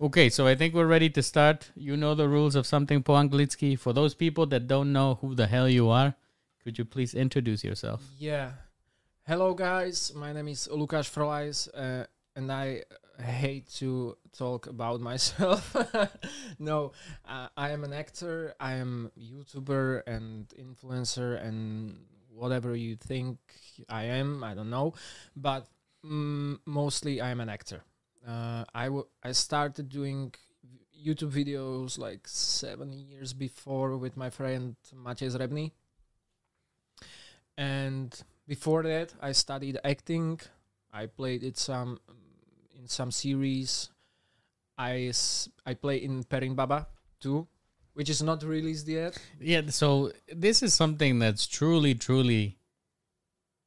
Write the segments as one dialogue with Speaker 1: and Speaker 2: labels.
Speaker 1: Okay, so I think we're ready to start. You know the rules of something po anglitsky. For those people that don't know who the hell you are, could you please introduce yourself?
Speaker 2: Yeah. Hello, guys. My name is Lukas Frolis, uh, and I hate to talk about myself. no, uh, I am an actor, I am YouTuber and influencer, and whatever you think I am, I don't know. But mm, mostly, I am an actor. Uh, I wa- I started doing YouTube videos like seven years before with my friend Maciej Zrebny and before that i studied acting i played it some in some series i s- I play in Perin Baba too which is not released yet
Speaker 1: Yeah, so this is something that's truly, truly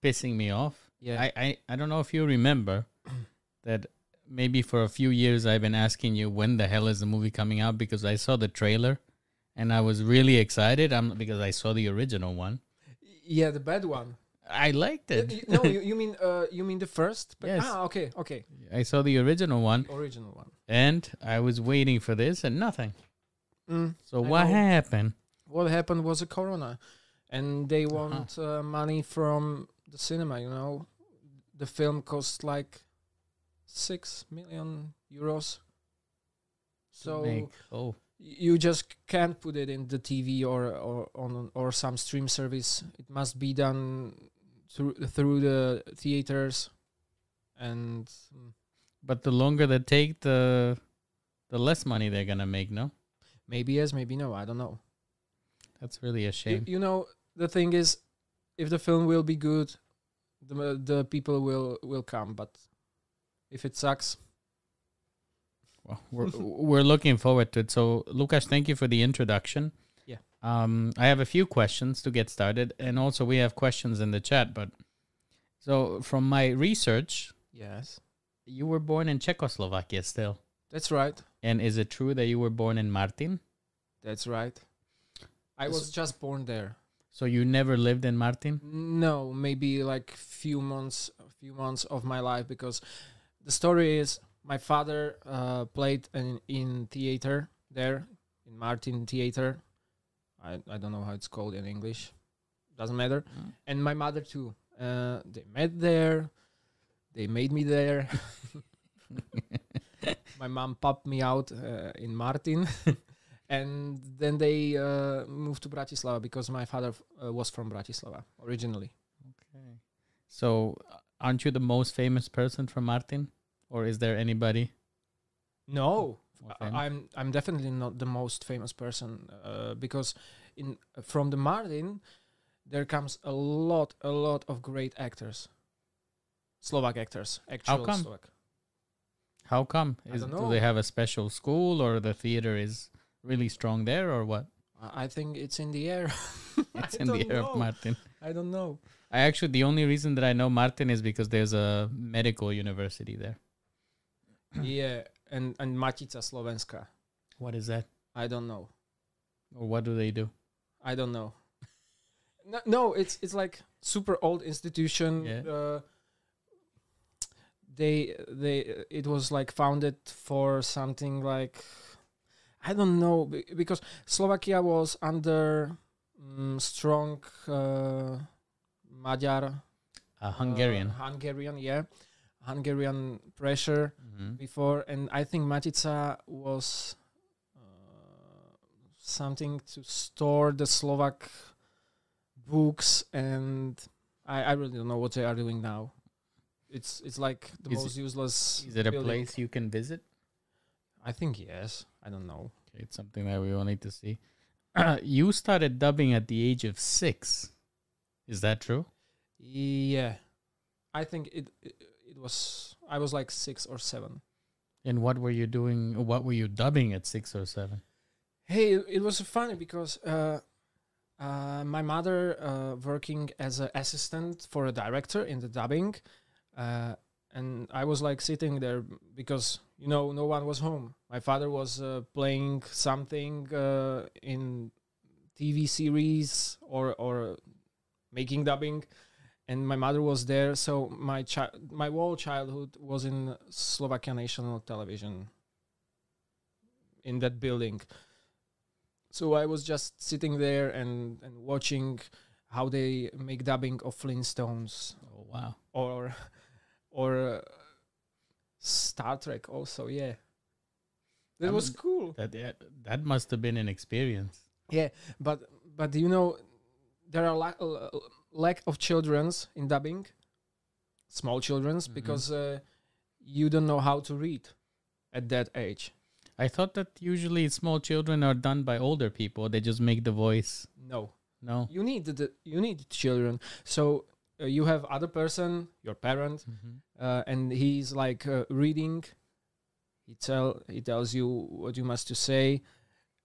Speaker 1: pissing me off. I,
Speaker 2: Yeah.
Speaker 1: I, I don't know if you remember that maybe for a few years I've been asking you when the hell is the movie coming out because I saw the trailer and I was really excited um, because I saw the original one.
Speaker 2: yeah the bad one
Speaker 1: I liked
Speaker 2: Uh,
Speaker 1: it.
Speaker 2: y- no you, you mean uh, you mean the first
Speaker 1: Yes.
Speaker 2: Pe- ah okay okay
Speaker 1: I saw the original one
Speaker 2: original one
Speaker 1: and I was waiting for this and nothing.
Speaker 2: Mm.
Speaker 1: So
Speaker 2: I
Speaker 1: what
Speaker 2: know.
Speaker 1: happened?
Speaker 2: what happened was a corona and they want uh, money from the cinema you know the film cost like 6 million euros so
Speaker 1: Make- oh,
Speaker 2: you just can't put it in the TV or or on or some stream service. It must be done through through the theaters, and mm,
Speaker 1: but the longer they take, the the less money they're gonna make. No,
Speaker 2: maybe yes, maybe no. I don't know.
Speaker 1: that's really a
Speaker 2: You,
Speaker 1: shame.
Speaker 2: you know the thing is, if the film will be good, the uh, the people will will come. But if it sucks,
Speaker 1: Well, we're we're looking forward to it. So, Lukas, thank you for the introduction.
Speaker 2: Yeah.
Speaker 1: Um, I have a few questions to get started, and also we have questions in the chat. But so, from my research,
Speaker 2: yes,
Speaker 1: you were born in Czechoslovakia still,
Speaker 2: that's right.
Speaker 1: and is it true that you were born in Martin?
Speaker 2: That's right. I was just born there.
Speaker 1: So you never lived in Martin?
Speaker 2: No, maybe like few months, few months of my life because the story is my father uh, played in, in theater there in Martin Theater. I I don't know how it's called in English, doesn't matter.
Speaker 1: Mm.
Speaker 2: And my mother too. Uh, they met there. They made me there. my mom popped me out uh, in Martin. And then they uh, moved to Bratislava because my father f- uh, was from Bratislava originally.
Speaker 1: Okay. So, uh, aren't you the most famous person from Martin, or is there anybody?
Speaker 2: No,
Speaker 1: more
Speaker 2: I-
Speaker 1: famous?
Speaker 2: I'm I'm definitely not the most famous person uh, because in from the Martin there comes a lot a lot of great actors, Slovak actors, actual
Speaker 1: come?
Speaker 2: Slovak.
Speaker 1: How come?
Speaker 2: I
Speaker 1: Is,
Speaker 2: don't
Speaker 1: do
Speaker 2: know.
Speaker 1: they have a special school, or the theater is really strong there, or what?
Speaker 2: I, I think it's in the air.
Speaker 1: It's
Speaker 2: I
Speaker 1: in the
Speaker 2: don't
Speaker 1: air of
Speaker 2: know.
Speaker 1: Martin.
Speaker 2: I don't know.
Speaker 1: I actually the only reason that I know Martin is because there's a medical university there.
Speaker 2: yeah, and and Matica Slovenska.
Speaker 1: What is that?
Speaker 2: I don't know.
Speaker 1: Or what do they do?
Speaker 2: I don't know. No, no it's it's like super old institution.
Speaker 1: Yeah.
Speaker 2: Uh, they they it was like founded for something like I don't know be- because Slovakia was under mm, strong uh, Magyar
Speaker 1: Uh, Hungarian.
Speaker 2: uh, Hungarian yeah Hungarian pressure
Speaker 1: Mhm.
Speaker 2: before, and I think Matica was uh, something to store the Slovak books, and I, I really don't know what they are doing now. It's it's like the
Speaker 1: Is it-
Speaker 2: most useless.
Speaker 1: Is it a
Speaker 2: building.
Speaker 1: place you can visit?
Speaker 2: I think yes. I don't know.
Speaker 1: Okay, it's something that we will need to see. you started dubbing at the age of six. Is that true?
Speaker 2: Yeah, I think it it, it was. I was like six or seven.
Speaker 1: And what were you doing? What were you dubbing at six or seven?
Speaker 2: Hey, it, it was funny because uh, uh, my mother uh, working as an assistant for a director in the dubbing, uh, and I was like sitting there because you know no one was home. My father was uh, playing something uh, in TV series or or making dubbing, and my mother was there. So my child, my whole childhood was in Slovakia national television. in that building. So I was just sitting there and, and watching how they make dubbing of Flintstones
Speaker 1: Oh wow.
Speaker 2: or or uh, Star Trek also. Yeah, that
Speaker 1: I
Speaker 2: was
Speaker 1: mean-
Speaker 2: cool.
Speaker 1: That yeah, that must have been an experience.
Speaker 2: Yeah, but but you know, there are la- l- l- lack of childrens in dubbing, small childrens
Speaker 1: Mhm.
Speaker 2: because uh, you don't know how to read at that age.
Speaker 1: I thought that usually small children are done by older people. They just make the voice.
Speaker 2: No,
Speaker 1: No.
Speaker 2: you need the you need children. So uh, you have other person, your parent,
Speaker 1: Mhm.
Speaker 2: uh, and he's like uh, reading. He tell he tells you what you must to say,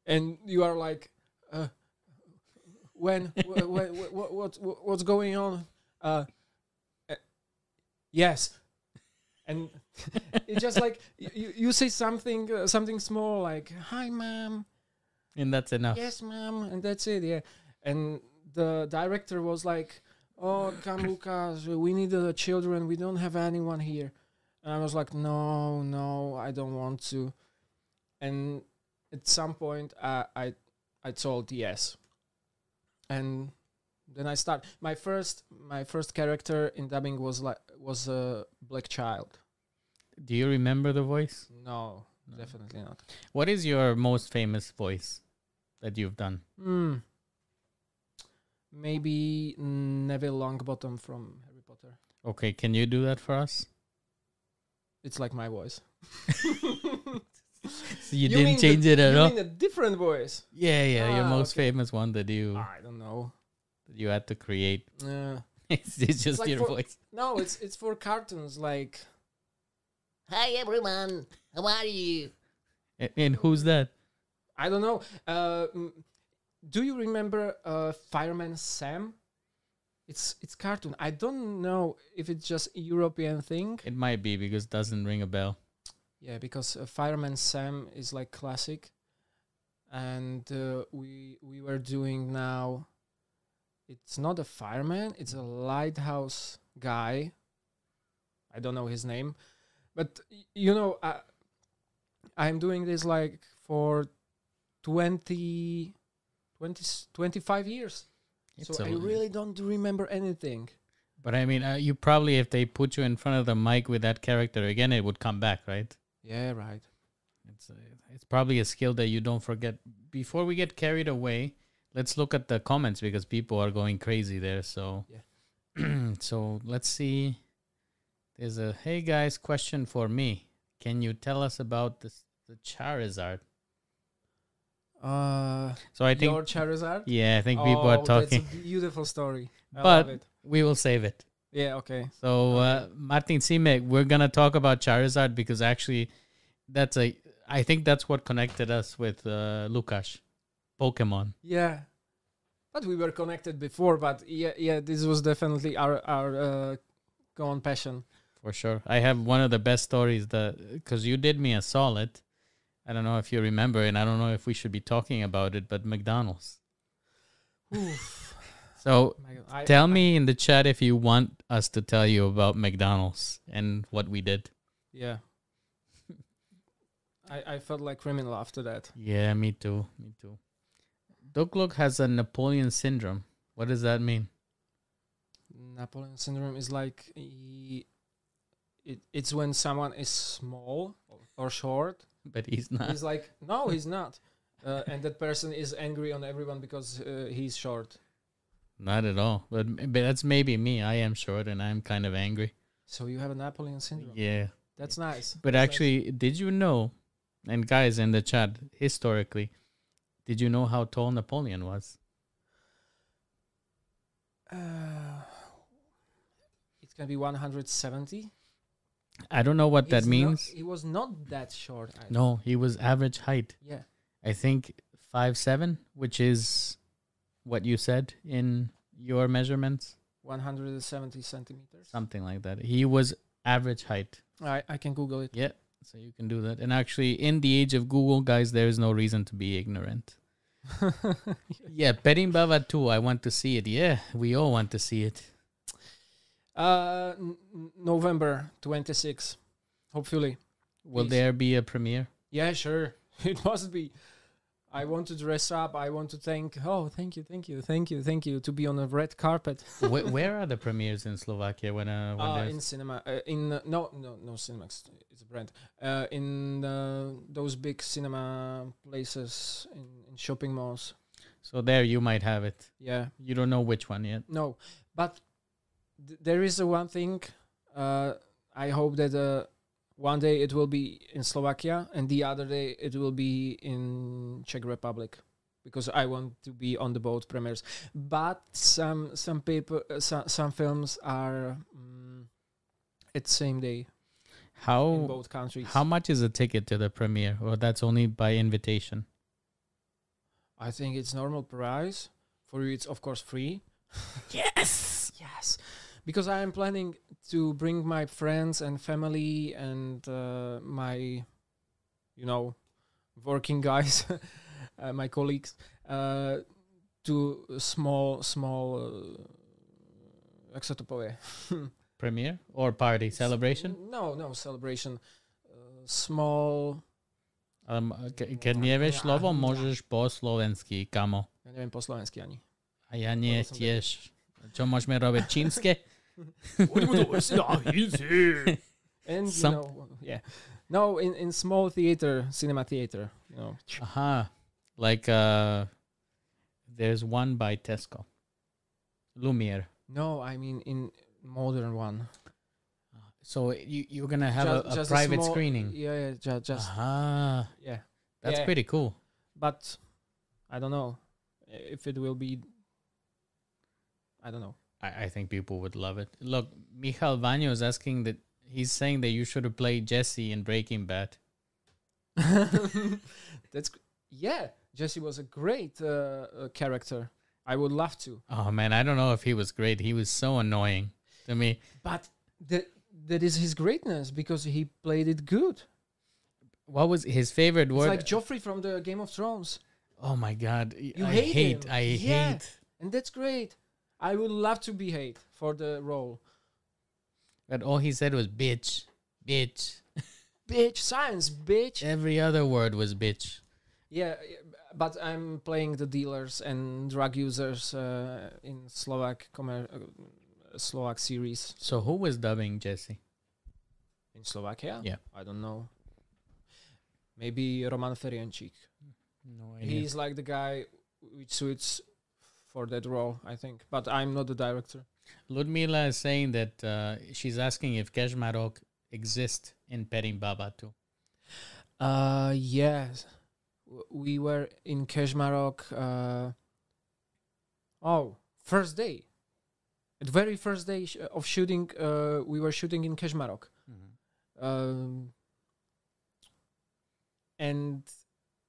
Speaker 2: and you are like, uh, when what, what what what's going on? Uh, uh, yes, and it's just like y- you, you say something uh, something small like hi mom
Speaker 1: And that's enough.
Speaker 2: yes mom and that's it yeah and the director was like oh come lucas we need the children we don't have anyone here and i was like no no i don't want to and at some point i i, I told yes and then i start my first my first character in dubbing was like was a black child
Speaker 1: Do you remember the voice?
Speaker 2: no,
Speaker 1: No.
Speaker 2: definitely not
Speaker 1: What is your most famous voice that you've done?
Speaker 2: Hmm. Maybe Neville Longbottom from Harry Potter.
Speaker 1: Okay, can you do that for us?
Speaker 2: It's like my voice.
Speaker 1: So you,
Speaker 2: You mean
Speaker 1: didn't
Speaker 2: the-
Speaker 1: change it at
Speaker 2: you
Speaker 1: all.
Speaker 2: mean a different voice?
Speaker 1: yeah, yeah. your
Speaker 2: Ah,
Speaker 1: most
Speaker 2: okay.
Speaker 1: famous one that you
Speaker 2: I don't know.
Speaker 1: that you had to create.
Speaker 2: Uh,
Speaker 1: it's, it's just
Speaker 2: like
Speaker 1: your
Speaker 2: for-
Speaker 1: voice.
Speaker 2: no, it's it's for cartoons. Like
Speaker 3: Hi everyone, how are you?
Speaker 1: And, and who's that?
Speaker 2: I don't know. Uh, mm, do you remember uh, Fireman Sam? It's it's cartoon. I don't know if it's just European thing.
Speaker 1: It might be because it doesn't ring a bell.
Speaker 2: Yeah, because uh, Fireman Sam is like classic, and uh, we we were doing now. It's not a fireman; it's a lighthouse guy. I don't know his name, but y- you know, I, I'm doing this like for 20, 20 25 years,
Speaker 1: It's
Speaker 2: so I
Speaker 1: a-
Speaker 2: really don't remember anything.
Speaker 1: But I mean, uh, you probably if they put you in front of the mic with that character again, it would come back, right?
Speaker 2: Yeah, right.
Speaker 1: It's uh it's probably a skill that you don't forget. Before we get carried away, let's look at the comments because people are going crazy there. So, so let's see. There's a hey guys question for me. Can you tell us about this the Charizard?
Speaker 2: Uh,
Speaker 1: So I think
Speaker 2: your Charizard.
Speaker 1: yeah, I think people are talking,
Speaker 2: Oh, That's a beautiful story. I love
Speaker 1: but
Speaker 2: it.
Speaker 1: we will save it.
Speaker 2: yeah, okay.
Speaker 1: So uh, Martin Simek, we're gonna talk about Charizard because actually, that's a I think that's what connected us with uh, Lukash, Pokemon.
Speaker 2: Yeah, but we were connected before. But yeah, yeah, this was definitely our our uh, common passion.
Speaker 1: For sure. I have one of the best stories that because you did me a solid. I don't know if you remember, and I don't know if we should be talking about it, but McDonald's.
Speaker 2: Oof.
Speaker 1: So
Speaker 2: My God, I-
Speaker 1: tell
Speaker 2: I-
Speaker 1: me in the chat if you want us to tell you about McDonald's and what we did.
Speaker 2: Yeah. I, I felt like criminal after that.
Speaker 1: Yeah, me too. Me too. Doklok has a Napoleon syndrome. What does that mean?
Speaker 2: Napoleon syndrome is like he, it, it's when someone is small or short.
Speaker 1: But he's not.
Speaker 2: He's like, no, he's not. Uh, and that person is angry on everyone because uh, he's short.
Speaker 1: Not at all. But, but that's maybe me. I am short and I'm kind of angry.
Speaker 2: So you have a Napoleon syndrome.
Speaker 1: Yeah.
Speaker 2: That's nice.
Speaker 1: But
Speaker 2: That's nice.
Speaker 1: actually, did you know, and guys in the chat, historically, did you know how tall Napoleon was?
Speaker 2: Uh, it's gonna be 170.
Speaker 1: I don't know what that
Speaker 2: He's not-
Speaker 1: means.
Speaker 2: he was not that short. I
Speaker 1: No, he was average height.
Speaker 2: Yeah.
Speaker 1: I think five seven, which is what you said in your measurements,
Speaker 2: 170 centimeters.
Speaker 1: something like that. He was average height.
Speaker 2: I I can Google it.
Speaker 1: Yeah, so you can do that. And actually, in the age of Google, guys, there is no reason to be ignorant. yeah, Perim Bava too. I want to see it. Yeah, we all want to see it.
Speaker 2: Uh, n- n- November 26. Hopefully.
Speaker 1: Will
Speaker 2: Please.
Speaker 1: there be a premiere?
Speaker 2: Yeah, sure. it must be. I want to dress up. I want to thank. Oh, thank you, thank you, thank you, thank you. To be on a red carpet.
Speaker 1: Wh- where are the premieres in Slovakia? When uh, when
Speaker 2: Uh,
Speaker 1: there's-
Speaker 2: in cinema, uh, in uh, no, no, no, Cinemax. It's a brand. Uh, in uh, those big cinema places, in, in shopping malls.
Speaker 1: so there you might have it.
Speaker 2: Yeah,
Speaker 1: You don't know which one yet.
Speaker 2: no, but th- there is a one thing. Uh, I hope that uh, one day it will be in Slovakia, and the other day it will be in Czech Republic, because I want to be on the boat premieres. But some some people, uh, some some films are. Mm, it's same day in
Speaker 1: How
Speaker 2: both countries.
Speaker 1: Oh, how much is a ticket to the premiere? Or that's only by invitation.
Speaker 2: I think it's normal price. For you, it's of course free. yes, yes, because I am planning to bring my friends and family and uh, my, you know, working guys, uh, my colleagues, uh, to a small small. Uh, jak se to povie?
Speaker 1: Premiere or party celebration?
Speaker 2: No, no celebration. Uh, small.
Speaker 1: Um, ke- keď nevieš slovo, môžeš po slovensky, kamo.
Speaker 2: Ja neviem po slovensky ani.
Speaker 1: A ja nie
Speaker 2: Povedal som to.
Speaker 1: tiež. Čo môžeme robiť čínske?
Speaker 2: And
Speaker 1: Some-
Speaker 2: you know, yeah, no, in in small theater, cinema theater, you know.
Speaker 1: Aha. Uh-huh. Like uh there's one by Tesco. Lumiere.
Speaker 2: No, I mean in modern one.
Speaker 1: So you you're going to have a,
Speaker 2: Ju-
Speaker 1: a private
Speaker 2: small-
Speaker 1: screening.
Speaker 2: Yeah, yeah, just, just
Speaker 1: Aha.
Speaker 2: yeah.
Speaker 1: Uh-huh. That's
Speaker 2: Yeah.
Speaker 1: pretty cool.
Speaker 2: But I don't know if it will be. I don't know.
Speaker 1: I, I think people would love it. Look, Michal Vano is asking that he's saying that you should have played Jesse in Breaking Bad.
Speaker 2: That's gr- yeah. Jesse was a great uh, uh, character. I would love to,
Speaker 1: Oh man, I don't know if he was great. He was so annoying to me.
Speaker 2: but that that is his greatness because he played it good.
Speaker 1: What was his favorite
Speaker 2: It's
Speaker 1: word?
Speaker 2: like Joffrey from the Game of Thrones.
Speaker 1: oh my god.
Speaker 2: You
Speaker 1: I
Speaker 2: hate,
Speaker 1: hate
Speaker 2: him.
Speaker 1: I
Speaker 2: Yeah,
Speaker 1: hate
Speaker 2: and that's great. I would love to be hate for the role.
Speaker 1: but all he said was bitch. Bitch.
Speaker 2: Bitch, science, bitch.
Speaker 1: Every other word was bitch.
Speaker 2: Yeah, yeah, but I'm playing the dealers and drug users uh, in Slovak commer- uh, Slovak series
Speaker 1: So who was dubbing Jesse?
Speaker 2: in Slovakia.
Speaker 1: Yeah.
Speaker 2: I don't know. Maybe Roman Ferjančík.
Speaker 1: No
Speaker 2: He's like the guy which suits for that role, I think. But I'm not the director.
Speaker 1: Ludmila is saying that uh, she's asking if Keshmarok exists in Perim Baba too.
Speaker 2: Uh, yes, W- we were in Keshmarok. Uh, oh, first day, the very first day sh- of shooting, uh, we were shooting in Keshmarok, Mm-hmm. um, and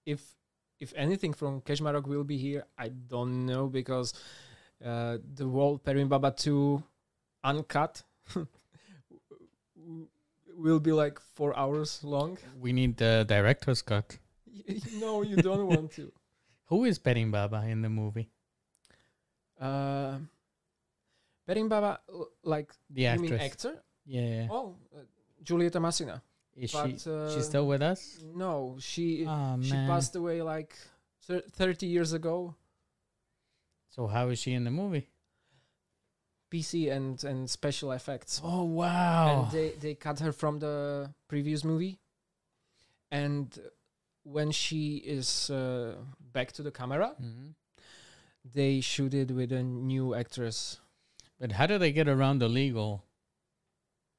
Speaker 2: if if anything from Keshmarok will be here, I don't know because uh, the wall Perim Baba two uncut will be like four hours long.
Speaker 1: We need the director's cut.
Speaker 2: Y- no, you don't want to.
Speaker 1: Who is Perim Baba in the movie?
Speaker 2: Uh, Berin Baba, l- like
Speaker 1: The
Speaker 2: you
Speaker 1: actress.
Speaker 2: mean actor?
Speaker 1: yeah, yeah.
Speaker 2: Oh, uh, Julieta Masina.
Speaker 1: is she?
Speaker 2: But uh,
Speaker 1: she's still with us?
Speaker 2: no. She
Speaker 1: Oh
Speaker 2: she
Speaker 1: man!
Speaker 2: passed away like thir- thirty years ago.
Speaker 1: So how is she in the movie?
Speaker 2: PC and and special effects,
Speaker 1: Oh wow!
Speaker 2: and they they cut her from the previous movie, and when she is uh, back to the camera,
Speaker 1: Mhm.
Speaker 2: they shoot it with a new actress.
Speaker 1: But how do they get around the legal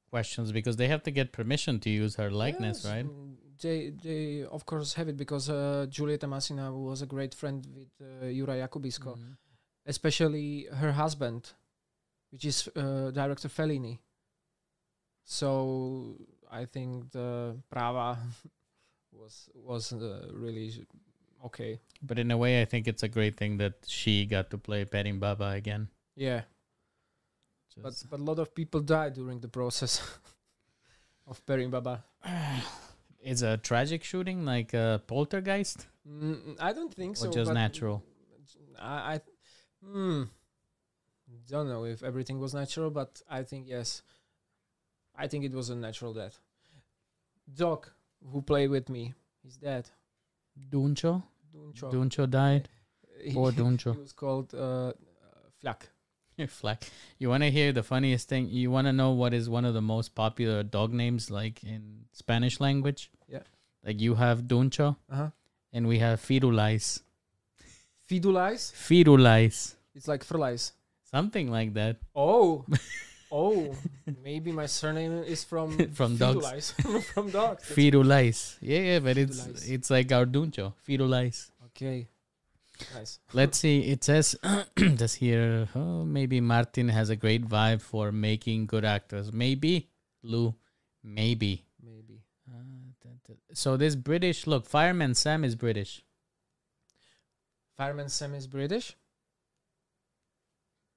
Speaker 1: questions? Because they have to get permission to use her likeness,
Speaker 2: Yes,
Speaker 1: right?
Speaker 2: mm, They, they of course have it because uh, Julieta Masina was a great friend with uh, Jura Jakubisko,
Speaker 1: Mhm.
Speaker 2: especially her husband, which is uh, director Fellini. So I think the Prava was was uh, really s- okay.
Speaker 1: But in a way, I think it's a great thing that she got to play Perim Baba again.
Speaker 2: Yeah, but
Speaker 1: Just-
Speaker 2: but a lot of people died during the process of Perim Baba.
Speaker 1: it's a tragic shooting like a poltergeist
Speaker 2: Mm, I don't think so.
Speaker 1: or just
Speaker 2: but
Speaker 1: natural
Speaker 2: I, I hmm, don't know if everything was natural, but I think yes. I think it was a natural death. Doc, who played with me, he's dead.
Speaker 1: Duncho.
Speaker 2: Duncho.
Speaker 1: Duncho died.
Speaker 2: He-
Speaker 1: Poor
Speaker 2: He
Speaker 1: Duncho.
Speaker 2: was called uh, uh, Flak.
Speaker 1: Flack. You want to hear the funniest thing? You want to know what is one of the most popular dog names like in Spanish language?
Speaker 2: Yeah.
Speaker 1: Like you have Duncho
Speaker 2: Uh-huh.
Speaker 1: and we have Firulais.
Speaker 2: Fidulais.
Speaker 1: Firulais.
Speaker 2: It's like Verlies.
Speaker 1: Something like that.
Speaker 2: Oh. Oh, maybe my surname is from
Speaker 1: From dogs.
Speaker 2: Fidulais. from dogs.
Speaker 1: Firulais. Yeah, yeah, but it's
Speaker 2: Firulais.
Speaker 1: it's like our Duncho. Firulais.
Speaker 2: Okay, nice.
Speaker 1: Let's see. It says just here. Oh, maybe Martin has a great vibe for making good actors. Maybe Lou. Maybe.
Speaker 2: Maybe
Speaker 1: Uh, da- da- So this British look, Fireman Sam is British.
Speaker 2: Fireman Sam is British,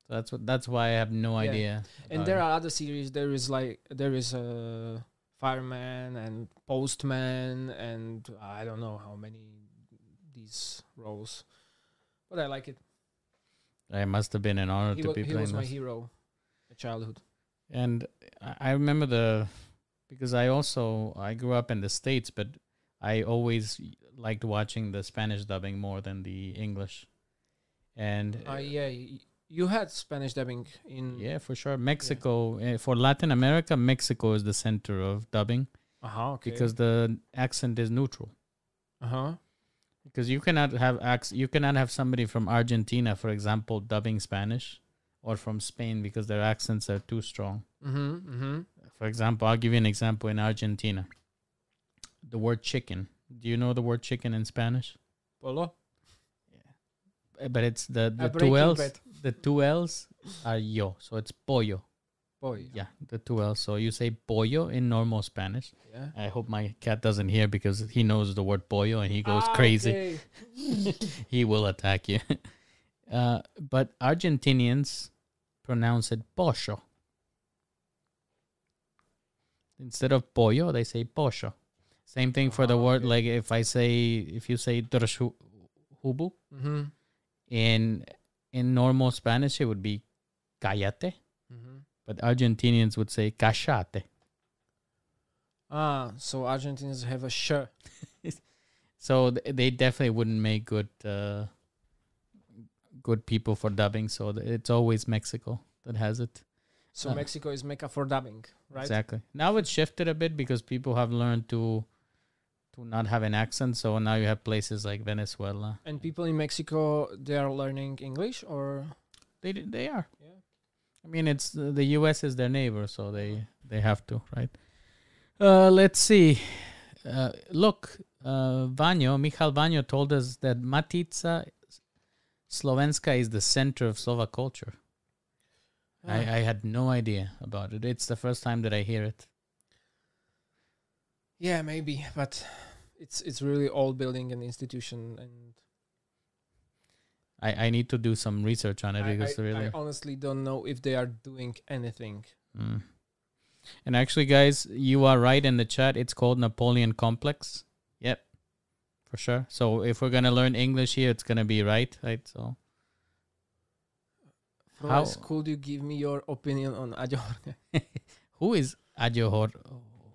Speaker 1: So that's what. That's why I have no
Speaker 2: Yeah.
Speaker 1: idea.
Speaker 2: and there are other series. There is like there is uh, Fireman and Postman, and I don't know how many these roles, but I like it.
Speaker 1: I must have been an honor
Speaker 2: He,
Speaker 1: to
Speaker 2: wa-
Speaker 1: be
Speaker 2: he
Speaker 1: playing
Speaker 2: was my
Speaker 1: this.
Speaker 2: hero, in childhood.
Speaker 1: and I- I remember the because I also I grew up in the states, but I always liked watching the Spanish dubbing more than the English. And
Speaker 2: Uh, yeah, y- you had Spanish dubbing in.
Speaker 1: Yeah, for sure. Mexico eh, for Latin America, Mexico is the center of dubbing
Speaker 2: Uh huh. Okay.
Speaker 1: because the accent is neutral.
Speaker 2: uh huh.
Speaker 1: Because you cannot have acc- you cannot have somebody from Argentina, for example, dubbing Spanish, or from Spain because their accents are too strong.
Speaker 2: Mm-hmm. Mm-hmm.
Speaker 1: For example, I'll give you an example in Argentina. The word chicken. Do you know the word chicken in Spanish?
Speaker 2: Polo.
Speaker 1: Eh, But it's the,
Speaker 2: A
Speaker 1: the two
Speaker 2: Breaking
Speaker 1: L's.
Speaker 2: Bad.
Speaker 1: The two L's are yo, so it's pollo.
Speaker 2: Boy.
Speaker 1: Yeah, the two L's. So you say pollo in normal Spanish.
Speaker 2: Yeah.
Speaker 1: I hope my cat doesn't hear because he knows the word pollo and he goes crazy.
Speaker 2: Ah, Okay.
Speaker 1: He will attack you. uh, but Argentinians pronounce it pocho. Instead of pollo, they say pocho. Same thing for the
Speaker 2: Ah,
Speaker 1: word,
Speaker 2: okay.
Speaker 1: like if I say, if you say hubu
Speaker 2: Mm-hmm.
Speaker 1: in, in normal Spanish, it would be callate.
Speaker 2: Mm-hmm.
Speaker 1: But Argentinians would say cachate.
Speaker 2: Ah, so Argentinians have a sh.
Speaker 1: So th- they definitely wouldn't make good uh, good people for dubbing. So th- it's always Mexico that has it.
Speaker 2: So
Speaker 1: Ah.
Speaker 2: Mexico is Mecca for dubbing, right?
Speaker 1: Exactly. Now it's shifted a bit because people have learned to to not have an accent. So now you have places like Venezuela.
Speaker 2: And people in Mexico, they are learning English or
Speaker 1: They d- they are.
Speaker 2: Yeah.
Speaker 1: I mean, it's uh, the U.S. is their neighbor, so
Speaker 2: Uh-huh.
Speaker 1: they they have to, right? Uh, let's see. Uh, look, uh, Vanyo, Michal Vanyo told us that Matica Slovenska is the center of Slovak culture. I,
Speaker 2: Ah.
Speaker 1: I had no idea about it. It's the first time that I hear it.
Speaker 2: yeah, maybe, but it's it's really old building and institution, and
Speaker 1: I, I need to do some research on it
Speaker 2: I,
Speaker 1: because
Speaker 2: I-
Speaker 1: really.
Speaker 2: I honestly don't know if they are doing anything.
Speaker 1: Mm. And actually, guys, you are right in the chat. It's called Napoleon Complex. Yep, for sure. So if we're gonna learn English here, it's gonna be right, right? So How-
Speaker 2: Flores, could you give me your opinion on Adjo Horniak?
Speaker 1: who is Adjohor?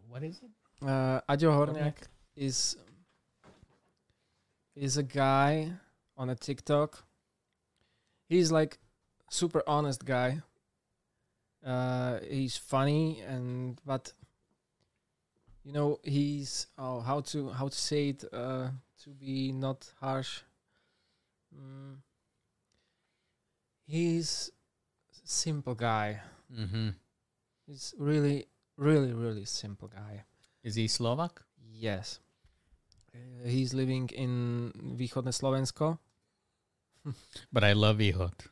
Speaker 1: What is it?
Speaker 2: Uh, Adjo Horniak is is a guy on a TikTok. He's like super honest guy. Uh, he's funny and but you know he's oh how to how to say it uh, to be not harsh. Mm. He's simple guy.
Speaker 1: Mm-hmm.
Speaker 2: He's really really really simple guy.
Speaker 1: Is he Slovak?
Speaker 2: Yes. Uh, he's living in Východné Slovensko.
Speaker 1: But I love Ihot.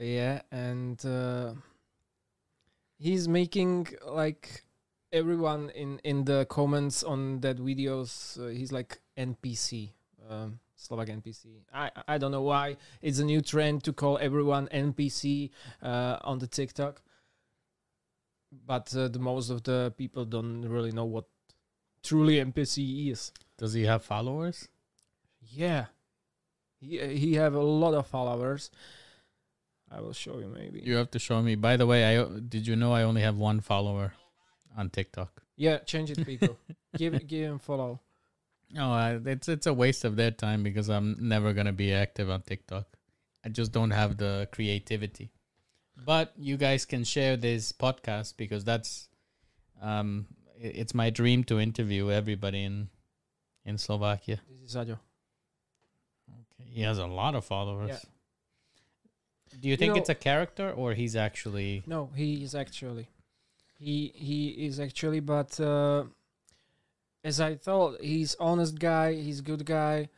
Speaker 2: Yeah, and uh, he's making like everyone in in the comments on that videos. Uh, he's like NPC, um, Slovak NPC. I I don't know why it's a new trend to call everyone NPC uh, on the TikTok, but uh, the most of the people don't really know what truly NPC is.
Speaker 1: Does he have followers?
Speaker 2: Yeah, he uh, he have a lot of followers. I will show you maybe.
Speaker 1: You have to show me. By the way, I o- did you know I only have one follower on TikTok?
Speaker 2: Yeah, change it, people. give give him follow.
Speaker 1: No, I, it's it's a waste of their time because I'm never gonna be active on TikTok. I just don't have the creativity. But you guys can share this podcast because that's, um, i- it's my dream to interview everybody in, in Slovakia.
Speaker 2: This is Adio.
Speaker 1: He has a lot of followers. Do you
Speaker 2: You
Speaker 1: think
Speaker 2: know-
Speaker 1: it's a character or he's actually?
Speaker 2: No, he is actually. He he is actually, but uh, as I thought, he's honest guy. He's good guy,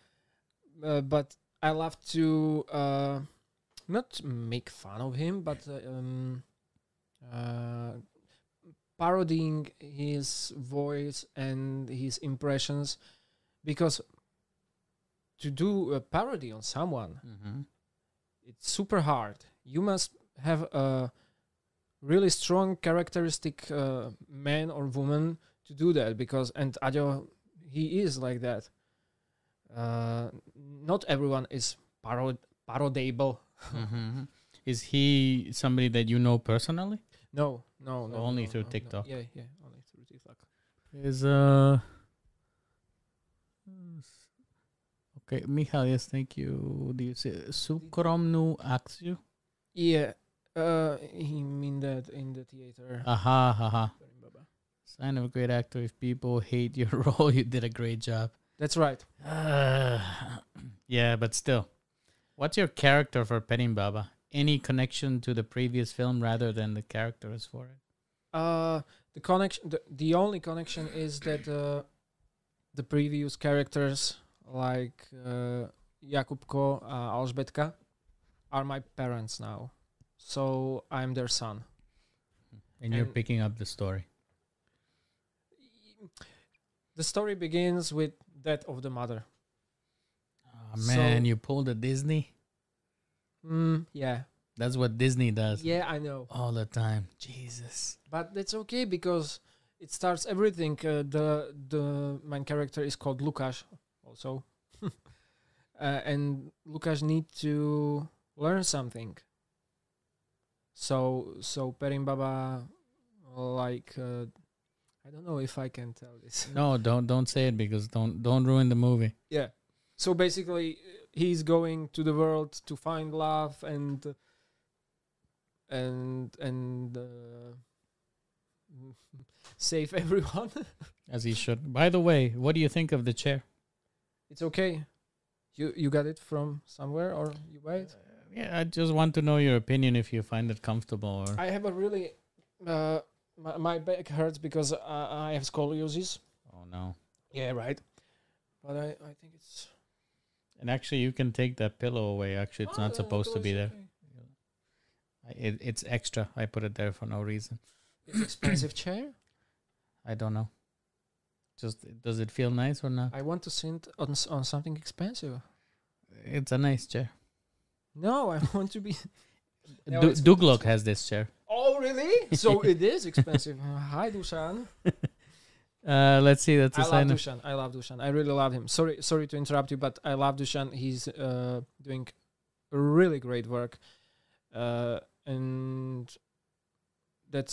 Speaker 2: uh, but I love to uh, not make fun of him, but uh, um, uh, parodying his voice and his impressions, because to do a parody on someone it's super hard. You must have a really strong characteristic uh, man or woman to do that because and Adio he is like that. Uh, not everyone is parod parodable.
Speaker 1: Mhm. Is he somebody that you know personally?
Speaker 2: No, no, no.
Speaker 1: only
Speaker 2: no,
Speaker 1: through
Speaker 2: no, no.
Speaker 1: TikTok.
Speaker 2: Yeah, yeah, only through TikTok.
Speaker 1: Is uh s- okay, Michal, yes, thank you. Do you say sukromnu akciju?
Speaker 2: Yeah, uh, he mean that in the theater.
Speaker 1: Aha, haha. Sign of a great actor. If people hate your role, you did a great job.
Speaker 2: That's right.
Speaker 1: Ah, yeah, but still, what's your character for Petting Baba? Any connection to the previous film rather than the characters for it?
Speaker 2: Uh, the connection, the, the only connection is that uh, the previous characters like uh, Jakubko, uh, Alžbetka, are my parents now, so I'm their son.
Speaker 1: And, you're
Speaker 2: And-
Speaker 1: picking up the story.
Speaker 2: The story begins with death of the mother.
Speaker 1: Oh, man,
Speaker 2: Ah, So-
Speaker 1: you pulled a Disney.
Speaker 2: Mm, yeah,
Speaker 1: That's what Disney does
Speaker 2: yeah, I know,
Speaker 1: all the time. Jesus.
Speaker 2: but that's okay because it starts everything. Uh, the the main character is called Lukash, also, uh, and Lukash need to learn something. So so Perin Baba, like uh, I don't know if I can tell this.
Speaker 1: No, don't don't say it because don't don't ruin the movie.
Speaker 2: Yeah. So basically, uh, he's going to the world to find love and and and uh, save everyone.
Speaker 1: As he should. By the way, what do you think of the chair?
Speaker 2: it's okay. You you got it from somewhere or you buy it?
Speaker 1: Uh, Yeah, I just want to know your opinion if you find it comfortable or
Speaker 2: I have a really uh, my, my back hurts because uh, I, I have scoliosis.
Speaker 1: oh no.
Speaker 2: Yeah, right. But I, I think it's
Speaker 1: And actually, you can take that pillow away. Actually, it's
Speaker 2: Ah,
Speaker 1: not
Speaker 2: the
Speaker 1: supposed to
Speaker 2: pillow
Speaker 1: be
Speaker 2: is
Speaker 1: there.
Speaker 2: okay.
Speaker 1: I- It, it's extra. I put it there for no reason.
Speaker 2: It's expensive chair.
Speaker 1: I don't know. Just does it feel nice or not?
Speaker 2: I want to sit on s- on something expensive.
Speaker 1: It's a nice chair.
Speaker 2: No, I want to be No,
Speaker 1: Du-
Speaker 2: it's-
Speaker 1: Duglok has this chair.
Speaker 2: Oh, really? So it is expensive. Uh, Hi, Dusan.
Speaker 1: Uh, let's see. That's a
Speaker 2: I love
Speaker 1: sign of
Speaker 2: Dusan. I love Dusan. I really love him. Sorry, sorry to interrupt you, but I love Dusan. He's uh, doing really great work, uh, and that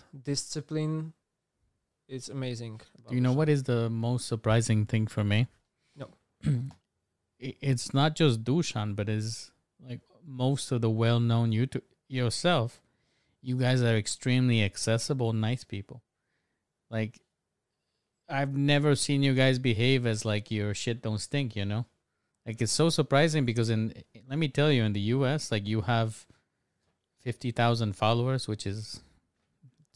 Speaker 2: self-discipline is amazing. about
Speaker 1: Do you know
Speaker 2: Dusan.
Speaker 1: what is the most surprising thing for me?
Speaker 2: No.
Speaker 1: I- it's not just Dushan, but is like most of the well-known YouTube yourself. You guys are extremely accessible, nice people. Like, I've never seen you guys behave as like your shit don't stink. You know, like it's so surprising because in let me tell you, in the U.S., like you have fifty thousand followers, which is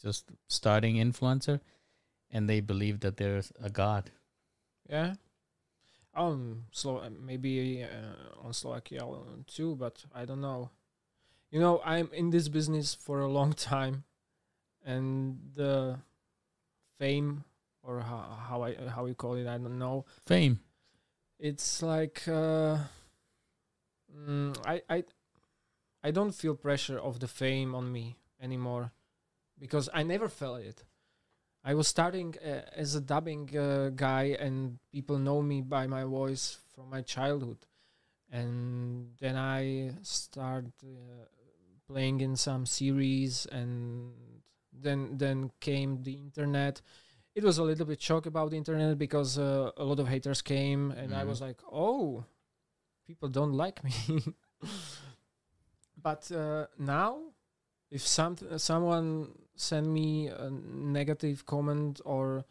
Speaker 1: just starting influencer and they believe that there's a god.
Speaker 2: Yeah. Um, Slo- uh, maybe uh, on Slovakia uh, too, but I don't know. You know, I'm in this business for a long time, and the fame or how, how I how you call it, I don't know.
Speaker 1: Fame.
Speaker 2: It's like uh, mm, I I I don't feel pressure of the fame on me anymore because I never felt it. I was starting uh, as a dubbing uh, guy, and people know me by my voice from my childhood. And then I start uh, playing in some series, and then then came the internet, it was a little bit shock about the internet because uh, a lot of haters came, and I
Speaker 1: Mhm.
Speaker 2: was like, oh, people don't like me. but uh, now, if some someone send me a negative comment or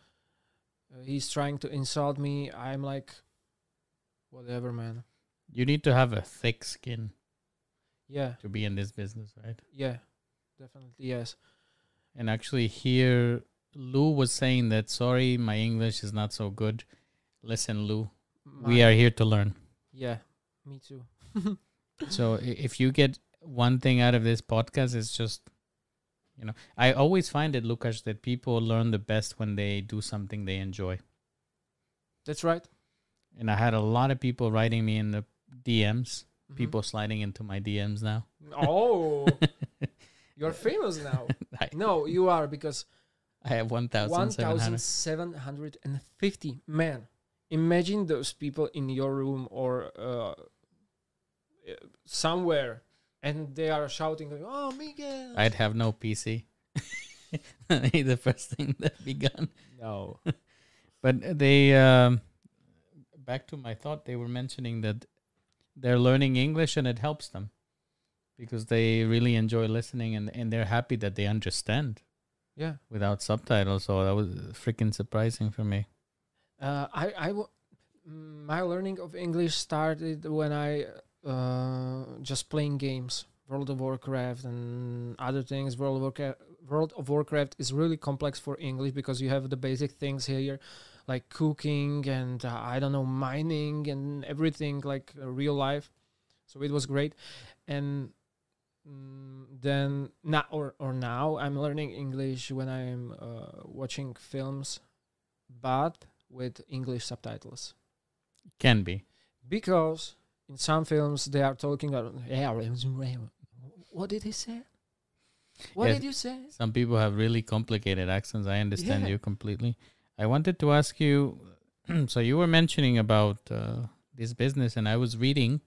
Speaker 2: uh, he's trying to insult me, I'm like, whatever, man.
Speaker 1: You need to have a thick skin
Speaker 2: Yeah,
Speaker 1: to be in this business, right?
Speaker 2: yeah, definitely yes.
Speaker 1: And actually, here Lou was saying that sorry, my English is not so good. Listen, Lou, we
Speaker 2: My-
Speaker 1: are here to learn.
Speaker 2: Yeah, me too.
Speaker 1: So i- if you get one thing out of this podcast, it's just, you know, I always find it, Lukas, that people learn the best when they do something they enjoy.
Speaker 2: That's right.
Speaker 1: And I had a lot of people writing me in the DMs,
Speaker 2: Mhm.
Speaker 1: people sliding into my DMs now.
Speaker 2: Oh, you're famous now.
Speaker 1: I,
Speaker 2: No, you are because
Speaker 1: I have 1,700.
Speaker 2: 1,750 men. Imagine those people in your room or uh, uh, somewhere, and they are shouting, like, "Oh, Miguel!"
Speaker 1: I'd have no PC. the first thing that begun.
Speaker 2: no.
Speaker 1: But they, um, back to my thought, they were mentioning that they're learning English and it helps them because they really enjoy listening and, and they're happy that they understand
Speaker 2: yeah,
Speaker 1: without subtitles. So that was freaking surprising for me.
Speaker 2: uh, I, I, w- mm, my learning of English started when I uh, just playing games, World of Warcraft and other things. World of Warcraft, World of Warcraft is really complex for English because you have the basic things here, like cooking and uh, I don't know mining and everything like uh, real life. So it was great, and mm, then now or or now I'm learning English when I'm uh, watching films, but with English subtitles
Speaker 1: Can be.
Speaker 2: because in some films they are talking about yeah what did he say what
Speaker 1: Yeah.
Speaker 2: did you say
Speaker 1: Some people have really complicated accents. I understand
Speaker 2: Yeah.
Speaker 1: you completely. I wanted to ask you so you were mentioning about uh, this business, and I was reading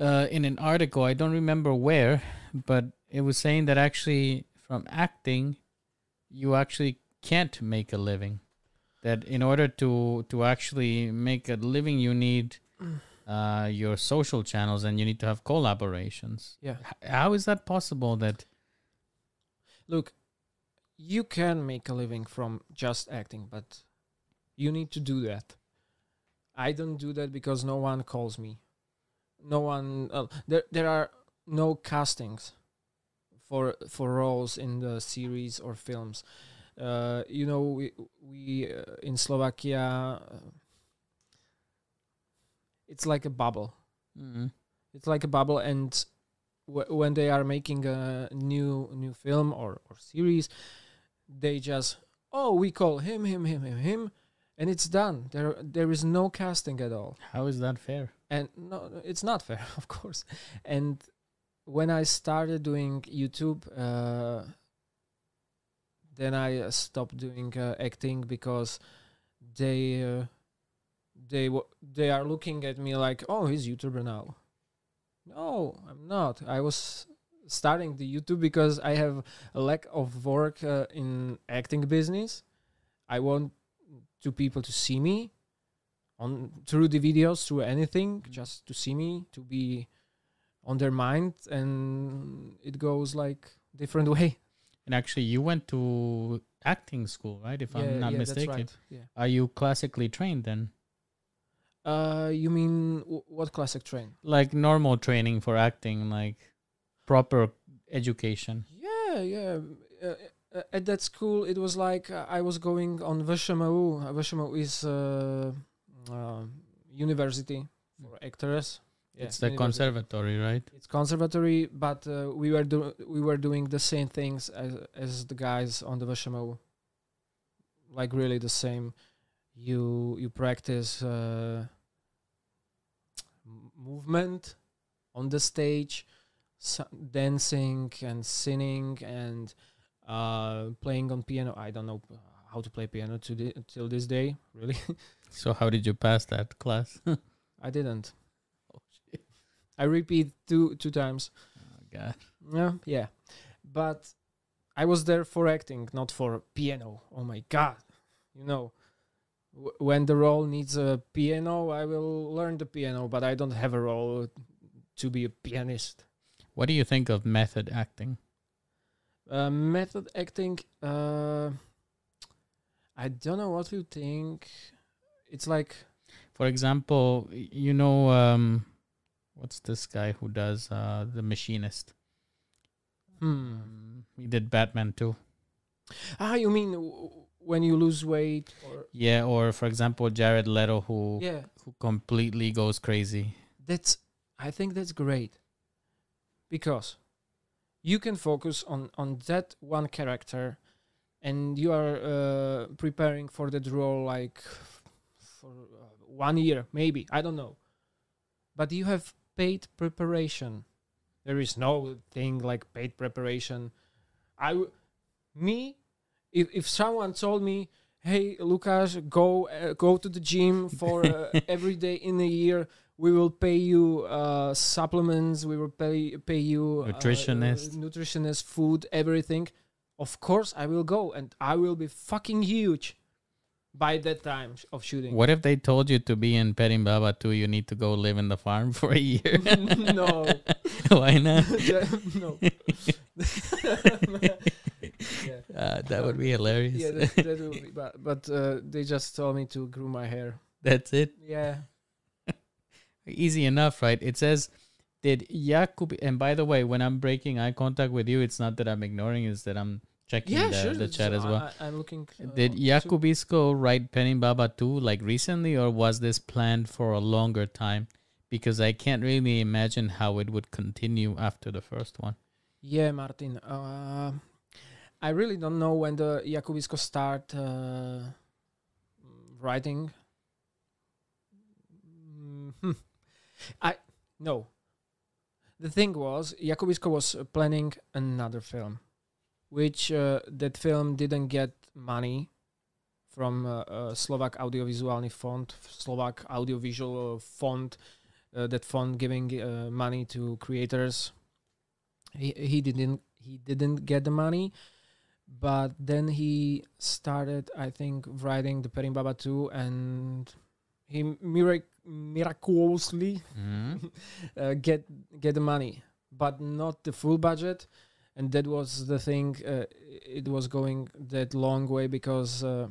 Speaker 1: uh, in an article, I don't remember where, but it was saying that actually from acting, you actually can't make a living. That in order to, to actually make a living, you need uh, your social channels and you need to have collaborations.
Speaker 2: yeah
Speaker 1: H- How is that possible that
Speaker 2: look you can make a living from just acting but you need to do that i don't do that because no one calls me no one uh, there there are no castings for for roles in the series or films uh, you know we, we uh, in slovakia uh, it's like a bubble
Speaker 1: Mm.
Speaker 2: it's like a bubble and w- when they are making a new new film or, or series they just oh we call him him him him him and it's done there there is no casting at all
Speaker 1: How is that fair?
Speaker 2: and no no, it's not fair of course and when i started doing youtube uh, then i uh, stopped doing uh, acting because they uh, they w- they are looking at me like oh he's youtuber now no i'm not i was starting the youtube because i have a lack of work uh, in acting business i want two people to see me on through the videos through anything just to see me to be on their mind and it goes like different way
Speaker 1: And actually, you went to acting school, right? If I'm not mistaken.
Speaker 2: that's right
Speaker 1: Are you classically trained then?
Speaker 2: yeah uh you mean w- what classic train
Speaker 1: Like normal training for acting, like proper education.
Speaker 2: yeah yeah uh, uh, at that school it was like uh, i was going on vshmu Uh, vshmu is uh, uh, university for actors Yeah,
Speaker 1: it's the
Speaker 2: university.
Speaker 1: conservatory, right?
Speaker 2: it's conservatory, but uh, we were do- we were doing the same things as as the guys on the Vashamo. Like really the same. You you practice uh, m- movement on the stage, so- dancing and singing and uh, playing on piano. I don't know p- how to play piano to thi- till this day. Really,
Speaker 1: So how did you pass that class? oh
Speaker 2: I didn't.
Speaker 1: shit.
Speaker 2: I repeat two two times.
Speaker 1: Oh, God.
Speaker 2: Yeah, yeah. But I was there for acting, not for piano. Oh my god, you know, w- when the role needs a piano, I will learn the piano, but I don't have a role to be a pianist.
Speaker 1: What do you think of method acting?
Speaker 2: Uh, method acting, uh, I don't know what you think. It's like
Speaker 1: For example, y- you know, um, what's this guy who does uh, the machinist?
Speaker 2: hmm.
Speaker 1: Um, he did Batman too.
Speaker 2: Ah, you mean w- when you lose weight or
Speaker 1: Yeah, or for example, Jared Leto who
Speaker 2: yeah,
Speaker 1: who completely goes crazy.
Speaker 2: that's I think that's great. Because you can focus on on that one character and you are uh, preparing for that role like for uh, one year maybe, I don't know. But you have paid preparation. There is no thing like paid preparation. I w- me if if someone told me Hey Lucas, go uh, go to the gym for uh, every day in a year we will pay you uh, supplements. We will pay pay you uh,
Speaker 1: Nutritionist.
Speaker 2: nutritionist, food, everything. Of course, I will go, and I will be fucking huge by that time sh- of shooting.
Speaker 1: What if they told you to be in Petting Baba too? You need to go live in the farm for a year.
Speaker 2: no,
Speaker 1: Why not?
Speaker 2: Ju- no. yeah,
Speaker 1: Uh, that would be hilarious.
Speaker 2: yeah that, that will be, but but uh, they just told me to grow my hair.
Speaker 1: That's it.
Speaker 2: Yeah,
Speaker 1: Easy enough, right? It says, did Jakub, and by the way, when I'm breaking eye contact with you, it's not that I'm ignoring, it's that I'm checking
Speaker 2: yeah,
Speaker 1: the,
Speaker 2: sure.
Speaker 1: the
Speaker 2: that's-
Speaker 1: chat as well.
Speaker 2: I, am looking. uh,
Speaker 1: Did
Speaker 2: to-
Speaker 1: Jakubisco write Penning Baba too, like recently, or was this planned for a longer time? Because I can't really imagine how it would continue after the first one.
Speaker 2: Yeah, Martin. Uh, I really don't know when the Jakubisco start uh, writing. Mhm. I no. The thing was, Jakubisco was uh, planning another film, which uh, that film didn't get money from uh, uh, Slovak Audiovisualny Fond, Slovak Audiovisual Fond, uh, that fund giving uh, money to creators he, he didn't he didn't get the money but then he started i think writing the Perim baba 2 and he mirac- miraculously uh, get get the money but not the full budget and that was the thing uh, it was going that long way because uh,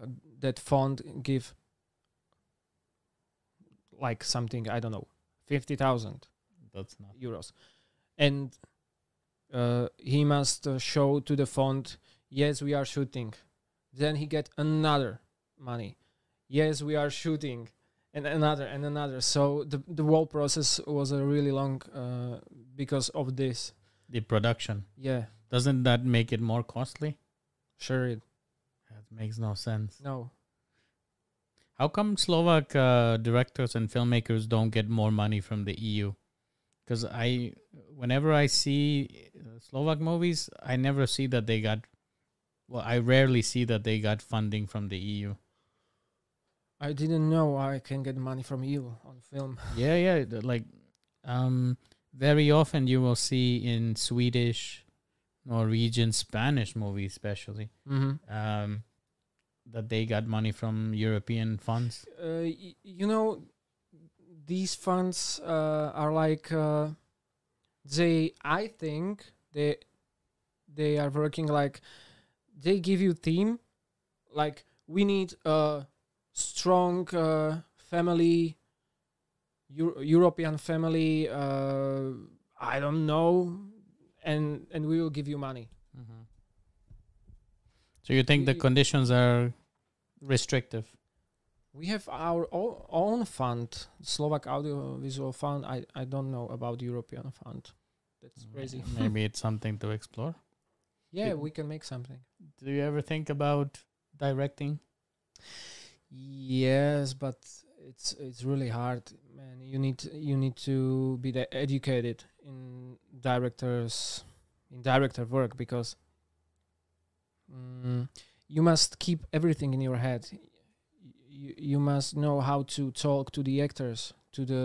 Speaker 2: uh, that fund give like something i don't know 50000
Speaker 1: That's not.
Speaker 2: euros. And uh, he must uh, show to the fund, yes, we are shooting. Then he get another money. Yes, we are shooting. And another and another. So the, the whole process was a really long uh, because of this.
Speaker 1: The production.
Speaker 2: Yeah,
Speaker 1: Doesn't that make it more costly?
Speaker 2: sure. It.
Speaker 1: That makes no sense.
Speaker 2: No.
Speaker 1: How come Slovak uh, directors and filmmakers don't get more money from the EU? Because I, whenever I see uh, Slovak movies, I never see that they got. Well, I rarely see that they got funding from the E EU.
Speaker 2: I didn't know I can get money from you on film.
Speaker 1: Yeah, yeah. th- Like, um, very often you will see in Swedish, Norwegian, Spanish movies, especially,
Speaker 2: Mm-hmm.
Speaker 1: um, that they got money from European funds.
Speaker 2: Uh, y- you know, these funds uh, are like uh, they. I think they they are working like they give you theme, like we need a strong uh, family, Euro- European family. Uh, I don't know, and and we will give you money.
Speaker 1: Mm-hmm. So you think the
Speaker 2: Y-
Speaker 1: conditions are restrictive?
Speaker 2: We have our o- own fund, Slovak Audiovisual Fund. I, I don't know about European fund.
Speaker 1: Mm,
Speaker 2: That's crazy.
Speaker 1: Maybe it's something to explore.
Speaker 2: Yeah,
Speaker 1: Did-
Speaker 2: we can make something.
Speaker 1: Do you ever think about directing?
Speaker 2: Yes, but it's it's really hard, man. You need you need to be the educated in directors in director work because mm, you must keep everything in your head. You you must know how to talk to the actors, to the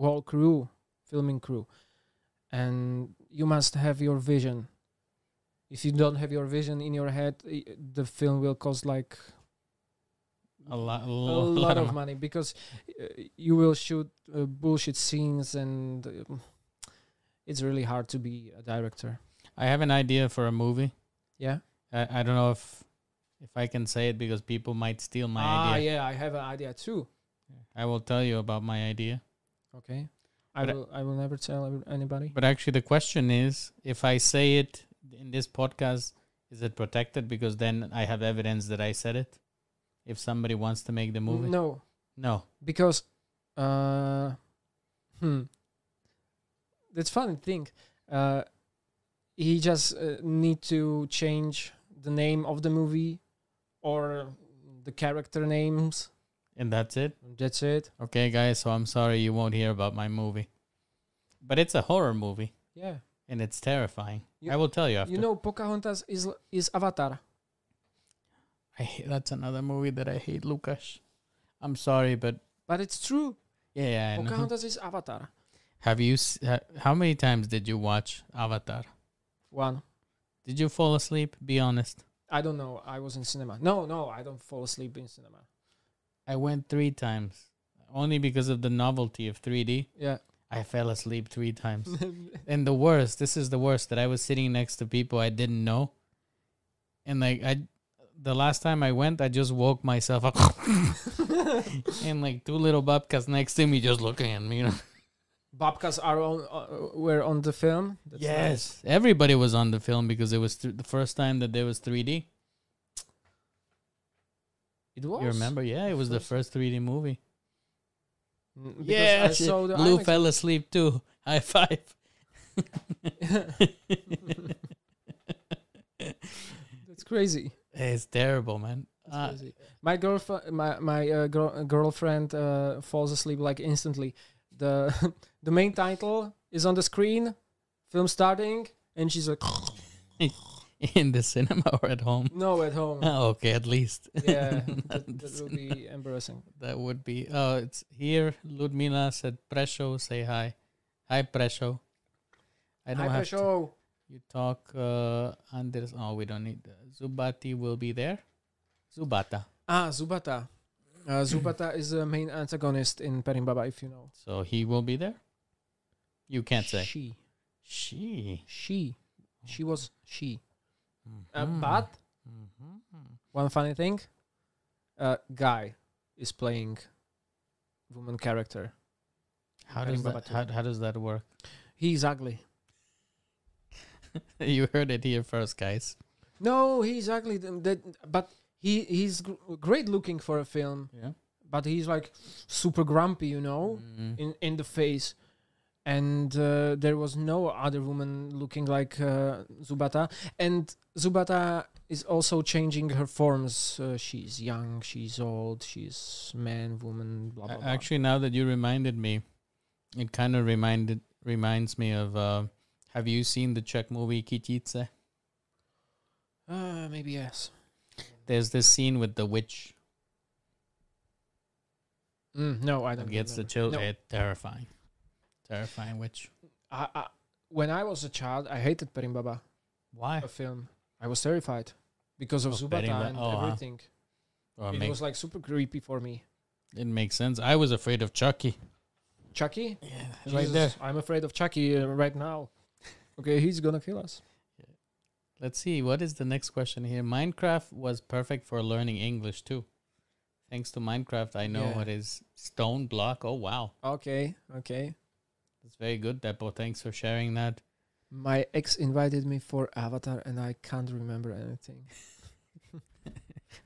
Speaker 2: whole crew, filming crew, and you must have your vision. If you don't have your vision in your head, i- the film will cost like
Speaker 1: A lot, a
Speaker 2: a
Speaker 1: lo-
Speaker 2: lot of
Speaker 1: money.
Speaker 2: money because uh, you will shoot uh, bullshit scenes and um, it's really hard to be a director.
Speaker 1: I have an idea for a movie.
Speaker 2: Yeah.
Speaker 1: I, I don't know if if I can say it because people might steal my
Speaker 2: ah,
Speaker 1: idea.
Speaker 2: yeah, I have an idea too.
Speaker 1: I will tell you about my idea.
Speaker 2: Okay. I
Speaker 1: But I-
Speaker 2: will. I will never tell ev- anybody.
Speaker 1: But actually, the question is if I say it in this podcast, is it protected? Because then I have evidence that I said it. If somebody wants to make the movie,
Speaker 2: No,
Speaker 1: No.
Speaker 2: because uh hmm that's funny thing uh he just uh, need to change the name of the movie or the character names
Speaker 1: and that's it.
Speaker 2: that's it
Speaker 1: Okay, guys, so I'm sorry you won't hear about my movie, but it's a horror movie
Speaker 2: yeah
Speaker 1: and it's terrifying.
Speaker 2: You-
Speaker 1: I will tell you after.
Speaker 2: you know pocahontas is is avatar
Speaker 1: I hate, that's another movie that I hate, Lucas. I'm sorry, but
Speaker 2: but it's true
Speaker 1: yeah, yeah. I know.
Speaker 2: pocahontas is avatar
Speaker 1: Have you? s- ha- How many times did you watch Avatar?
Speaker 2: one
Speaker 1: Did you fall asleep? Be honest.
Speaker 2: i don't know i was in cinema no no i don't fall asleep in cinema
Speaker 1: I went three times, only because of the novelty of 3D.
Speaker 2: yeah
Speaker 1: I fell asleep three times. and the worst, this is the worst that I was sitting next to people I didn't know. And like I the last time I went, I just woke myself up and like two little babkas next to me just looking at me. You know?
Speaker 2: babkas are on uh, were on the film That's nice.
Speaker 1: Everybody was on the film because it was th- the first time that there was 3D.
Speaker 2: it was
Speaker 1: You remember? Yeah, it was the first 3D movie.
Speaker 2: Mm, because
Speaker 1: yeah.
Speaker 2: I saw the
Speaker 1: Blue
Speaker 2: IMAX.
Speaker 1: fell asleep too. High five.
Speaker 2: That's crazy.
Speaker 1: It's terrible, man.
Speaker 2: That's
Speaker 1: Uh,
Speaker 2: crazy. My girlfriend, my my uh, girl, uh, girlfriend uh, falls asleep like instantly. The the main title is on the screen, film starting, and she's like,
Speaker 1: in the cinema or at home?
Speaker 2: "No, at home."
Speaker 1: Ah, okay, at least.
Speaker 2: yeah, that, that will be embarrassing.
Speaker 1: That would be. Oh, it's here. Ludmila said, "Presho, say hi." Hi, Presho. I don't
Speaker 2: Hi,
Speaker 1: have to.
Speaker 2: Presho.
Speaker 1: You talk, uh, Anders. Oh, we don't need. Zubati will be there. Zubata.
Speaker 2: Ah, Zubata. Uh, Zubata is the main antagonist in Perimbaba, if you know.
Speaker 1: So he will be there. You can't say
Speaker 2: She, Uh,
Speaker 1: she.
Speaker 2: she, she was she. Uh,
Speaker 1: Mhm.
Speaker 2: But
Speaker 1: Mhm.
Speaker 2: One funny thing, uh, guy is playing woman character.
Speaker 1: how does
Speaker 2: Karim
Speaker 1: that how, how does that work?
Speaker 2: He's ugly.
Speaker 1: you heard it here first, guys.
Speaker 2: No, he's ugly. th- That, but he he's gr- great looking for a film.
Speaker 1: Yeah.
Speaker 2: But he's like super grumpy, you know,
Speaker 1: Mm.
Speaker 2: in in the face. And uh, there was no other woman looking like uh, Zubata. And Zubata is also changing her forms. Uh, she's young, she's old, she's man, woman, blah blah.
Speaker 1: A-
Speaker 2: blah.
Speaker 1: Actually, now that you reminded me, it kind of reminded reminds me of. Uh, have you seen the Czech movie Kitice?
Speaker 2: uh, maybe yes.
Speaker 1: There's this scene with the witch
Speaker 2: Mm, no, I don't.
Speaker 1: that gets the
Speaker 2: remember.
Speaker 1: chill.
Speaker 2: No,
Speaker 1: eh, terrifying, terrifying witch.
Speaker 2: I, I, when I was a child, I hated Perimbaba,
Speaker 1: Why?
Speaker 2: a film. I was terrified because of
Speaker 1: Of Perimba-
Speaker 2: Zubata and
Speaker 1: oh, huh.
Speaker 2: everything.
Speaker 1: Well, it,
Speaker 2: it
Speaker 1: makes,
Speaker 2: was like super creepy for me.
Speaker 1: it makes sense. I was afraid of Chucky.
Speaker 2: Chucky,
Speaker 1: Yeah,
Speaker 2: Jesus,
Speaker 1: right there.
Speaker 2: I'm afraid of Chucky uh, right now. Okay, he's gonna kill us.
Speaker 1: Let's see. What is the next question here? Minecraft was perfect for learning English too. Thanks to Minecraft, I know
Speaker 2: Yeah.
Speaker 1: what is stone block. Oh wow,
Speaker 2: Okay, okay.
Speaker 1: that's very good, Depo. Thanks for sharing that.
Speaker 2: My ex invited me for Avatar, and I can't remember anything.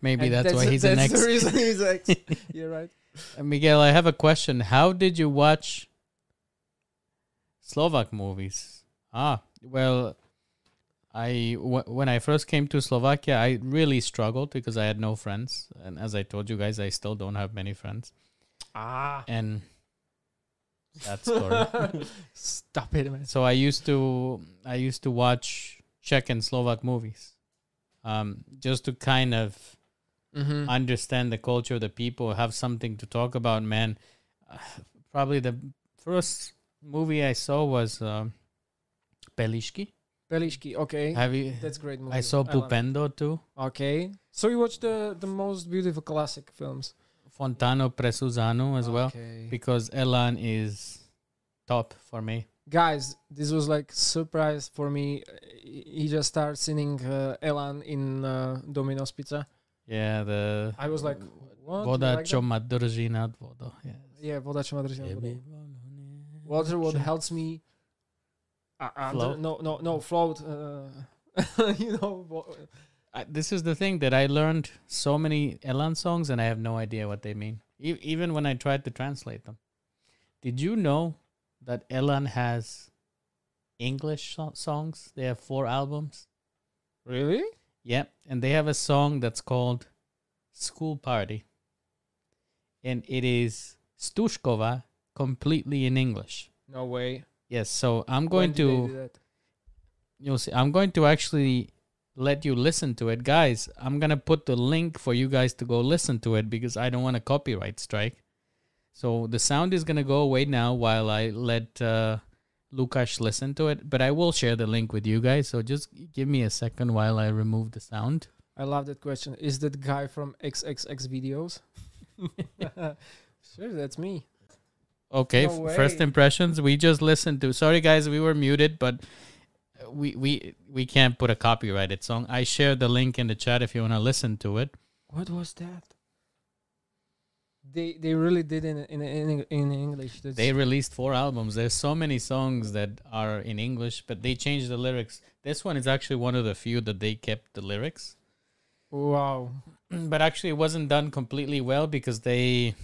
Speaker 1: Maybe
Speaker 2: And
Speaker 1: that's, why he's an
Speaker 2: that's
Speaker 1: ex.
Speaker 2: the reason he's ex. You're right.
Speaker 1: Uh, Miguel, I have a question. How did you watch Slovak movies? Ah, well, I wh- when I first came to Slovakia, I really struggled because I had no friends, and as I told you guys, I still don't have many friends.
Speaker 2: Ah,
Speaker 1: And that story.
Speaker 2: stop it, man.
Speaker 1: so I used to I used to watch Czech and Slovak movies, um, just to kind of
Speaker 2: Mm-hmm.
Speaker 1: understand the culture, the people, have something to talk about, man. Uh, probably the first movie I saw was um Pelishki.
Speaker 2: Pelishki, okay.
Speaker 1: Have you?
Speaker 2: That's a great movie.
Speaker 1: I saw
Speaker 2: love it.
Speaker 1: Pupendo too.
Speaker 2: Okay. So you watch the the most beautiful classic films
Speaker 1: Fontano Presuzano as well
Speaker 2: Okay.
Speaker 1: because Elan is top for me.
Speaker 2: Guys, this was like surprise for me. He just started singing uh, Elan in uh, Domino's Pizza.
Speaker 1: Yeah, the
Speaker 2: I was like, what? You
Speaker 1: Voda
Speaker 2: like that?
Speaker 1: čo ma drží nad vodou. Yeah.
Speaker 2: Yeah, voda čo ma drží na
Speaker 1: Jebe.
Speaker 2: vodu. Water what helps me. Uh,
Speaker 1: Float?
Speaker 2: no, no, no, float. Uh, you know, wa-
Speaker 1: I, this is the thing that I learned so many Elan songs and I have no idea what they mean, e- even when I tried to translate them. Did you know that Elan has English so- songs? They have four albums.
Speaker 2: really?
Speaker 1: Yep, and they have a song that's called "School Party," and it is Stushkova completely in English.
Speaker 2: No way.
Speaker 1: Yes, so I'm
Speaker 2: When
Speaker 1: going
Speaker 2: did they
Speaker 1: to
Speaker 2: do that?
Speaker 1: you'll see i'm going to actually let you listen to it guys i'm going to put the link for you guys to go listen to it because i don't want a copyright strike so the sound is going to go away now while i let uh, lukash listen to it but i will share the link with you guys so just give me a second while i remove the sound
Speaker 2: I love that question. Is that guy from XXX videos? sure, that's me.
Speaker 1: okay
Speaker 2: No
Speaker 1: f- first
Speaker 2: way.
Speaker 1: impressions we just listened to sorry guys we were muted but we we we can't put a copyrighted song i shared the link in the chat if you want to listen to it
Speaker 2: What was that? They they really did in in in, in English. That's
Speaker 1: They released four albums. There's so many songs that are in English, but they changed the lyrics. This one is actually one of the few that they kept the lyrics.
Speaker 2: wow.
Speaker 1: But actually it wasn't done completely well because they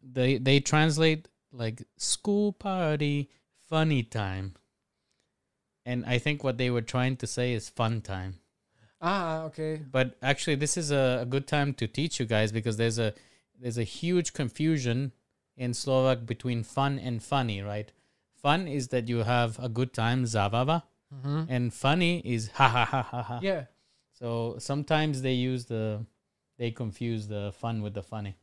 Speaker 1: they they translate like school party, funny time. And I think what they were trying to say is fun time.
Speaker 2: Ah, okay.
Speaker 1: But actually this is a, a good time to teach you guys because there's a there's a huge confusion in Slovak between fun and funny, right? Fun is that you have a good time, zabava, and funny is ha ha ha ha ha.
Speaker 2: Mm-hmm. Yeah.
Speaker 1: So sometimes they use the, they confuse the fun with the funny.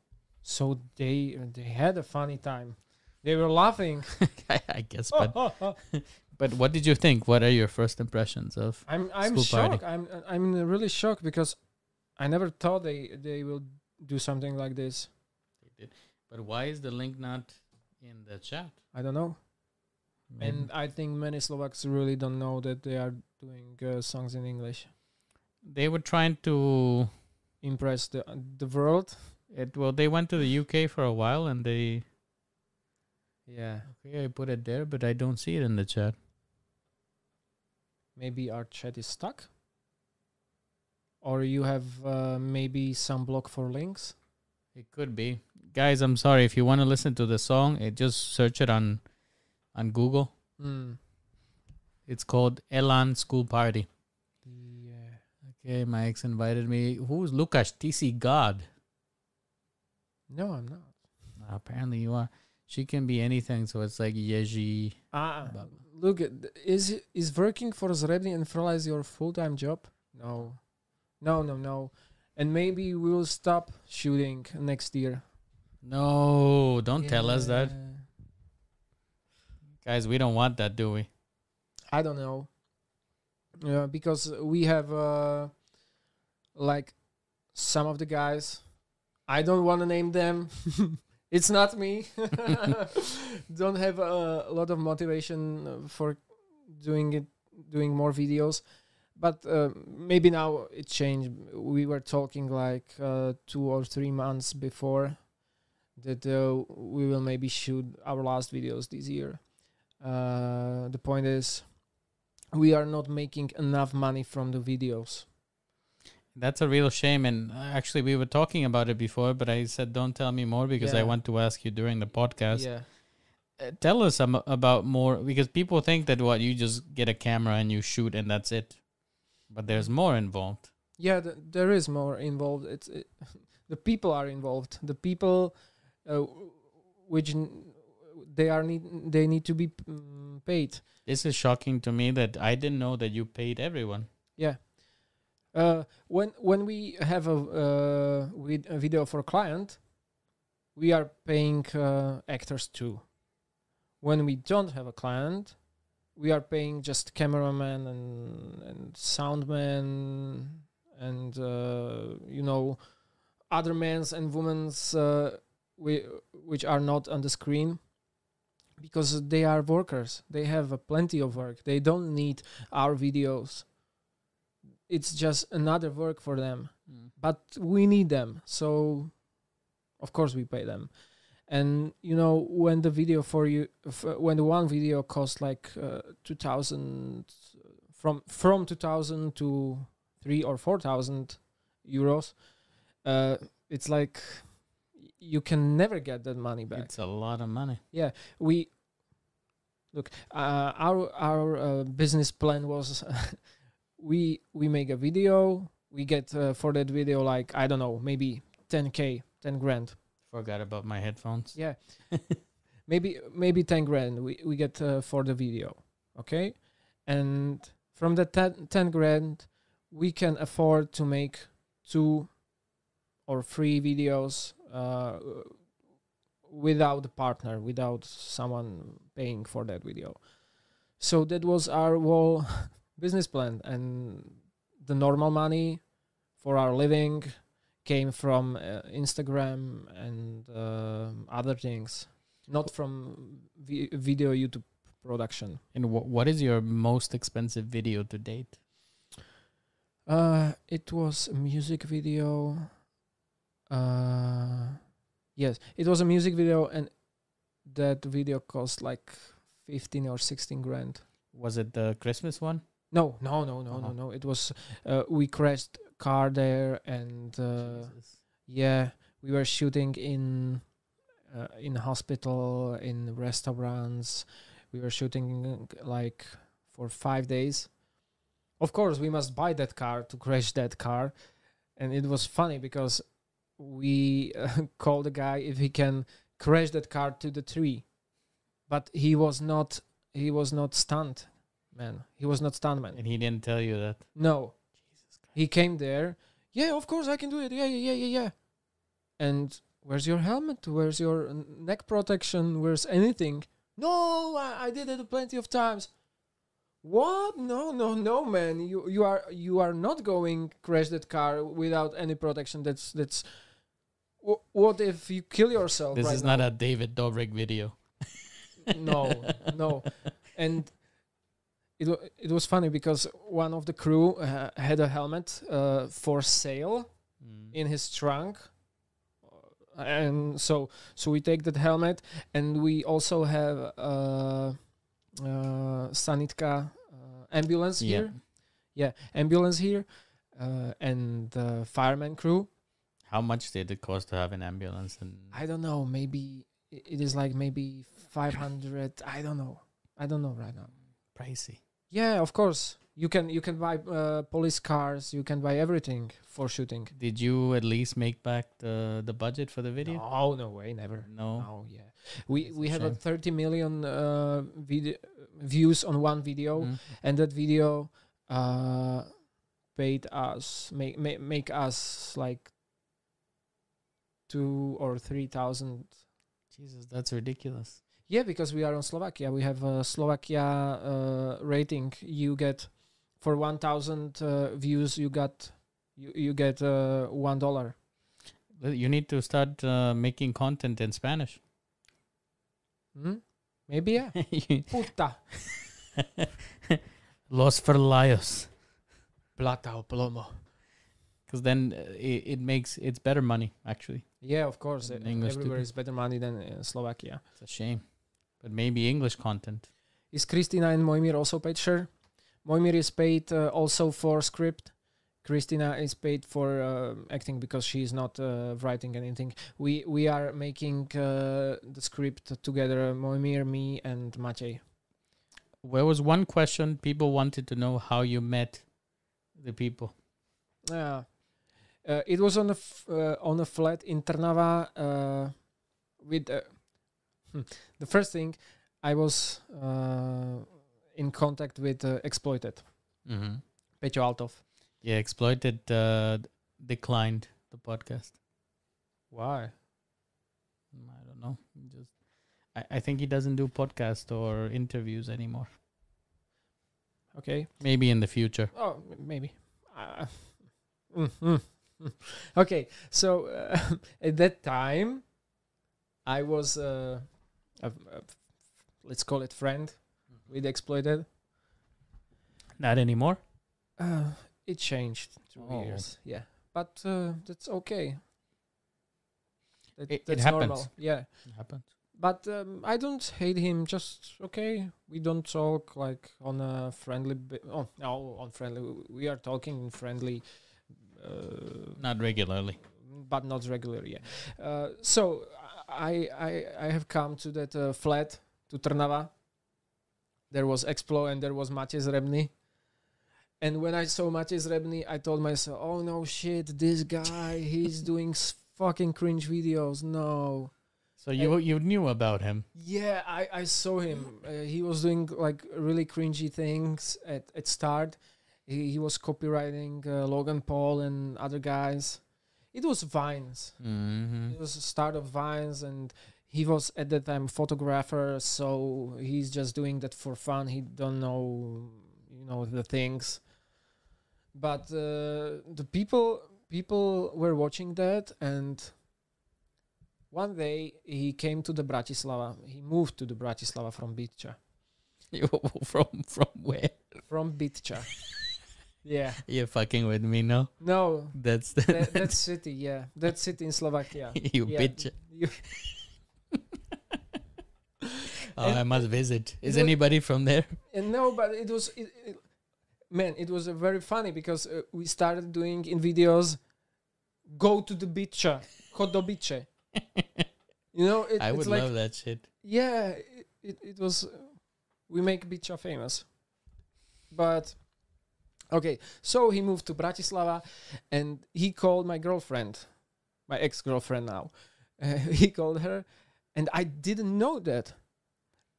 Speaker 2: So they they had a funny time. They were laughing.
Speaker 1: I, I guess, but but what did you think? What are your first impressions of?
Speaker 2: I'm I'm
Speaker 1: School party.
Speaker 2: shocked. I'm I'm really shocked because I never thought they they will do something like this.
Speaker 1: But why is the link not in the chat?
Speaker 2: I don't know. And I think many Slovaks really don't know that they are doing uh, songs in English.
Speaker 1: they were trying to.
Speaker 2: Impress the the world.
Speaker 1: It well, they went to the UK for a while, and they.
Speaker 2: Yeah.
Speaker 1: Okay, I put it there, but I don't see it in the chat.
Speaker 2: maybe our chat is stuck or you have uh, maybe some block for links
Speaker 1: It could be. Guys, I'm sorry. If you want to listen to the song, it just search it on on Google.
Speaker 2: Hmm.
Speaker 1: It's called Elan School Party.
Speaker 2: yeah
Speaker 1: Okay, my ex invited me. Who's Lukas? TC God.
Speaker 2: no i'm not
Speaker 1: Apparently you are. She can be anything, so it's like Yeji.
Speaker 2: ah
Speaker 1: Baba.
Speaker 2: look at th- is it- is working for Zrebni and Frola your full-time job no no no no and maybe we will stop shooting next year
Speaker 1: No, don't tell us that.
Speaker 2: Yeah.
Speaker 1: Guys, we don't want that, do we?
Speaker 2: I don't know. Uh, because we have uh, like some of the guys. I don't want to name them. it's not me. don't have uh, a lot of motivation uh, for doing it, doing more videos. But uh, maybe now it changed. We were talking like uh, two or three months before that uh, we will maybe shoot our last videos this year. Uh, the point is, we are not making enough money from the videos.
Speaker 1: That's a real shame. And uh, actually, we were talking about it before, but I said, don't tell me more because I
Speaker 2: Yeah.
Speaker 1: want to ask you during the podcast.
Speaker 2: Yeah.
Speaker 1: uh, tell us am- about more because people think that what you just get a camera and you shoot and that's it but there's more involved
Speaker 2: Yeah, th- there is more involved. It's it, the people are involved. The people, uh, w- which n- they are need they need to be mm, paid.
Speaker 1: this is shocking to me that i didn't know that you paid everyone
Speaker 2: Uh, when when we have a, uh, vid- a video for client, we are paying uh, actors too. When we don't have a client, we are paying just cameraman and and soundman and uh, you know other men's and women's uh, we, which are not on the screen because they are workers they have uh, plenty of work they don't need our videos it's just another work for them but we need them so of course we pay them and you know when the video for you f- when the one video costs like uh, 2000 from from 2000 to 3 or 4000 euros uh, it's like you can never get that money back
Speaker 1: It's a lot of money.
Speaker 2: we look uh, our our uh, business plan was we we make a video we get uh, for that video like i don't know maybe 10k 10 grand
Speaker 1: Forgot about my headphones.
Speaker 2: yeah maybe maybe 10 grand we, we get uh, for the video okay and from the 10, 10 grand we can afford to make two or three videos uh, without a partner without someone paying for that video so that was our whole business plan and the normal money for our living came from uh, Instagram and um other things, not from vi- video YouTube production.
Speaker 1: And wh- what is your most expensive video to date?
Speaker 2: Uh, it was a music video. Uh, yes, it was a music video, and that video cost like fifteen or sixteen grand.
Speaker 1: Was it the Christmas one?
Speaker 2: No, no, no, no, no,
Speaker 1: Uh-huh.
Speaker 2: no. It was uh, we crashed car there, and uh,
Speaker 1: Jesus.
Speaker 2: Yeah, we were shooting in uh, in hospital, in restaurants. We were shooting like for five days. Of course, we must buy that car to crash that car, and it was funny because we uh, called the guy if he can crash that car to the tree, but he was not. He was not stunt man. He was not stunt man.
Speaker 1: And he didn't tell you that.
Speaker 2: No. He came there. Yeah, of course I can do it. Yeah, yeah, yeah, yeah, yeah. And where's your helmet? Where's your n- neck protection? Where's anything? No, I, I did it plenty of times. What? No, no, no, man. You you are you are not going crash that car without any protection. That's that's. Wh- what if you kill yourself?
Speaker 1: This
Speaker 2: right
Speaker 1: is
Speaker 2: now?
Speaker 1: not a David Dobrik video.
Speaker 2: no, no, and it wa- it was funny because one of the crew uh, had a helmet uh, for sale
Speaker 1: Mm.
Speaker 2: in his trunk, and so so we take that helmet, and we also have uh, uh, sanitka uh, ambulance
Speaker 1: Yeah.
Speaker 2: here, yeah, ambulance here, uh, and uh, fireman crew.
Speaker 1: How much did it cost to have an ambulance? And
Speaker 2: I don't know. Maybe i- it is like maybe five hundred. I don't know. I don't know right now.
Speaker 1: pricey.
Speaker 2: Yeah, of course. You can you can buy uh, police cars. You can buy everything for shooting.
Speaker 1: Did you at least make back the, the budget for the video?
Speaker 2: No, no way, never.
Speaker 1: No.
Speaker 2: Oh yeah, we
Speaker 1: That's
Speaker 2: we
Speaker 1: a
Speaker 2: have a
Speaker 1: shame.
Speaker 2: thirty million uh, video views on one video,
Speaker 1: Mm.
Speaker 2: and that video uh, paid us make make, make us like two or three thousand
Speaker 1: Jesus, that's ridiculous.
Speaker 2: Yeah, because we are on Slovakia. We have a Slovakia uh, rating. You get for one thousand uh, views, you got you you get uh, one dollar.
Speaker 1: Well, You need to start uh, making content in Spanish.
Speaker 2: Hmm? Maybe yeah. Puta.
Speaker 1: Los Ferlayos.
Speaker 2: Plata o plomo.
Speaker 1: Because then uh, it, it makes, it's better money, actually.
Speaker 2: Yeah, of course.
Speaker 1: In
Speaker 2: uh,
Speaker 1: English too.
Speaker 2: everywhere is better money than in Slovakia.
Speaker 1: It's a shame. But maybe English content.
Speaker 2: Is Kristina and Moimir also paid? Sure. Moimir is paid uh, also for script. Kristina is paid for uh, acting because she is not uh, writing anything. We we are making uh, the script together, Moimir, me, and Maciej.
Speaker 1: There was one question people wanted to know how you met the people.
Speaker 2: Yeah. Ah. Uh, it was on a f- uh, on a flat in Trnava uh, with uh, hmm, the first thing I was uh, in contact with uh, exploited
Speaker 1: Mm-hmm.
Speaker 2: Peťo Altov.
Speaker 1: Yeah, Exploited uh, declined the podcast.
Speaker 2: Why?
Speaker 1: Mm, I don't know. He Just, I, I think he doesn't do podcasts or interviews anymore.
Speaker 2: Okay.
Speaker 1: Maybe in the future.
Speaker 2: Oh, m- maybe. Uh, mm, mm, mm. okay. So uh, at that time, I was uh, a, a- let's call it friend with exploited.
Speaker 1: Not anymore.
Speaker 2: Uh, it changed through
Speaker 1: Oh.
Speaker 2: years. Yeah, but uh, that's okay. That-
Speaker 1: It- it
Speaker 2: that's
Speaker 1: happens.
Speaker 2: normal. Yeah,
Speaker 1: Happens.
Speaker 2: but um, I don't hate him. Just okay. We don't talk like on a friendly. Bi- oh no, on friendly. We are talking in friendly. Uh,
Speaker 1: Not regularly.
Speaker 2: but not regularly. Yeah. Uh, so I, I I have come to that uh, flat to Trnava. There was Explo and there was Matěj Zrebny. And when I saw Matěj Zrebny, I told myself, "Oh no, shit! This guy, he's doing s- fucking cringe videos. No."
Speaker 1: So you you knew about him.
Speaker 2: Yeah, I, I saw him. Uh, he was doing like really cringy things at, at start. He, he was copywriting uh, Logan Paul and other guys. It was Vines.
Speaker 1: Mm-hmm.
Speaker 2: It was the start of Vines, and he was at that time photographer, so he's just doing that for fun. He don't know, you know, the things. But uh, the people people were watching that, and one day he came to the Bratislava. He moved to the Bratislava from Bitcha.
Speaker 1: from from where?
Speaker 2: From Bitcha. yeah.
Speaker 1: You're fucking with me, no?
Speaker 2: No.
Speaker 1: That's the
Speaker 2: That, that city, yeah. That city in Slovakia.
Speaker 1: you
Speaker 2: Yeah,
Speaker 1: bitch.
Speaker 2: you-
Speaker 1: Oh,
Speaker 2: And-
Speaker 1: I must visit. Is
Speaker 2: No-
Speaker 1: anybody from there?
Speaker 2: and no but it was it, it, man it was uh, very funny because uh, we started doing in videos go to the beach uh, hot do biche." you know it,
Speaker 1: I
Speaker 2: it's
Speaker 1: would
Speaker 2: like
Speaker 1: love that shit.
Speaker 2: yeah it, it, it was uh, we make bicha famous but okay so he moved to bratislava and he called my girlfriend my ex-girlfriend now Uh, he called her and i didn't know that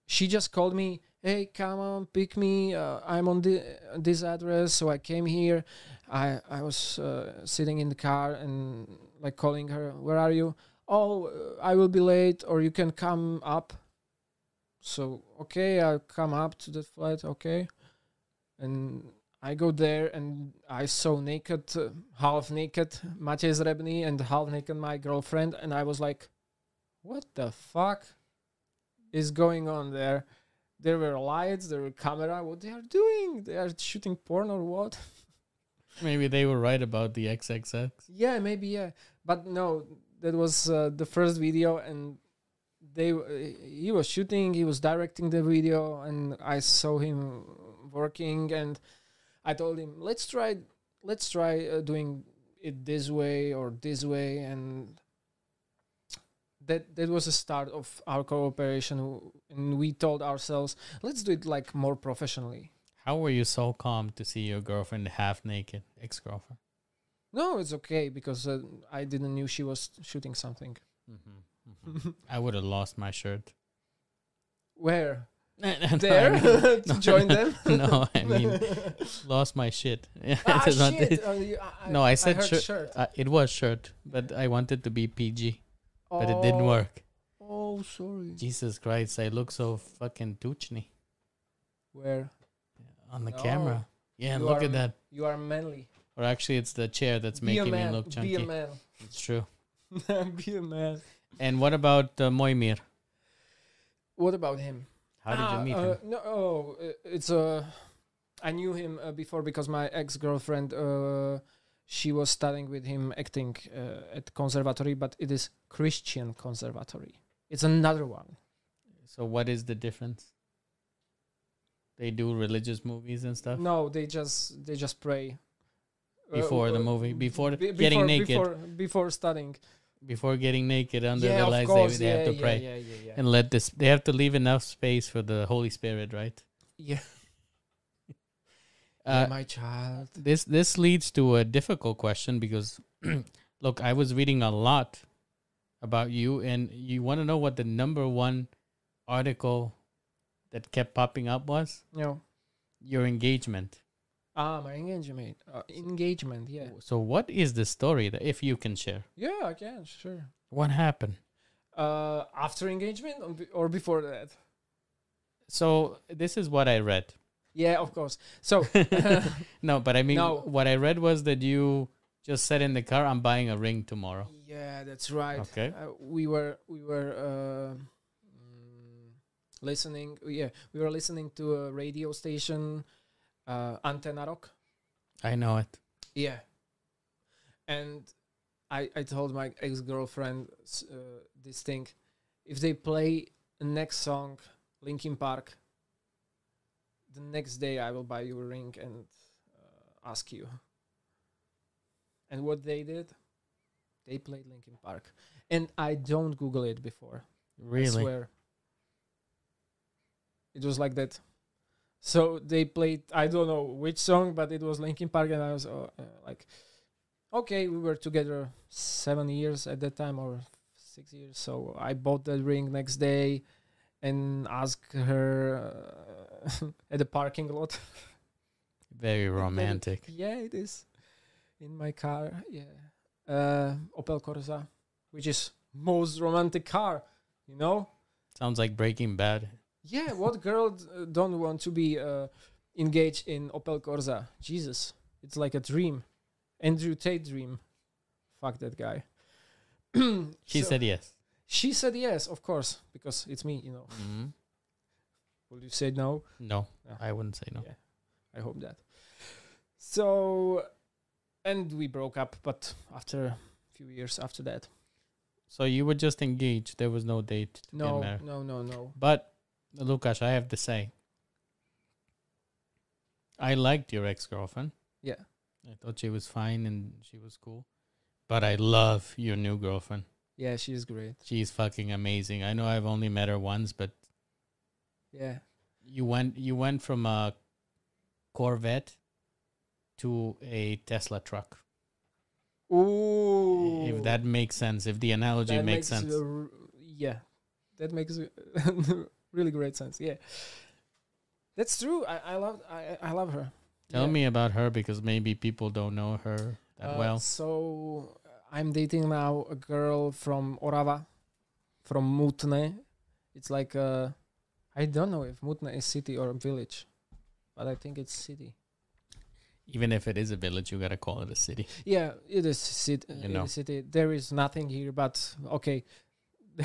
Speaker 2: she just called me hey come on pick me uh, i'm on the, this address so i came here i i was uh, sitting in the car and like calling her where are you oh uh, i will be late or you can come up so okay i'll come up to that flat okay and i go there and i saw naked uh, half naked Maciej Zrebny and half naked my girlfriend and i was like what the fuck is going on there there were lights there were camera what they are doing they are shooting porn or what
Speaker 1: Maybe they were right about the XXX.
Speaker 2: yeah, maybe yeah, but no, that was uh, the first video, and they w- he was shooting, he was directing the video, and I saw him working, and I told him, let's try, let's try uh, doing it this way or this way, and that that was the start of our cooperation, w- and we told ourselves, let's do it like more professionally.
Speaker 1: How were you so calm to see your girlfriend half naked, ex girlfriend?
Speaker 2: No, it's okay because uh, I didn't knew she was shooting something. Mm-hmm.
Speaker 1: I would have lost my shirt.
Speaker 2: Where?
Speaker 1: No, no, no, I
Speaker 2: there
Speaker 1: mean-
Speaker 2: to join them.
Speaker 1: no, I mean lost my shit.
Speaker 2: ah,
Speaker 1: That's not
Speaker 2: shit.
Speaker 1: it.
Speaker 2: Oh, you- I,
Speaker 1: No, I said
Speaker 2: heard
Speaker 1: shirt. Uh, it was shirt, but I wanted to be PG, but it didn't
Speaker 2: Oh,
Speaker 1: work.
Speaker 2: Oh, sorry.
Speaker 1: Jesus Christ, I look so fucking tuchny
Speaker 2: Where
Speaker 1: on the
Speaker 2: No.
Speaker 1: camera. Yeah,
Speaker 2: You
Speaker 1: look
Speaker 2: are
Speaker 1: at that.
Speaker 2: you are manly.
Speaker 1: Or actually, it's the chair that's
Speaker 2: be a
Speaker 1: making me
Speaker 2: man.
Speaker 1: look
Speaker 2: Be a
Speaker 1: chunky.
Speaker 2: man.
Speaker 1: It's true.
Speaker 2: be a man.
Speaker 1: And what about uh, Moimir?
Speaker 2: What about him?
Speaker 1: How did
Speaker 2: Ah,
Speaker 1: you meet
Speaker 2: uh,
Speaker 1: him?
Speaker 2: No, oh, uh, it's Uh, I knew him uh, before because my ex-girlfriend, uh, she was studying with him acting uh, at conservatory, but it is Christian conservatory. It's another one.
Speaker 1: So what is the difference? They do religious movies and stuff
Speaker 2: No, they just they just pray Uh,
Speaker 1: before the
Speaker 2: uh,
Speaker 1: movie, before
Speaker 2: be-
Speaker 1: getting
Speaker 2: before-
Speaker 1: naked, before,
Speaker 2: before, before studying.
Speaker 1: getting naked under
Speaker 2: yeah,
Speaker 1: the
Speaker 2: of
Speaker 1: lights,
Speaker 2: course.
Speaker 1: they, they
Speaker 2: yeah,
Speaker 1: have to
Speaker 2: yeah,
Speaker 1: pray
Speaker 2: Yeah, yeah, yeah.
Speaker 1: and let this. They have to leave enough space for the Holy Spirit, right?
Speaker 2: yeah.
Speaker 1: Uh,
Speaker 2: my child.
Speaker 1: this this leads to a difficult question because, look, I was reading a lot about you, and you want to know what the number one article that kept popping up was
Speaker 2: No.
Speaker 1: your engagement.
Speaker 2: Ah, my engagement. Uh, engagement. Yeah.
Speaker 1: So, what is the story that if you can share?
Speaker 2: Yeah, I can. Sure.
Speaker 1: What happened?
Speaker 2: Uh, after engagement or, be- or before that?
Speaker 1: So this is what I read.
Speaker 2: Yeah, of course. So
Speaker 1: No, but I mean,
Speaker 2: No.
Speaker 1: what I read was that you just said in the car, "I'm buying a ring tomorrow."
Speaker 2: yeah, that's right.
Speaker 1: Okay.
Speaker 2: Uh, we were we were uh, mm, listening. Yeah, we were listening to a radio station, uh, Antenna Rock.
Speaker 1: I know it.
Speaker 2: Yeah. And I I told my ex girlfriend uh, this thing: if they play next song, Linkin Park, the next day I will buy you a ring and uh, ask you. And what they did, they played Linkin Park, and I don't Google it before. I
Speaker 1: Really?
Speaker 2: swear. It was like that. So they played, I don't know which song, but it was Linkin Park, and I was uh, uh, like, okay, we were together seven years at that time or six years. So I bought that ring next day and asked her uh, at the parking lot.
Speaker 1: Very romantic.
Speaker 2: Yeah, it is. In my car, yeah. Uh, Opel Corsa, which is most romantic car, you know?
Speaker 1: Sounds like Breaking Bad.
Speaker 2: Yeah, what girl d- uh, don't want to be uh, engaged in Opel Corsa? Jesus, it's like a dream. Andrew Tate dream. Fuck that guy.
Speaker 1: She
Speaker 2: So-
Speaker 1: said yes.
Speaker 2: She said yes, of course, because it's me, you know.
Speaker 1: Mhm.
Speaker 2: Will you say no?
Speaker 1: No,
Speaker 2: Yeah.
Speaker 1: I wouldn't say no.
Speaker 2: Yeah. I hope that. So, and we broke up, but after a few years after that.
Speaker 1: So you were just engaged. There was no date to
Speaker 2: No,
Speaker 1: get married.
Speaker 2: no, no, no.
Speaker 1: But Lukash, I have to say, I liked your ex girlfriend.
Speaker 2: Yeah.
Speaker 1: I thought she was fine and she was cool. But I love your new girlfriend.
Speaker 2: Yeah, she's great.
Speaker 1: She's fucking amazing. I know I've only met her once, but
Speaker 2: Yeah.
Speaker 1: you went you went from a Corvette to a Tesla truck.
Speaker 2: Ooh.
Speaker 1: If that makes sense, if the analogy makes, sense.
Speaker 2: a r- yeah, that makes a really great sense. Yeah, that's true. I, I love I, I love her.
Speaker 1: Tell
Speaker 2: Yeah.
Speaker 1: me about her because maybe people don't know her that
Speaker 2: Uh,
Speaker 1: well.
Speaker 2: So uh, I'm dating now a girl from Orava, from Mutne. It's like uh, I don't know if Mutne is city or village, but I think it's city.
Speaker 1: Even if it is a village, you gotta call it a city.
Speaker 2: Yeah, it is city.
Speaker 1: You know.
Speaker 2: city. There is nothing here, but okay.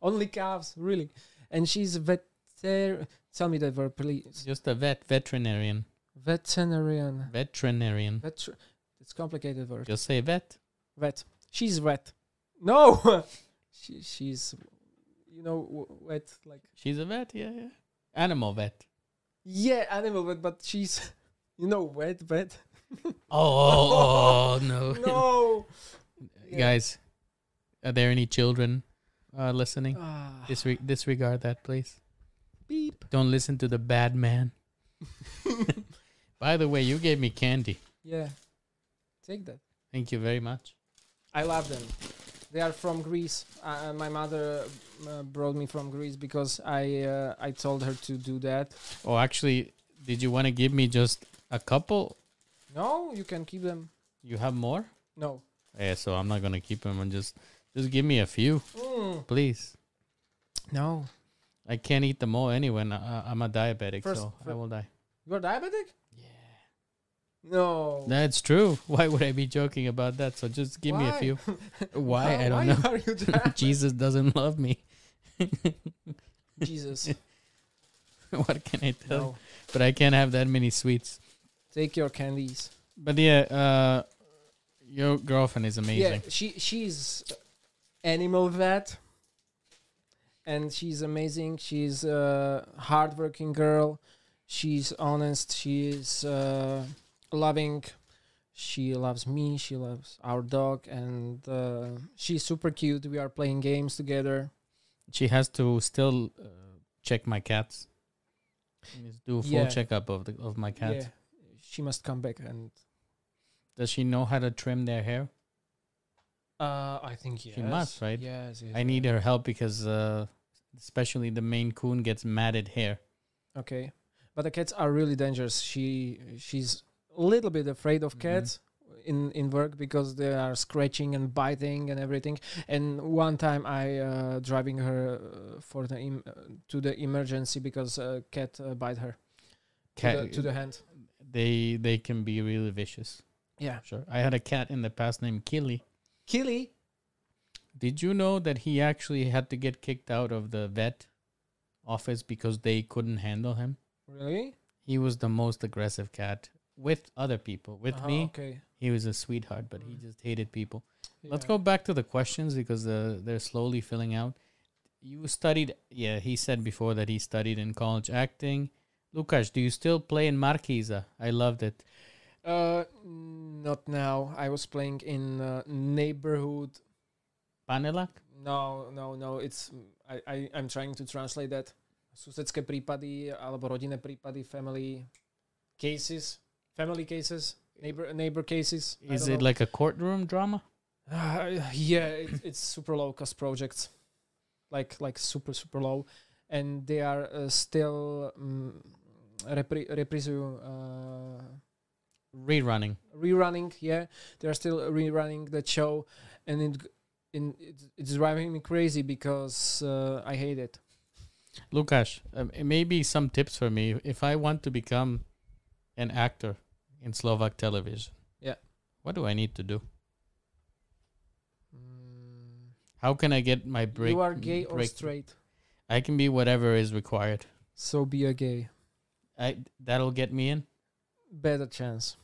Speaker 2: Only calves, really. And she's a veter. Tell me that word, please.
Speaker 1: Just a vet veterinarian.
Speaker 2: Veterinarian.
Speaker 1: Veterinarian.
Speaker 2: Veter- it's complicated word.
Speaker 1: Just say vet.
Speaker 2: Vet. She's wet. No, she, she's, you know, w- wet like
Speaker 1: She's a vet, yeah, yeah. Animal vet.
Speaker 2: yeah, animal wet, but she's, you know, wet, wet.
Speaker 1: Oh, oh, oh, no.
Speaker 2: no. Yeah.
Speaker 1: Guys, are there any children uh, listening?
Speaker 2: Ah,
Speaker 1: Disre- disregard that, please.
Speaker 2: beep.
Speaker 1: Don't listen to the bad man. By the way, you gave me candy.
Speaker 2: Yeah, take that.
Speaker 1: Thank you very much.
Speaker 2: I love them. They are from Greece. Uh, my mother uh, brought me from Greece because I uh, I told her to do that.
Speaker 1: Oh, actually, did you want to give me just a couple?
Speaker 2: No, you can keep them.
Speaker 1: You have more?
Speaker 2: No.
Speaker 1: Yeah, Eh, so I'm not gonna keep them and just just give me a few,
Speaker 2: Mm.
Speaker 1: please.
Speaker 2: No.
Speaker 1: I can't eat them all anyway. And I, I'm a diabetic,
Speaker 2: First-
Speaker 1: so I
Speaker 2: fir-
Speaker 1: will die.
Speaker 2: You're diabetic?
Speaker 1: Yeah.
Speaker 2: No.
Speaker 1: That's true. Why would I be joking about that? So just give me a
Speaker 2: Why?
Speaker 1: few. Why? I
Speaker 2: why
Speaker 1: don't know.
Speaker 2: Are you diabetic?
Speaker 1: Jesus doesn't love me.
Speaker 2: Jesus.
Speaker 1: what can I tell? you?
Speaker 2: No.
Speaker 1: But I can't have that many sweets.
Speaker 2: Take your candies.
Speaker 1: But yeah, uh, your girlfriend is amazing.
Speaker 2: Yeah, she she's animal vet, and she's amazing. She's a hardworking girl. She's honest. She is uh, loving. She loves me. She loves our dog, and uh, she's super cute. We are playing games together.
Speaker 1: She has to still uh, check my cats. She needs to do a full
Speaker 2: Yeah.
Speaker 1: checkup of the of my cats.
Speaker 2: Yeah, she must come back, and
Speaker 1: Does she know how to trim their hair?
Speaker 2: uh, I think yes.
Speaker 1: must, right?
Speaker 2: Yes. yes,
Speaker 1: I need
Speaker 2: yes.
Speaker 1: her help because, uh, especially the Maine Coon gets matted hair.
Speaker 2: Okay, but the cats are really dangerous. She she's a little bit afraid of
Speaker 1: Mhm.
Speaker 2: cats. in in work because they are scratching and biting and everything. And one time I uh, driving her uh, for the em- uh, to the emergency because uh, cat uh, bite her to, the,
Speaker 1: Cat,
Speaker 2: to the hand.
Speaker 1: they they can be really vicious.
Speaker 2: Yeah,
Speaker 1: Sure. I had a cat in the past named Killy.
Speaker 2: Killy.
Speaker 1: Did you know that he actually had to get kicked out of the vet office because they couldn't handle him?
Speaker 2: Really?
Speaker 1: He was the most aggressive cat with other people. With me,
Speaker 2: Uh-huh, Okay.
Speaker 1: he was a sweetheart, but
Speaker 2: Mm.
Speaker 1: he just hated people. Let's go
Speaker 2: Yeah.
Speaker 1: back to the questions because uh, they're slowly filling out. You studied, yeah, he said before that he studied in college acting. Lukash, do you still play in Marquisa? I loved it.
Speaker 2: Uh, not now. I was playing in uh, neighborhood.
Speaker 1: Panelak?
Speaker 2: No, no, no. It's I, I I'm trying to translate that. Susedské prípady alebo rodinné prípady, family cases, family cases, neighbor neighbor cases. I
Speaker 1: Is
Speaker 2: don't
Speaker 1: it
Speaker 2: know.
Speaker 1: like a courtroom drama?
Speaker 2: Uh, yeah, it, it's super low cost projects, like like super super low, and they are uh, still um, repri- reprisujú, uh,
Speaker 1: Rerunning.
Speaker 2: rerunning. Yeah, they're still rerunning the show, and it, in, it's it's driving me crazy because uh, I hate it.
Speaker 1: Lukash, um, maybe some tips for me if I want to become an actor in Slovak television.
Speaker 2: Yeah.
Speaker 1: What do I need to do?
Speaker 2: Mm.
Speaker 1: How can I get my break?
Speaker 2: you are gay or
Speaker 1: break-
Speaker 2: straight,
Speaker 1: I can be whatever is required.
Speaker 2: so be a gay.
Speaker 1: I that'll get me in.
Speaker 2: Better chance.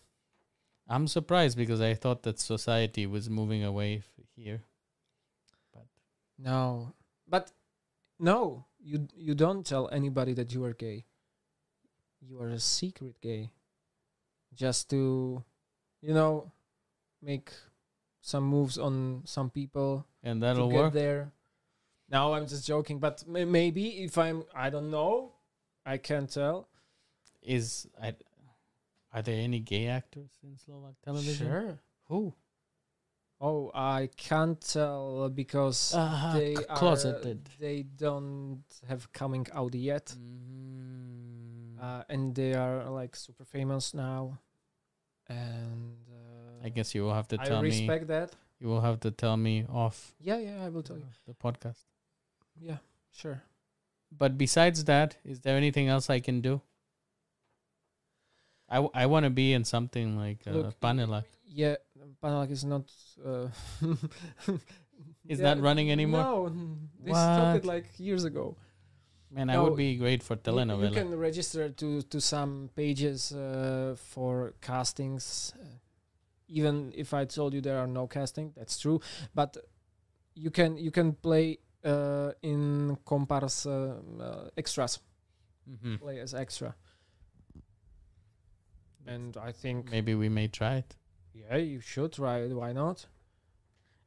Speaker 1: I'm surprised because I thought that society was moving away f- here.
Speaker 2: No, but no, you you don't tell anybody that you are gay. You are a secret gay, just to, you know, make some moves on some people
Speaker 1: And
Speaker 2: to
Speaker 1: that'll work.
Speaker 2: get there. No, I'm just joking. But may- maybe if I'm, I don't know, I can't tell.
Speaker 1: Is I are there any gay actors in Slovak television?
Speaker 2: Sure.
Speaker 1: Who?
Speaker 2: Oh, I can't tell because
Speaker 1: Uh,
Speaker 2: they
Speaker 1: c-
Speaker 2: are
Speaker 1: closeted.
Speaker 2: They don't have coming out yet,
Speaker 1: Mm.
Speaker 2: uh, and they are like super famous now. And uh,
Speaker 1: I guess you will have to
Speaker 2: I
Speaker 1: tell me.
Speaker 2: respect that.
Speaker 1: You will have to tell me off
Speaker 2: Yeah, yeah, I will tell you.
Speaker 1: the podcast.
Speaker 2: Yeah, sure.
Speaker 1: But besides that, is there anything else I can do? I, w- I want to be in something like uh,
Speaker 2: Look,
Speaker 1: Panela.
Speaker 2: Yeah, Panalak is not. Uh,
Speaker 1: Is
Speaker 2: yeah,
Speaker 1: that running anymore?
Speaker 2: No, they
Speaker 1: What?
Speaker 2: stopped it like years ago.
Speaker 1: Man, I
Speaker 2: No,
Speaker 1: would be great for
Speaker 2: You- You
Speaker 1: telenovela.
Speaker 2: can register to to some pages uh, for castings. Uh, even if I told you there are no casting, that's true. But you can you can play uh, in comparse um, uh, extras,
Speaker 1: hmm
Speaker 2: play as extra. And I think
Speaker 1: Maybe we may try it.
Speaker 2: yeah, you should try it. Why not?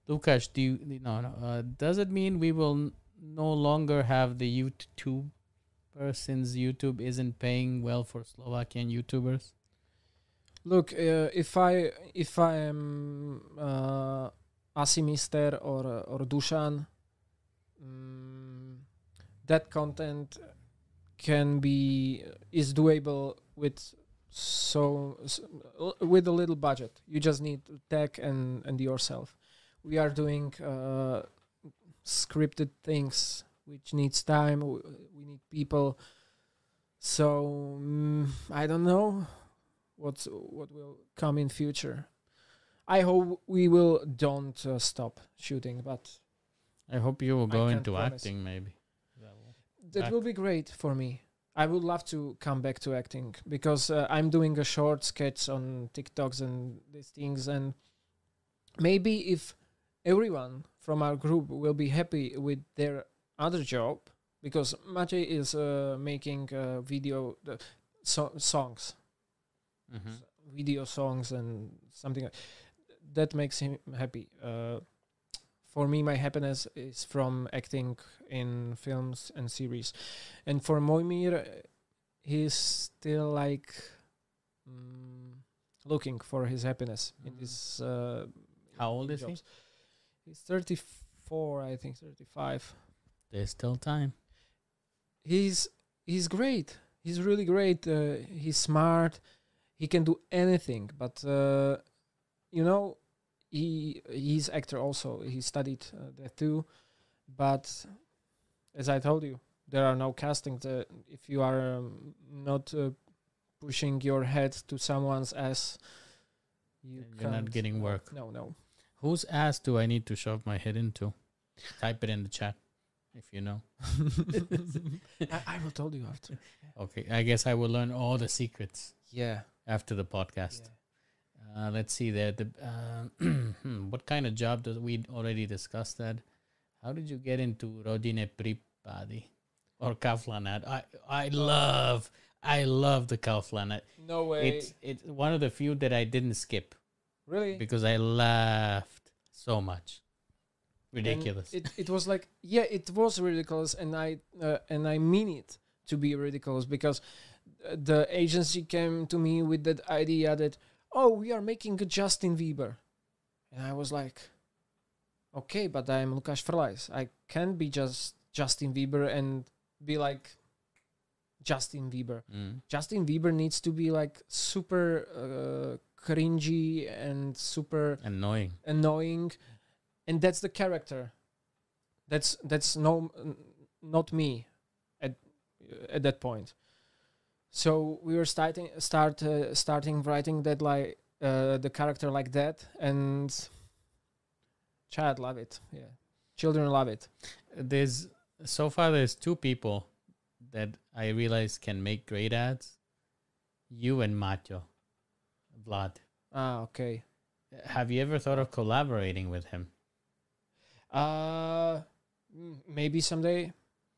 Speaker 1: Lukash, do you no no? Uh, does it mean we will n- no longer have the YouTube? Since YouTube isn't paying well for Slovakian YouTubers,
Speaker 2: Look, uh, if I if I am uh, Asimister or uh, or Dushan, mm, that content can be uh, is doable with so, s l with a little budget. You just need tech and and yourself. We are doing uh, scripted things, which needs time. w- We need people. So mm, I don't know what's what will come in future. I hope we will don't uh, stop shooting, but
Speaker 1: I hope you will
Speaker 2: I
Speaker 1: go
Speaker 2: can't
Speaker 1: into
Speaker 2: promise.
Speaker 1: acting. Maybe That will-
Speaker 2: that
Speaker 1: Act-
Speaker 2: will be great for me. I would love to come back to acting because uh, I'm doing a short sketch on TikToks and these things, and maybe if everyone from our group will be happy with their other job, because Maciej is uh, making uh, video the so- songs,
Speaker 1: Mhm.
Speaker 2: video songs and something like that makes him happy. Uh, for me, my happiness is from acting in films and series, and for Moimir, uh, he's still like mm, looking for his happiness in
Speaker 1: Mm.
Speaker 2: this. Uh,
Speaker 1: How old is he?
Speaker 2: jobs. He's thirty-four, I think, thirty-five.
Speaker 1: There's still time.
Speaker 2: He's he's great. He's really great. Uh, he's smart. He can do anything, but uh, you know, he he's actor also. He studied uh, that too, but as I told you, there are no castings. Uh, if you are um, not uh, pushing your head to someone's ass, you
Speaker 1: Then you're not
Speaker 2: can't- uh,
Speaker 1: getting work.
Speaker 2: No, no.
Speaker 1: Whose ass do I need to shove my head into? Type it in the chat if you know.
Speaker 2: I, I will tell you after.
Speaker 1: Okay, I guess I will learn all the secrets
Speaker 2: Yeah.
Speaker 1: after the podcast.
Speaker 2: yeah.
Speaker 1: Uh, let's see there. The uh, hmm, what kind of job does we already discussed that? How did you get into Rodine Pripadi or Kauflanad? I I love I love the Kauflanad.
Speaker 2: No way.
Speaker 1: It's it's one of the few that I didn't skip
Speaker 2: really?
Speaker 1: because I laughed so much.
Speaker 2: And
Speaker 1: Ridiculous.
Speaker 2: It, it was like yeah, it was ridiculous, and I uh, and I mean it to be ridiculous because uh, the agency came to me with that idea that oh we are making a Justin Bieber, and I was like, okay, but I'm Lukas Verlais. I can't be just Justin Bieber and be like Justin Bieber.
Speaker 1: Mm.
Speaker 2: Justin Bieber needs to be like super uh, cringy and super
Speaker 1: Annoying.
Speaker 2: annoying and that's the character that's that's no n- not me at at that point so we were starting start uh, starting writing that like uh, the character like that and child love it yeah children love it
Speaker 1: there's so far there's two people that I realize can make great ads. You and Macho, Vlad.
Speaker 2: ah okay
Speaker 1: Have you ever thought of collaborating with him?
Speaker 2: uh m- maybe someday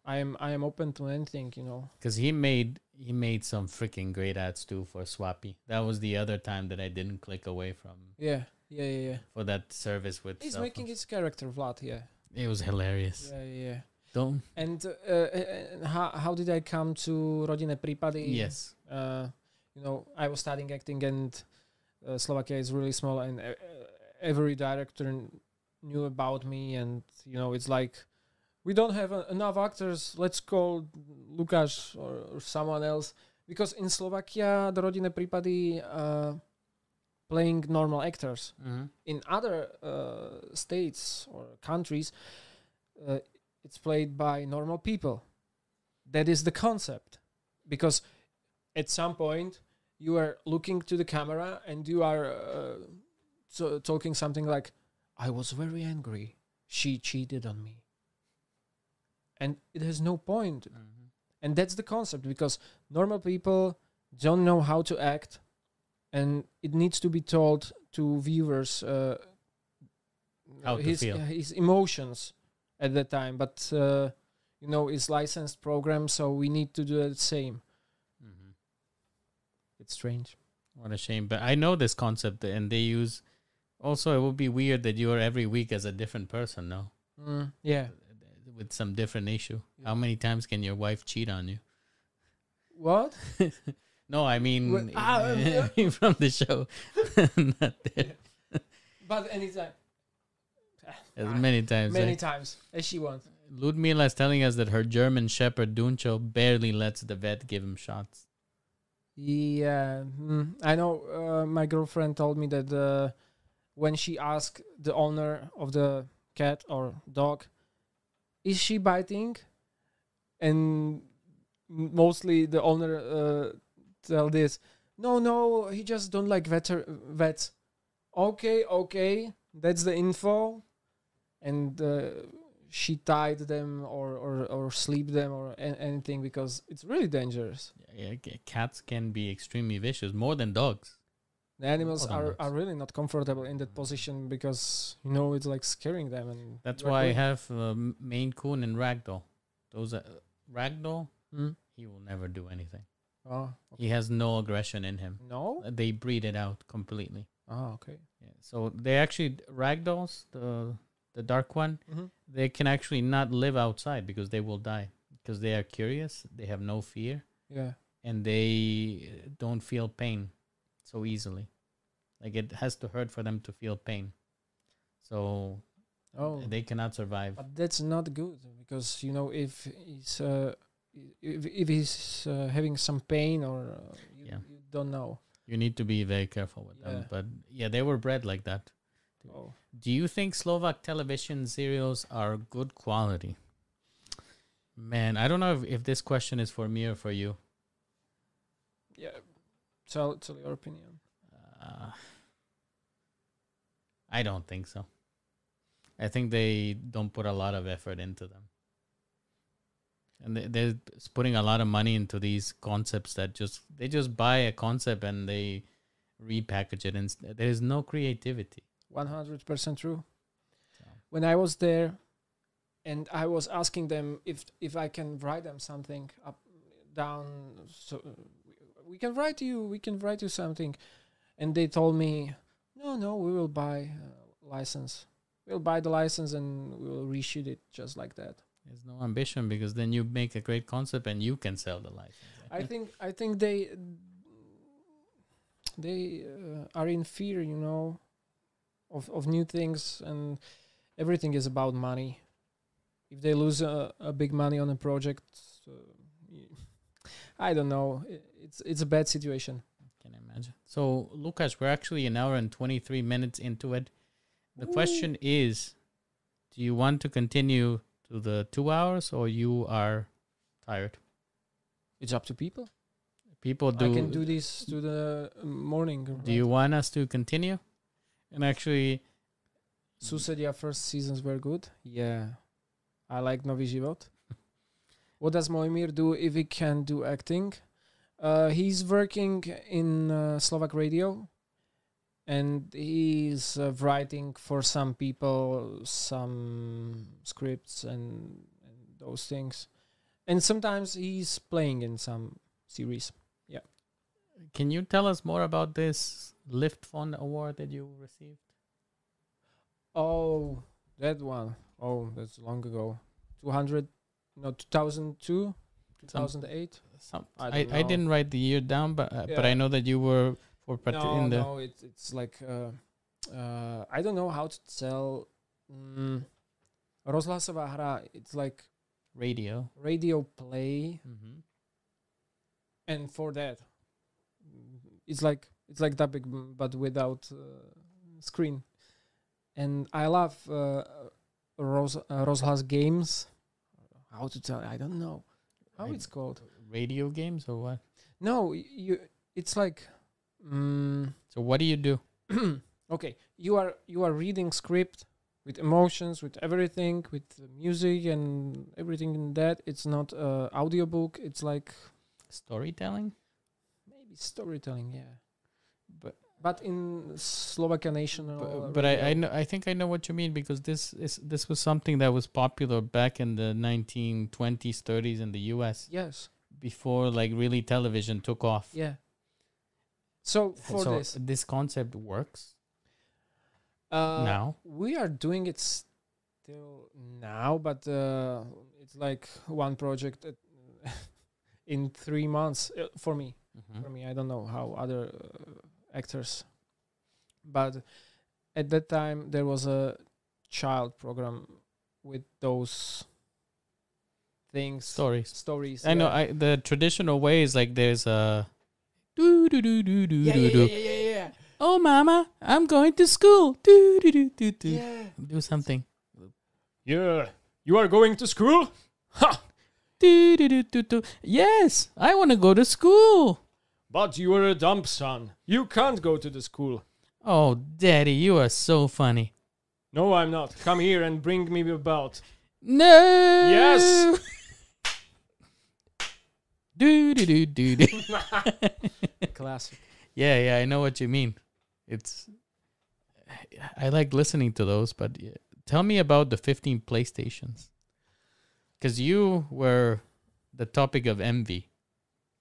Speaker 2: i am i am open to anything you know
Speaker 1: Because he made he made some freaking great ads too for Swappy. That was the other time that I didn't click away from
Speaker 2: yeah yeah yeah, yeah.
Speaker 1: for that service with.
Speaker 2: he's
Speaker 1: cell
Speaker 2: making
Speaker 1: phones.
Speaker 2: his character vlad yeah
Speaker 1: it. was hilarious.
Speaker 2: yeah yeah, yeah.
Speaker 1: Don't.
Speaker 2: And uh, uh, and how, how did I come to Rodine Prípady?
Speaker 1: Yes.
Speaker 2: Uh, you know, I was studying acting and uh, Slovakia is really small and uh, every director kn- knew about me and, you know, it's like, we don't have uh, enough actors, let's call Lukáš or, or someone else. Because in Slovakia, the Rodine Prípady uh, playing normal actors
Speaker 1: Mhm.
Speaker 2: in other uh, states or countries, uh, it's played by normal people. That is the concept, because at some point you are looking to the camera and you are uh, so talking something like, "I was very angry. She cheated on me." And it has no point
Speaker 1: Mhm.
Speaker 2: and that's the concept because normal people don't know how to act and it needs to be told to viewers uh,
Speaker 1: How to
Speaker 2: his,
Speaker 1: feel.
Speaker 2: his emotions at that time but uh, you know it's licensed program so we need to do the same
Speaker 1: Mhm.
Speaker 2: it's strange
Speaker 1: What a shame. But I know this concept and they use. Also, it would be weird that you are every week as a different person. No.
Speaker 2: mm, yeah
Speaker 1: with some different issue. How many times can your wife cheat on you?
Speaker 2: what
Speaker 1: No, I mean
Speaker 2: Wh- ah,
Speaker 1: from the show. Not there.
Speaker 2: but anytime
Speaker 1: As many times.
Speaker 2: many
Speaker 1: eh?
Speaker 2: times as she wants
Speaker 1: Ludmila is telling us that her German Shepherd Duncho barely lets the vet give him shots.
Speaker 2: Yeah, mm, I know. Uh, my girlfriend told me that uh, when she asked the owner of the cat or dog, "Is she biting?" and m- mostly the owner uh, tell this, "No, no, he just don't like veter- vets." Okay, okay, that's the info, and uh, she tied them or or or sleep them or an anything because it's really dangerous.
Speaker 1: Yeah, c- Cats can be extremely vicious, more than dogs.
Speaker 2: The animals
Speaker 1: Other
Speaker 2: are,
Speaker 1: animals.
Speaker 2: are really not comfortable in that position because you know it's like scaring them and
Speaker 1: That's
Speaker 2: you're
Speaker 1: why I
Speaker 2: good.
Speaker 1: have uh, M- Maine Coon and Ragdoll. Those are, Ragdoll,
Speaker 2: Hmm?
Speaker 1: he will never do anything.
Speaker 2: Oh,
Speaker 1: He has no aggression in him.
Speaker 2: no?
Speaker 1: Uh, They breed it out completely.
Speaker 2: Oh, okay.
Speaker 1: Yeah, so they actually ragdolls the the dark one.
Speaker 2: Mhm.
Speaker 1: They can actually not live outside because they will die because they are curious. They have no fear
Speaker 2: Yeah.
Speaker 1: and they uh, don't feel pain so easily. Like it has to hurt for them to feel pain, so
Speaker 2: Oh,
Speaker 1: they cannot survive.
Speaker 2: but that's not good because you know if he's uh, i- if if he's uh, having some pain or uh, you,
Speaker 1: Yeah.
Speaker 2: you don't know.
Speaker 1: you need to be very careful with them.
Speaker 2: Yeah.
Speaker 1: But yeah, they were bred like that.
Speaker 2: Oh.
Speaker 1: Do you think Slovak television serials are good quality? Man, I don't know if, if this question is for me or for you.
Speaker 2: Yeah. Tell tell your opinion.
Speaker 1: Uh, I don't think so. I think they don't put a lot of effort into them. And they, they're s- putting a lot of money into these concepts that just they just buy a concept and they repackage it. And there is no creativity.
Speaker 2: One hundred percent true.
Speaker 1: So,
Speaker 2: When I was there, and I was asking them if if I can write them something up down. So we can write you. We can write you something, and they told me, no, no, we will buy uh, license. We'll buy the license and we will reshoot it just like that.
Speaker 1: there's no ambition because then you make a great concept and you can sell the license.
Speaker 2: I think I think they they uh, are in fear, you know, of of new things, and everything is about money. If they lose a, a big money on a project, uh, y- I don't know. I- It's it's a bad situation.
Speaker 1: Can I imagine? So, Lukash, we're actually an hour and 23 minutes into it. The question is do you want to continue to the two hours or you are tired?
Speaker 2: It's up to people.
Speaker 1: People do.
Speaker 2: I can do this to the morning.
Speaker 1: do you want us to continue? And actually,
Speaker 2: Susedia first seasons were good. Yeah, I like Novi Život. What does Moimir do if he can do acting? Uh, he's working in uh, Slovak radio, and he's uh, writing for some people some scripts and, and those things. And sometimes he's playing in some series.
Speaker 1: can you tell us more about this Lift Fund award that you received?
Speaker 2: Oh, that one. Oh, that's long ago. Two hundred, no, two thousand two, two
Speaker 1: Some-
Speaker 2: thousand eight.
Speaker 1: Some,
Speaker 2: I
Speaker 1: I,
Speaker 2: don't
Speaker 1: I,
Speaker 2: know.
Speaker 1: didn't write the year down, but uh, but
Speaker 2: Yeah.
Speaker 1: I know that you were for part
Speaker 2: no,
Speaker 1: in the
Speaker 2: no, it's it's like uh, uh, I don't know how to tell. Mm, rozhlasová hra. It's like
Speaker 1: radio.
Speaker 2: radio play,
Speaker 1: Mm-hmm.
Speaker 2: and for that, it's like it's like dubbing mm, but without uh, screen. And I love uh, Roz, uh, rozhlas games. How to tell? I don't know how
Speaker 1: Right.
Speaker 2: it's called.
Speaker 1: Radio games or what?
Speaker 2: No, y- you. It's like. Mm,
Speaker 1: So, what do you do?
Speaker 2: okay you are you are reading script with emotions with everything with the music and everything in that it's not uh, audiobook it's like
Speaker 1: Storytelling?
Speaker 2: maybe storytelling yeah
Speaker 1: But
Speaker 2: but in slovakia national
Speaker 1: but,
Speaker 2: uh,
Speaker 1: but I, I
Speaker 2: radio.
Speaker 1: know I think I know what you mean because this is this was something that was popular back in the 1920s 30s in the US
Speaker 2: yes
Speaker 1: before like really television took off.
Speaker 2: yeah so for
Speaker 1: so
Speaker 2: this
Speaker 1: concept works
Speaker 2: uh,
Speaker 1: now.
Speaker 2: we are doing it still now but uh, it's like one project at in three months uh, for me for me. I don't know how other uh, actors, but at that time there was a child program with those things
Speaker 1: Stories.
Speaker 2: stories.
Speaker 1: I know
Speaker 2: yeah.
Speaker 1: I the traditional way is like there's a do do do do do
Speaker 2: yeah,
Speaker 1: do
Speaker 2: yeah,
Speaker 1: do.
Speaker 2: yeah, yeah, yeah, yeah.
Speaker 1: Oh mama, I'm going to school. Do do do do do.
Speaker 2: yeah.
Speaker 1: Do something.
Speaker 2: Yeah. You are going to school? Ha!
Speaker 1: Do do do do do. Yes, I want to go to school.
Speaker 2: But you are a dumb son. You can't go to the school.
Speaker 1: Oh, Daddy, you are so funny.
Speaker 2: No, I'm not. Come here and bring me about.
Speaker 1: No. Yes. do do do do do.
Speaker 2: Classic.
Speaker 1: yeah, yeah, I know what you mean. It's I like listening to those, but yeah. tell me about the 15 PlayStations. Cuz you were the topic of envy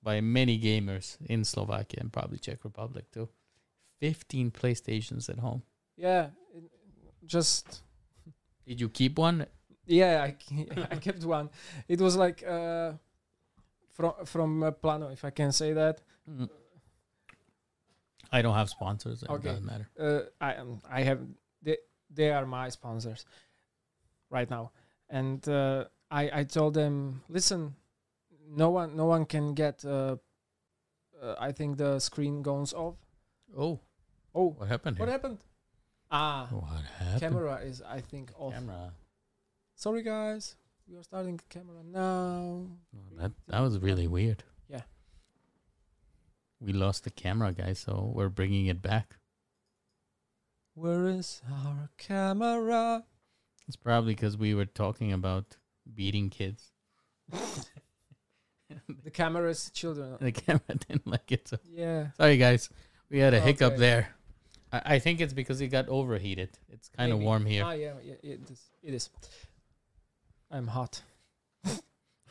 Speaker 1: by many gamers in Slovakia and probably Czech Republic too. 15 PlayStations at home.
Speaker 2: Yeah. it- Just
Speaker 1: Did you keep one?
Speaker 2: Yeah, I, ke- I kept one. It was like uh, from from uh, Plano, if I can say that.
Speaker 1: Mm. I don't have sponsors. It
Speaker 2: Okay.
Speaker 1: doesn't matter.
Speaker 2: Uh, I um, I have they, they are my sponsors right now, and uh, I I told them, listen, no one no one can get uh, uh, I think the screen goes off.
Speaker 1: Oh,
Speaker 2: Oh,
Speaker 1: what happened
Speaker 2: what
Speaker 1: here?
Speaker 2: happened? Ah,
Speaker 1: What happened?
Speaker 2: camera is I think off.
Speaker 1: Camera.
Speaker 2: Sorry guys, we are starting the camera now.
Speaker 1: Oh, that that was really weird.
Speaker 2: Yeah.
Speaker 1: We lost the camera, guys, so we're bringing it back.
Speaker 2: Where is our camera?
Speaker 1: It's probably because we were talking about beating kids.
Speaker 2: The camera is children.
Speaker 1: The camera didn't like it. So.
Speaker 2: Yeah.
Speaker 1: Sorry, guys. We had a hiccup
Speaker 2: Okay.
Speaker 1: there. I, I think it's because it got overheated. It's kind of
Speaker 2: Maybe.
Speaker 1: warm here.
Speaker 2: Ah, yeah, yeah, it is. It is. I'm hot.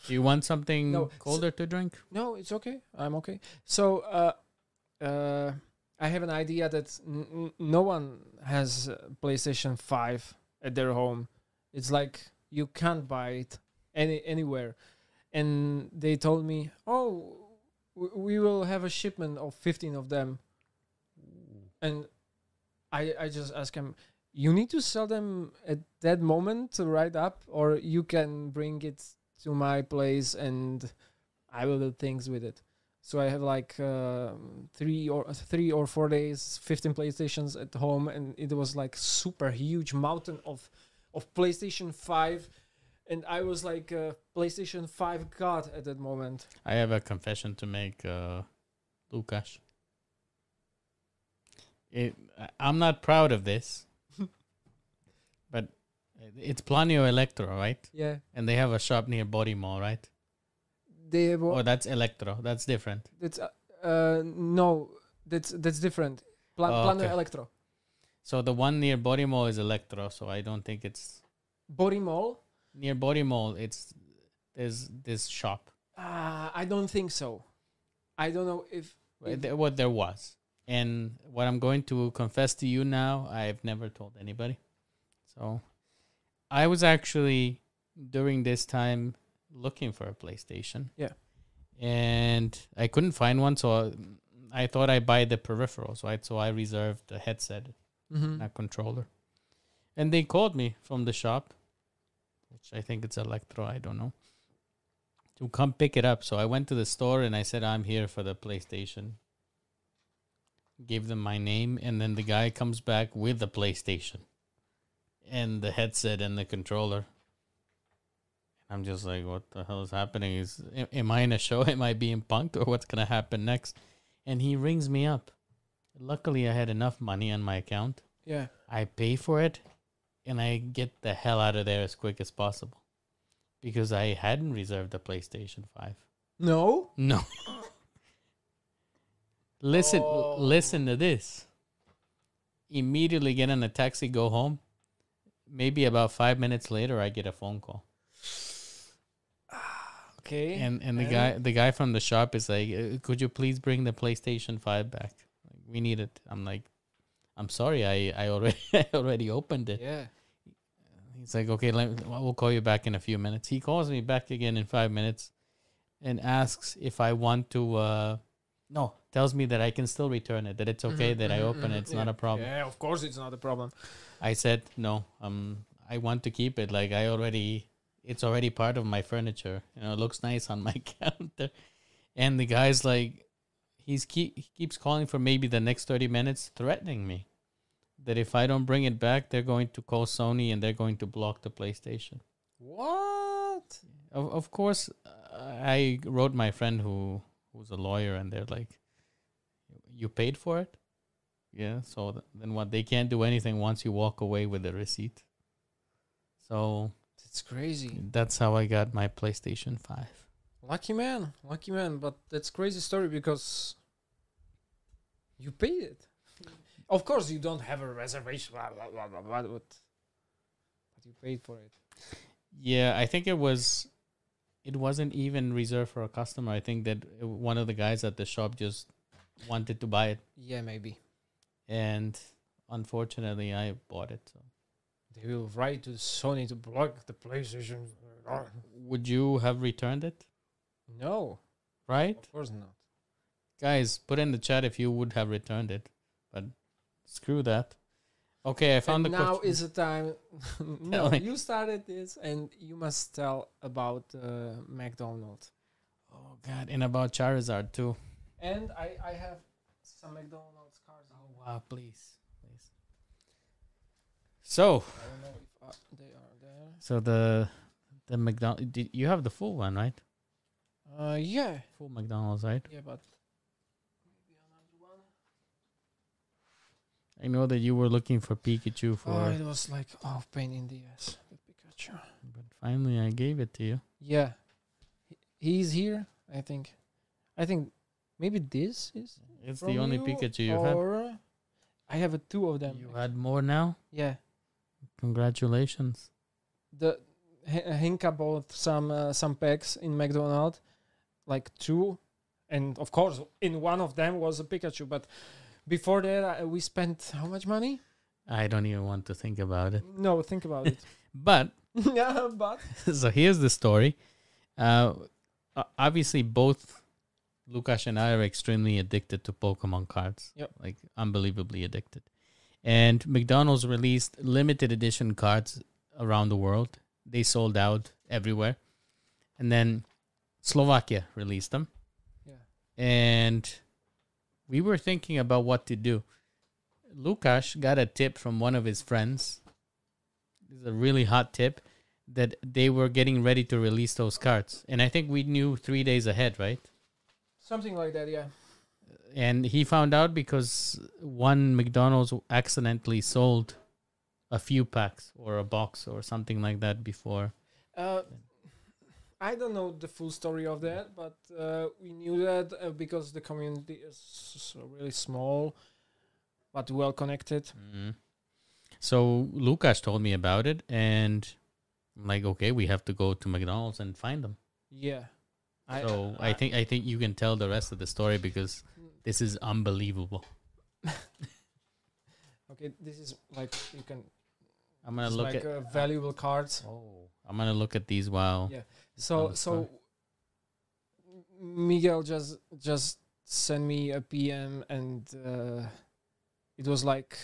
Speaker 1: Do you want something
Speaker 2: No, s-
Speaker 1: colder to drink?
Speaker 2: No, it's okay. I'm okay. So, uh, uh, I have an idea that n- n- no one has uh, PlayStation Five at their home. It's like you can't buy it any anywhere. And they told me, "Oh, w- we will have a shipment of fifteen of them." And I I just asked him, "You need to sell them at that moment to write up, or you can bring it to my place and." I will do things with it. So I have like um three or three or four days, fifteen PlayStations at home, and it was like super huge mountain of of PlayStation Five, and I was like uh, PlayStation Five god at that moment.
Speaker 1: I have a confession to make, uh, Lukash. It, I- I'm not proud of this, but it's Planio Electro, right?
Speaker 2: Yeah,
Speaker 1: And they have a shop near Body Mall, right?
Speaker 2: they were.
Speaker 1: Oh, that's Electro. That's different.
Speaker 2: That's uh, uh, no, that's that's different. Plan,
Speaker 1: Oh,
Speaker 2: Plano
Speaker 1: okay.
Speaker 2: Electro,
Speaker 1: So the one near Body Mall is Electro, so I don't think it's
Speaker 2: Body Mall.
Speaker 1: near Body Mall. It's there's this shop.
Speaker 2: Uh, I don't think so. I don't know if
Speaker 1: Well,
Speaker 2: Mm.
Speaker 1: there- what there was. And what I'm going to confess to you now, I've never told anybody. So I was actually during this time looking for a PlayStation.
Speaker 2: Yeah.
Speaker 1: And I couldn't find one, so I thought I'd buy the peripherals, right? So I reserved a headset
Speaker 2: Mhm.
Speaker 1: not controller. And they called me from the shop, which I think it's Electro, I don't know, to come pick it up. So I went to the store and I said, I'm here for the PlayStation. Gave them my name, and then the guy comes back with the PlayStation and the headset and the controller. I'm just like, what the hell is happening? Is a- am I in a show? Am I being punked, or what's gonna happen next? And he rings me up. Luckily, I had enough money on my account
Speaker 2: yeah.
Speaker 1: I pay for it and I get the hell out of there as quick as possible because I hadn't reserved a PlayStation 5.
Speaker 2: No.
Speaker 1: No. listen
Speaker 2: Oh.
Speaker 1: listen to this. Immediately get in a taxi, go home. Maybe about 5 minutes later I get a phone call.
Speaker 2: Okay.
Speaker 1: And and the
Speaker 2: and-
Speaker 1: guy the guy from the shop is like, "Uh, "Could you please bring the PlayStation 5 back? We need it." I'm like, "I'm sorry. I I already I already opened it."
Speaker 2: yeah.
Speaker 1: He's like, okay, let well, we'll call you back in a few minutes. He calls me back again in five minutes and asks if I want to. Uh, no, tells me that I can still return it, that it's okay that I open it, it's not a problem.
Speaker 2: Yeah, of course it's not a problem.
Speaker 1: I said, no, um, I want to keep it. Like, I already, it's already part of my furniture. You know, it looks nice on my counter. And the guy's like, he's keep, he keeps calling for maybe the next 30 minutes, threatening me that if I don't bring it back, they're going to call Sony and they're going to block the PlayStation.
Speaker 2: What?
Speaker 1: Of, of course, uh, I wrote my friend who who's a lawyer, and they're like, "You paid for it, yeah." So th- then what? They can't do anything once you walk away with the receipt. So
Speaker 2: It's crazy.
Speaker 1: that's how I got my PlayStation Five.
Speaker 2: Lucky man, lucky man, but that's crazy story because you paid it. Of course you don't have a reservation, blah blah blah blah blah but, but you paid for it.
Speaker 1: Yeah, I think it was. It wasn't even reserved for a customer. I think that uh, one of the guys at the shop just wanted to buy it,
Speaker 2: Yeah, maybe.
Speaker 1: and unfortunately, I bought it. So.
Speaker 2: They will write to Sony to block the PlayStation. Ah.
Speaker 1: Would you have returned it?
Speaker 2: No,
Speaker 1: Right.
Speaker 2: of course not.
Speaker 1: guys put in the chat if you would have returned it but screw that okay i found
Speaker 2: and
Speaker 1: the
Speaker 2: now
Speaker 1: question
Speaker 2: is the time.
Speaker 1: Tell
Speaker 2: no,
Speaker 1: me.
Speaker 2: you started this, and you must tell about uh, McDonald's.
Speaker 1: oh god and about charizard too
Speaker 2: And I, I have some McDonald's cards. Oh wow!
Speaker 1: Wow, please, please. So,
Speaker 2: I don't know if uh, they are there.
Speaker 1: so the the McDonald did you have the full one, right?
Speaker 2: Uh, yeah,
Speaker 1: Full McDonald's, right?
Speaker 2: yeah, but maybe another one.
Speaker 1: I know that you were looking for Pikachu for,
Speaker 2: Oh, it was like oh pain in the ass with Pikachu.
Speaker 1: but finally I gave it to you.
Speaker 2: Yeah, He- he's here. I think. I think maybe this is
Speaker 1: It's
Speaker 2: from
Speaker 1: the only
Speaker 2: you,
Speaker 1: Pikachu you've had.
Speaker 2: or I have uh, two of them.
Speaker 1: You had more now.
Speaker 2: yeah,
Speaker 1: Congratulations.
Speaker 2: the H- Hinka bought some uh, some packs in McDonald's, like two, and of course in one of them was a Pikachu. But before that, uh, we spent how much money?
Speaker 1: I don't even want to think about it.
Speaker 2: No, think about it.
Speaker 1: But
Speaker 2: yeah, but
Speaker 1: so here's the story. Uh, o- obviously, both Lukash and I are extremely addicted to Pokemon cards.
Speaker 2: Yep.
Speaker 1: Like unbelievably addicted. And McDonald's released limited edition cards around the world. They sold out everywhere. And then Slovakia released them.
Speaker 2: Yeah.
Speaker 1: And we were thinking about what to do. Lukash got a tip from one of his friends. This is a really hot tip that they were getting ready to release those cards. And I think we knew three days ahead, right?
Speaker 2: something like that. Yeah.
Speaker 1: And he found out because one McDonald's accidentally sold a few packs or a box or something like that before.
Speaker 2: Uh, I don't know the full story of that, but uh, we knew that uh, because the community is s- s- really small, but well connected.
Speaker 1: So Lucas told me about it, and I'm like, okay, we have to go to McDonald's and find them.
Speaker 2: Yeah.
Speaker 1: so I, think I think you can tell the rest of the story because this is unbelievable.
Speaker 2: Okay, this is like you can
Speaker 1: I'm gonna
Speaker 2: it's
Speaker 1: look
Speaker 2: like
Speaker 1: at.
Speaker 2: uh, valuable cards.
Speaker 1: oh, I'm gonna look at these while.
Speaker 2: Yeah. So
Speaker 1: the
Speaker 2: so Miguel just just sent me a PM and uh, it was like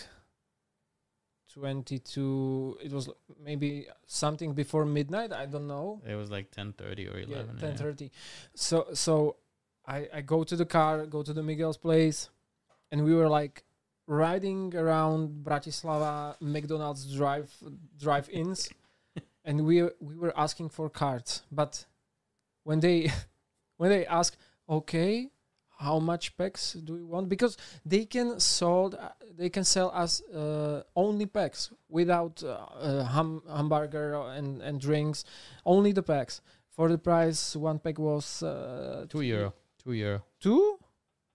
Speaker 2: 22 it was maybe something before midnight i don't know
Speaker 1: It was like 10:30 or 11.
Speaker 2: yeah,
Speaker 1: yeah.
Speaker 2: ten thirty. So so I I go to the car, go to the Miguel's place, and we were like riding around Bratislava McDonald's drive drive ins, and we we were asking for cards, but when they when they ask, okay, how much packs do you want? Because they can sold uh, they can sell us uh, only packs without uh, uh, hum, hamburger and and drinks, only the packs. For the price, one pack was uh,
Speaker 1: Two euro, two euro
Speaker 2: Two,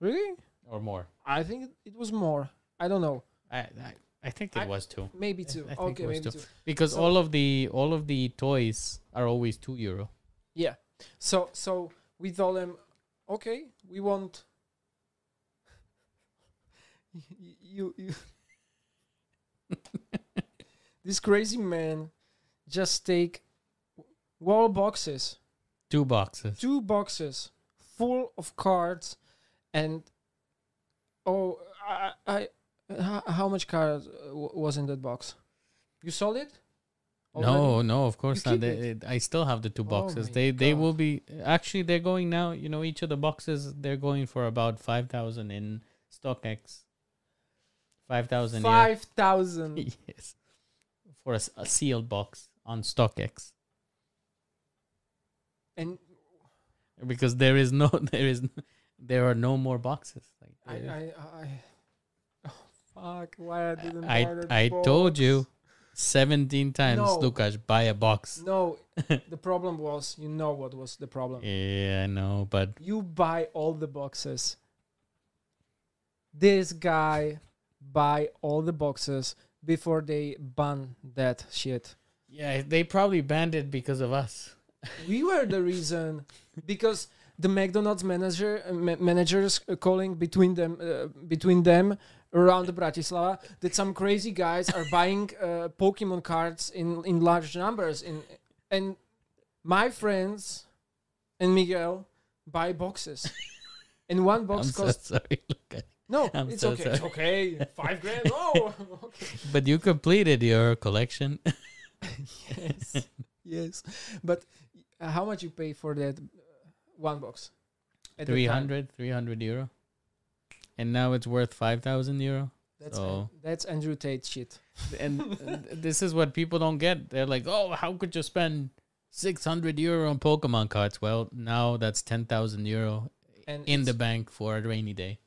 Speaker 2: really?
Speaker 1: or more.
Speaker 2: I think it- it was more. I don't know.
Speaker 1: I I, I think it
Speaker 2: I-
Speaker 1: was two I-
Speaker 2: Maybe two.
Speaker 1: I think
Speaker 2: okay,
Speaker 1: it was
Speaker 2: maybe
Speaker 1: two.
Speaker 2: two.
Speaker 1: because
Speaker 2: So-
Speaker 1: all of the all of the toys are always two euro.
Speaker 2: Yeah. So so we told them, okay, we want. you you. this crazy man, just take, wall boxes,
Speaker 1: Two boxes.
Speaker 2: two boxes full of cards, and oh, I I, I how, how much cards uh, w- was in that box? You sold it?
Speaker 1: No, no, of course
Speaker 2: Oh, You
Speaker 1: not.
Speaker 2: keep
Speaker 1: They, I still have the two
Speaker 2: Oh
Speaker 1: boxes.
Speaker 2: my
Speaker 1: they they
Speaker 2: God.
Speaker 1: will be actually they're going now. You know, each of the boxes they're going for about five thousand in StockX. Five thousand. yeah.
Speaker 2: Five thousand.
Speaker 1: yes, for a, s- a sealed box on StockX
Speaker 2: And
Speaker 1: because there is no there is n- there are no more boxes. Like
Speaker 2: I,
Speaker 1: there is-
Speaker 2: I, I, oh, fuck, why I didn't
Speaker 1: I-
Speaker 2: buy that
Speaker 1: I told you.
Speaker 2: box.
Speaker 1: 17 times
Speaker 2: No.
Speaker 1: Lukash buy a box.
Speaker 2: No, the problem was, you know what was the problem?
Speaker 1: Yeah, I know, but
Speaker 2: You buy all the boxes. This guy buy all the boxes before they ban that shit.
Speaker 1: yeah, they probably banned it because of us.
Speaker 2: We were the reason because the McDonald's manager uh, ma- managers uh, calling between them uh, between them around the Bratislava that some crazy guys are buying uh, Pokemon cards in in large numbers in and my friends and Miguel buy boxes. And one
Speaker 1: I'm
Speaker 2: box
Speaker 1: so
Speaker 2: costs
Speaker 1: sorry, Lukash.
Speaker 2: no,
Speaker 1: I'm
Speaker 2: it's
Speaker 1: so
Speaker 2: okay. It's
Speaker 1: sorry.
Speaker 2: okay. Five grand. No. okay.
Speaker 1: But you completed your collection.
Speaker 2: Yes. yes. But uh, how much you pay for that uh, one box? at the time.
Speaker 1: 300, 300 euro. And now it's worth 5,000 euro.
Speaker 2: That's
Speaker 1: So-
Speaker 2: that's Andrew Tate shit.
Speaker 1: And th- this is what people don't get. They're like, oh, how could you spend 600 euro on Pokemon cards? Well, now that's 10,000 euro
Speaker 2: And
Speaker 1: in the
Speaker 2: it's-
Speaker 1: bank for a rainy day.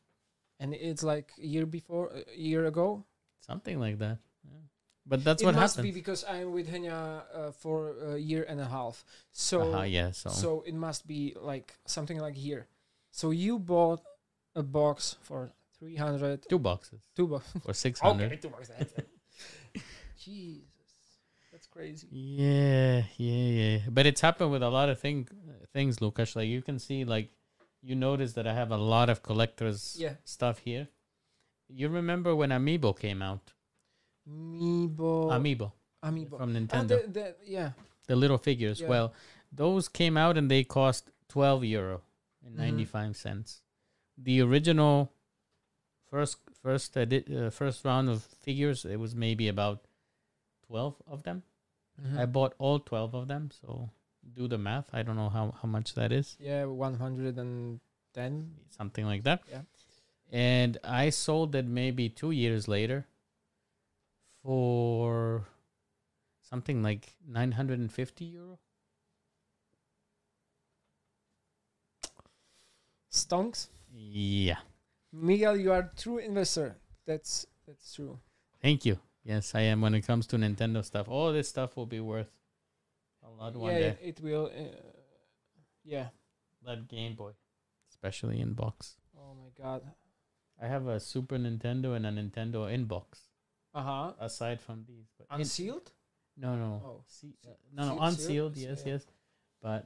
Speaker 2: and it's like a year before, a year ago.
Speaker 1: Something like that. Yeah. But that's
Speaker 2: it
Speaker 1: what
Speaker 2: must
Speaker 1: happens.
Speaker 2: be because I'm with Henya uh, for a year and a half. So
Speaker 1: Aha, yeah, so.
Speaker 2: So it must be like something like here. So you bought a box for 300,
Speaker 1: two boxes
Speaker 2: two bucks.
Speaker 1: or 600.
Speaker 2: Okay, two bucks. that's it. Jesus, that's crazy.
Speaker 1: Yeah, yeah, yeah. But it's happened with a lot of thing things, Lukash. Like you can see, like you notice that I have a lot of collectors
Speaker 2: Yeah.
Speaker 1: stuff here. You remember when Amiibo came out?
Speaker 2: Amiibo.
Speaker 1: Amiibo
Speaker 2: Oh, Amiibo.
Speaker 1: from
Speaker 2: Ah,
Speaker 1: Nintendo,
Speaker 2: the, the, yeah.
Speaker 1: the little figures.
Speaker 2: Yeah.
Speaker 1: Well, those came out and they cost twelve euro and
Speaker 2: Mhm.
Speaker 1: five cents. The original first first edit, uh, first round of figures, it was maybe about twelve of them. I
Speaker 2: Mhm.
Speaker 1: bought all 12 of them, so do the math. I don't know how, how much that is,
Speaker 2: yeah, 110.
Speaker 1: something like that.
Speaker 2: Yeah.
Speaker 1: And I sold it maybe two years later for something like 950 euro.
Speaker 2: Stonks.
Speaker 1: Yeah.
Speaker 2: Miguel, you are true investor. That's that's true.
Speaker 1: Thank you. Yes, I am when it comes to Nintendo stuff. All this stuff will be worth a lot one
Speaker 2: yeah,
Speaker 1: day.
Speaker 2: it, it will. Uh, yeah.
Speaker 1: That Game Boy, especially in box.
Speaker 2: Oh my God.
Speaker 1: I have a Super Nintendo and a Nintendo inbox
Speaker 2: Uh huh.
Speaker 1: aside from these. But in-
Speaker 2: Unsealed.
Speaker 1: No, no.
Speaker 2: Oh.
Speaker 1: Se- uh, no, no,
Speaker 2: sealed-
Speaker 1: unsealed.
Speaker 2: sealed? Se-
Speaker 1: Yes,
Speaker 2: yeah.
Speaker 1: yes. But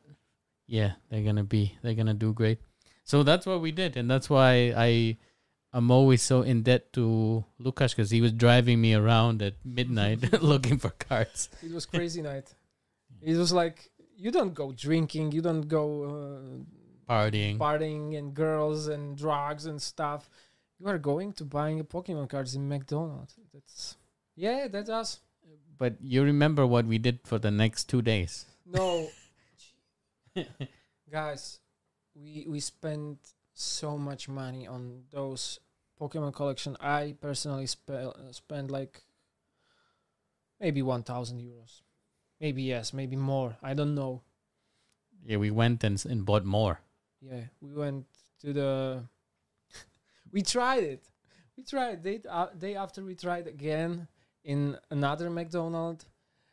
Speaker 1: yeah, they're gonna be. They're gonna do great. So that's what we did, and that's why I, I'm always so in debt to Lukash because he was driving me around at midnight looking for cards.
Speaker 2: It was crazy night. It was like you don't go drinking, you don't go uh,
Speaker 1: Partying.
Speaker 2: partying and girls and drugs and stuff. You are going to buying Pokemon cards in McDonald's. That's yeah, that's us.
Speaker 1: But you remember what we did for the next two days?
Speaker 2: No, guys, we we spent so much money on those Pokemon collection. I personally spe- spent like maybe one thousand euros, maybe yes, maybe more. I don't know.
Speaker 1: yeah, we went and, s- and bought more.
Speaker 2: Yeah, we went to the. we tried it. We tried day uh, day after we tried again in another McDonald's,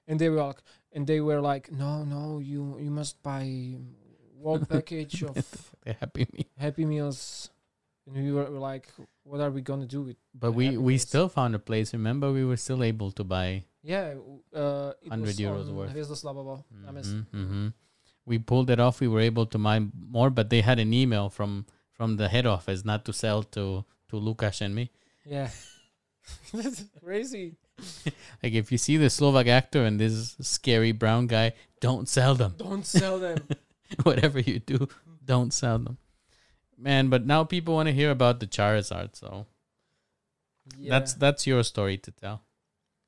Speaker 2: and they were like, and they were like, no, no, you you must buy one package of
Speaker 1: They're happy me.
Speaker 2: Happy Meals, and we were like, what are we gonna do with?
Speaker 1: But
Speaker 2: They're
Speaker 1: we
Speaker 2: happy
Speaker 1: we
Speaker 2: days.
Speaker 1: still found a place. Remember, we were still able to buy.
Speaker 2: Yeah, uh, it
Speaker 1: 100
Speaker 2: was
Speaker 1: euros
Speaker 2: on
Speaker 1: worth.
Speaker 2: Hviezdoslavovo. I miss.
Speaker 1: Mhm, mhm. We pulled it off. We were able to mine more, but they had an email from from the head office not to sell to to Lukash and me.
Speaker 2: Yeah, that's crazy.
Speaker 1: Like if you see the Slovak actor and this scary brown guy, don't sell them.
Speaker 2: Don't sell them.
Speaker 1: Whatever you do, don't sell them. Man, but now people want to hear about the Charizard, so
Speaker 2: Yeah.
Speaker 1: that's that's your story to tell.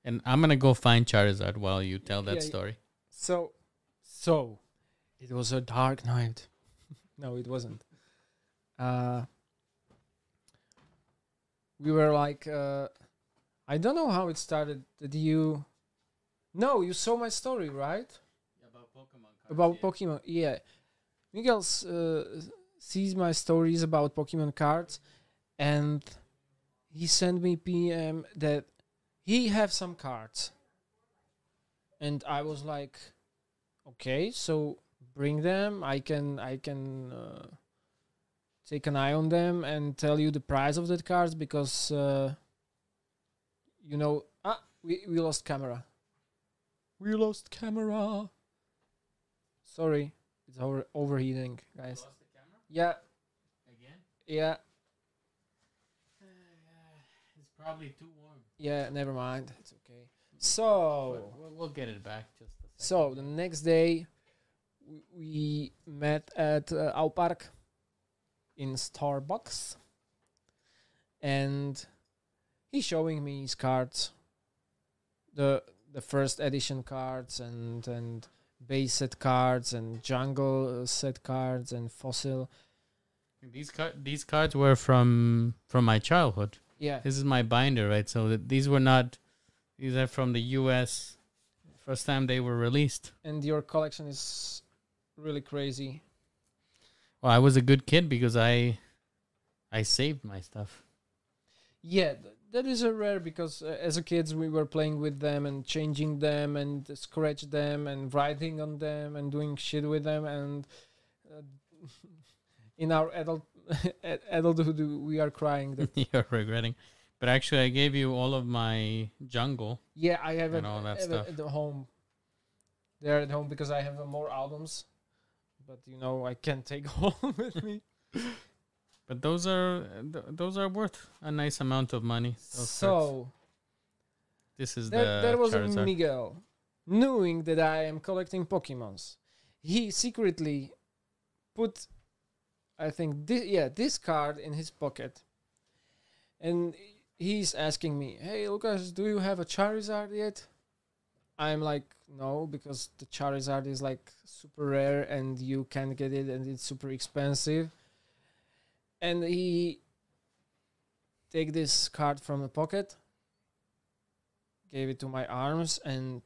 Speaker 1: And I'm gonna go find Charizard while you tell that
Speaker 2: Yeah,
Speaker 1: story.
Speaker 2: So, so, it was a dark night. no, it wasn't. Uh, we were like, uh, I don't know how it started. Did you? No, you saw my story, right? About Pokemon. Yeah, Miguel s- uh, sees my stories about Pokemon cards, and he sent me PM that he have some cards, and I was like, okay, so bring them. I can I can uh, take an eye on them and tell you the price of that cards because uh, you know ah we we lost camera. We lost camera. Sorry, it's over overheating, guys. Yeah,
Speaker 1: Again?
Speaker 2: yeah, Uh,
Speaker 1: It's probably too warm.
Speaker 2: yeah. Never mind. It's okay. So,
Speaker 1: We'll, we'll get it back just a second.
Speaker 2: Oh. so the next day, w- we met at uh, Au Park in Starbucks, and he's showing me his cards, the the first edition cards and and base set cards and jungle uh, set cards and fossil
Speaker 1: These card, these cards were from from my childhood.
Speaker 2: Yeah.
Speaker 1: This is my binder, right? So that these were not. These are from the U.S. First time they were released.
Speaker 2: And your collection is really crazy.
Speaker 1: Well, I was a good kid because I, I saved my stuff.
Speaker 2: Yeah, th- that is a rare because uh, as a kids we were playing with them and changing them and scratch them and writing on them and doing shit with them and uh, in our adult ad- adulthood we are crying that
Speaker 1: You're regretting, but actually, I gave you all of my jungle.
Speaker 2: yeah I have
Speaker 1: And
Speaker 2: it,
Speaker 1: all that
Speaker 2: have it
Speaker 1: stuff.
Speaker 2: at the home. They're at home because I have uh, more albums, but you know I can't take all with me.
Speaker 1: But those are th- those are worth a nice amount of money. Those cards.
Speaker 2: so.
Speaker 1: this is
Speaker 2: There,
Speaker 1: the
Speaker 2: there was
Speaker 1: Charizard.
Speaker 2: Miguel, knowing that I am collecting Pokemons. He secretly put, I think, thi- yeah, this card in his pocket. And he's asking me, hey, Lucas, do you have a Charizard yet? I'm like, no, because the Charizard is like super rare and you can't get it and it's super expensive. And he take this card from the pocket gave it to my arms and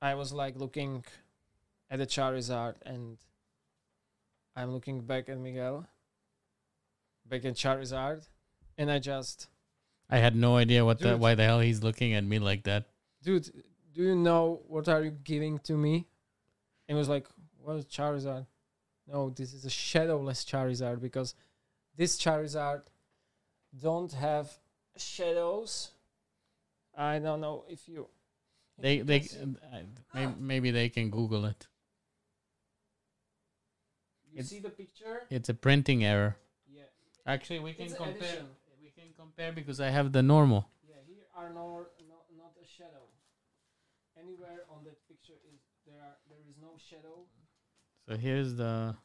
Speaker 2: I was like looking at the Charizard and I'm looking back at Miguel, back at Charizard, and I just,
Speaker 1: I had no idea what the,
Speaker 2: Dude.
Speaker 1: why the hell he's looking at me like that.
Speaker 2: dude, do you know what are you giving to me? And he was like, what is Charizard? No, this is a shadowless Charizard because this Charizard don't have shadows. I don't know if you
Speaker 1: They they
Speaker 2: Yes.
Speaker 1: uh, maybe, maybe they can Google it.
Speaker 2: you
Speaker 1: It's-
Speaker 2: see the picture.
Speaker 1: It's a printing error.
Speaker 2: Yeah.
Speaker 1: Actually, we can
Speaker 2: It's
Speaker 1: compare.
Speaker 2: addition.
Speaker 1: We can compare because I have the normal.
Speaker 2: Yeah, here are no, no not a shadow. Anywhere on that picture is there are there is no shadow.
Speaker 1: So here's the.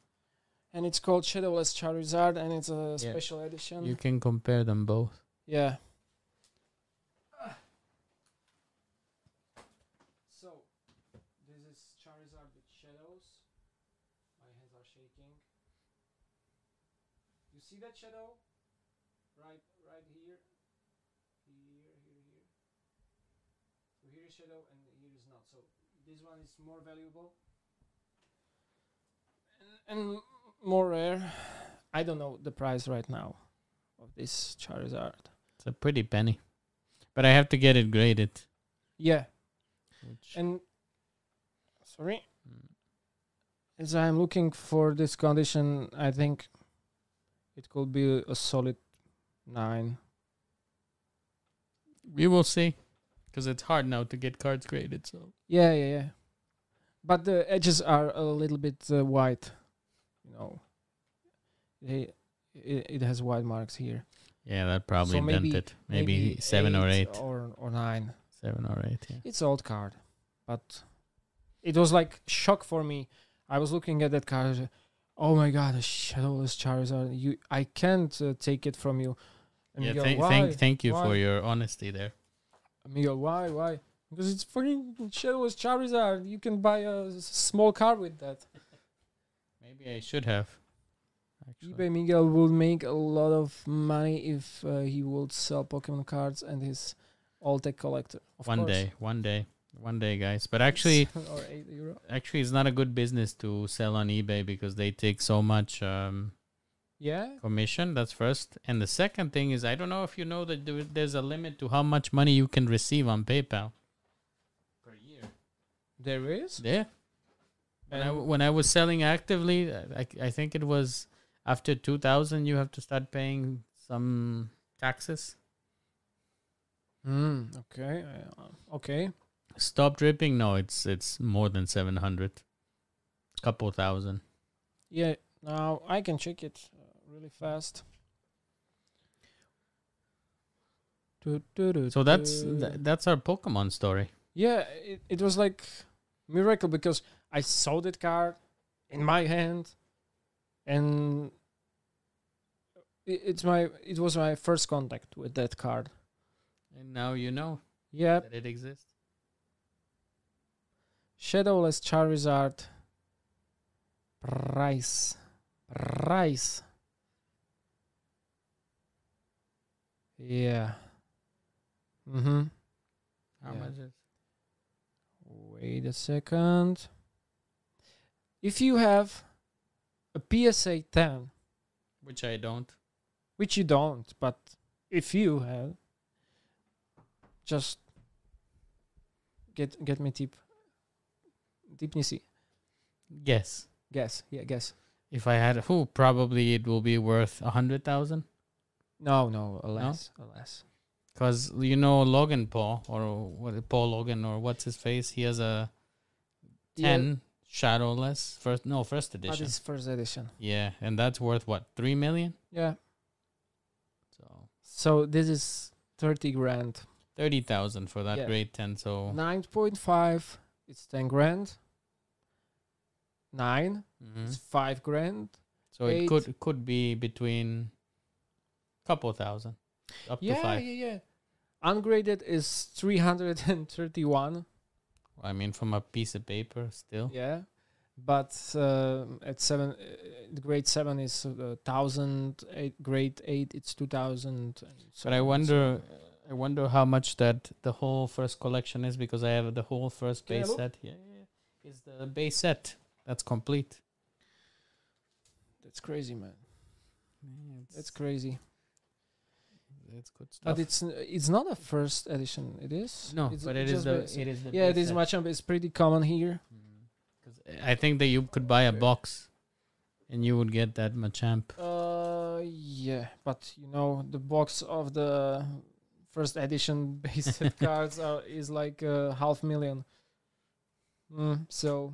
Speaker 2: And it's called Shadowless Charizard, and it's
Speaker 1: Yeah.
Speaker 2: a special edition.
Speaker 1: You can compare them both.
Speaker 2: yeah. So, this is Charizard with shadows. My hands are shaking. You see that shadow? Right, right here, here, here, here. So here is shadow and here is not. So this one is more valuable and, and more rare. I don't know the price right now of this Charizard.
Speaker 1: It's a pretty penny, but I have to get it graded.
Speaker 2: Yeah,
Speaker 1: Which
Speaker 2: and sorry.
Speaker 1: Mm.
Speaker 2: As I'm looking for this condition, I think it could be a solid nine.
Speaker 1: we will see, because it's hard now to get cards graded. So
Speaker 2: Yeah, yeah, yeah. But the edges are a little bit uh, white. You know, they, it, it has white marks here.
Speaker 1: yeah, that probably
Speaker 2: So maybe-
Speaker 1: dented. Maybe, seven or eight.
Speaker 2: or or nine.
Speaker 1: Seven or eight. Yeah.
Speaker 2: It's old card, but it was like shock for me. I was looking at that card. I was like, Oh my god, a shadowless Charizard! You, I can't uh, take it from you. And
Speaker 1: yeah
Speaker 2: Miguel,
Speaker 1: thank,
Speaker 2: why?
Speaker 1: thank thank you for
Speaker 2: Why?
Speaker 1: your honesty there.
Speaker 2: Miguel, why, why? Because it's fucking shadowless Charizard. You can buy a s- small car with that.
Speaker 1: Maybe I should have. Actually.
Speaker 2: eBay Miguel would make a lot of money if uh, he would sell Pokemon cards and his all tech collector. Of
Speaker 1: one
Speaker 2: course.
Speaker 1: day, one day, one day, guys. But actually,
Speaker 2: or eight euro.
Speaker 1: actually, it's not a good business to sell on eBay because they take so much um,
Speaker 2: Yeah,
Speaker 1: commission. That's first, and the second thing is I don't know if you know that there- there's a limit to how much money you can receive on PayPal per year.
Speaker 2: there is.
Speaker 1: Yeah. When I, w- when I was selling actively, I, I think it was after 2000, you have to start paying some taxes.
Speaker 2: Mm, okay, uh, okay.
Speaker 1: Stop dripping? No, it's it's more than 700. Couple thousand.
Speaker 2: Yeah, now I can check it uh, really fast. Du- du- du-
Speaker 1: So that's
Speaker 2: du.
Speaker 1: th- that's our Pokemon story.
Speaker 2: yeah. It, it was like miracle because I saw that card in my hand, and it, it's my it was my first contact with that card.
Speaker 1: And now you know
Speaker 2: Yeah,
Speaker 1: that it exists.
Speaker 2: Shadowless Charizard. Price, price. Yeah. Mm-hmm.
Speaker 1: How
Speaker 2: Yeah.
Speaker 1: much is?
Speaker 2: Wait a second. If you have a PSA 10,
Speaker 1: Which I don't.
Speaker 2: which you don't, but if you have, just get get me tip. Tip Nisi.
Speaker 1: Guess
Speaker 2: Guess. Yeah, guess.
Speaker 1: if I had who probably it will be worth a hundred thousand.
Speaker 2: No, no, alas, alas.
Speaker 1: Cause you know Logan Paul or what Paul Logan or what's his face? He has a ten shadowless first no first
Speaker 2: Yeah, but
Speaker 1: edition.
Speaker 2: it's first edition.
Speaker 1: Yeah, and that's worth what three million?
Speaker 2: Yeah.
Speaker 1: So
Speaker 2: So this is 30 grand.
Speaker 1: thirty thousand for that
Speaker 2: Yeah.
Speaker 1: grade ten. So
Speaker 2: 9.5, it's 10 grand. 9,
Speaker 1: mhm.
Speaker 2: it's 5 grand.
Speaker 1: so it
Speaker 2: eight.
Speaker 1: could it could be between couple thousand up to
Speaker 2: Yeah, yeah,
Speaker 1: five.
Speaker 2: yeah. Ungraded is 331.
Speaker 1: I mean, from a piece of paper still.
Speaker 2: Yeah. But uh, at 7, uh, the grade 7 is uh, 1000, eight, grade 8 it's 2000. and so
Speaker 1: But I
Speaker 2: on and so
Speaker 1: wonder, I wonder how much that the whole first collection is because I have the whole first
Speaker 2: Can I
Speaker 1: base
Speaker 2: look?
Speaker 1: set. Yeah, yeah, yeah. It's the base set that's complete.
Speaker 2: That's crazy, man.
Speaker 1: It's,
Speaker 2: That's crazy.
Speaker 1: it's good stuff.
Speaker 2: But it's n- it's not a first edition, it is?
Speaker 1: no,
Speaker 2: it's
Speaker 1: but it
Speaker 2: it's
Speaker 1: is
Speaker 2: just
Speaker 1: the
Speaker 2: bas-
Speaker 1: it is the
Speaker 2: Yeah,
Speaker 1: base
Speaker 2: this
Speaker 1: set.
Speaker 2: matchup is pretty common here.
Speaker 1: Cause I think that you could buy a
Speaker 2: Yeah.
Speaker 1: box, and you would get that Machamp.
Speaker 2: Uh, yeah, but you know the box of the first edition base set cards are, is like uh, half million. Mm, so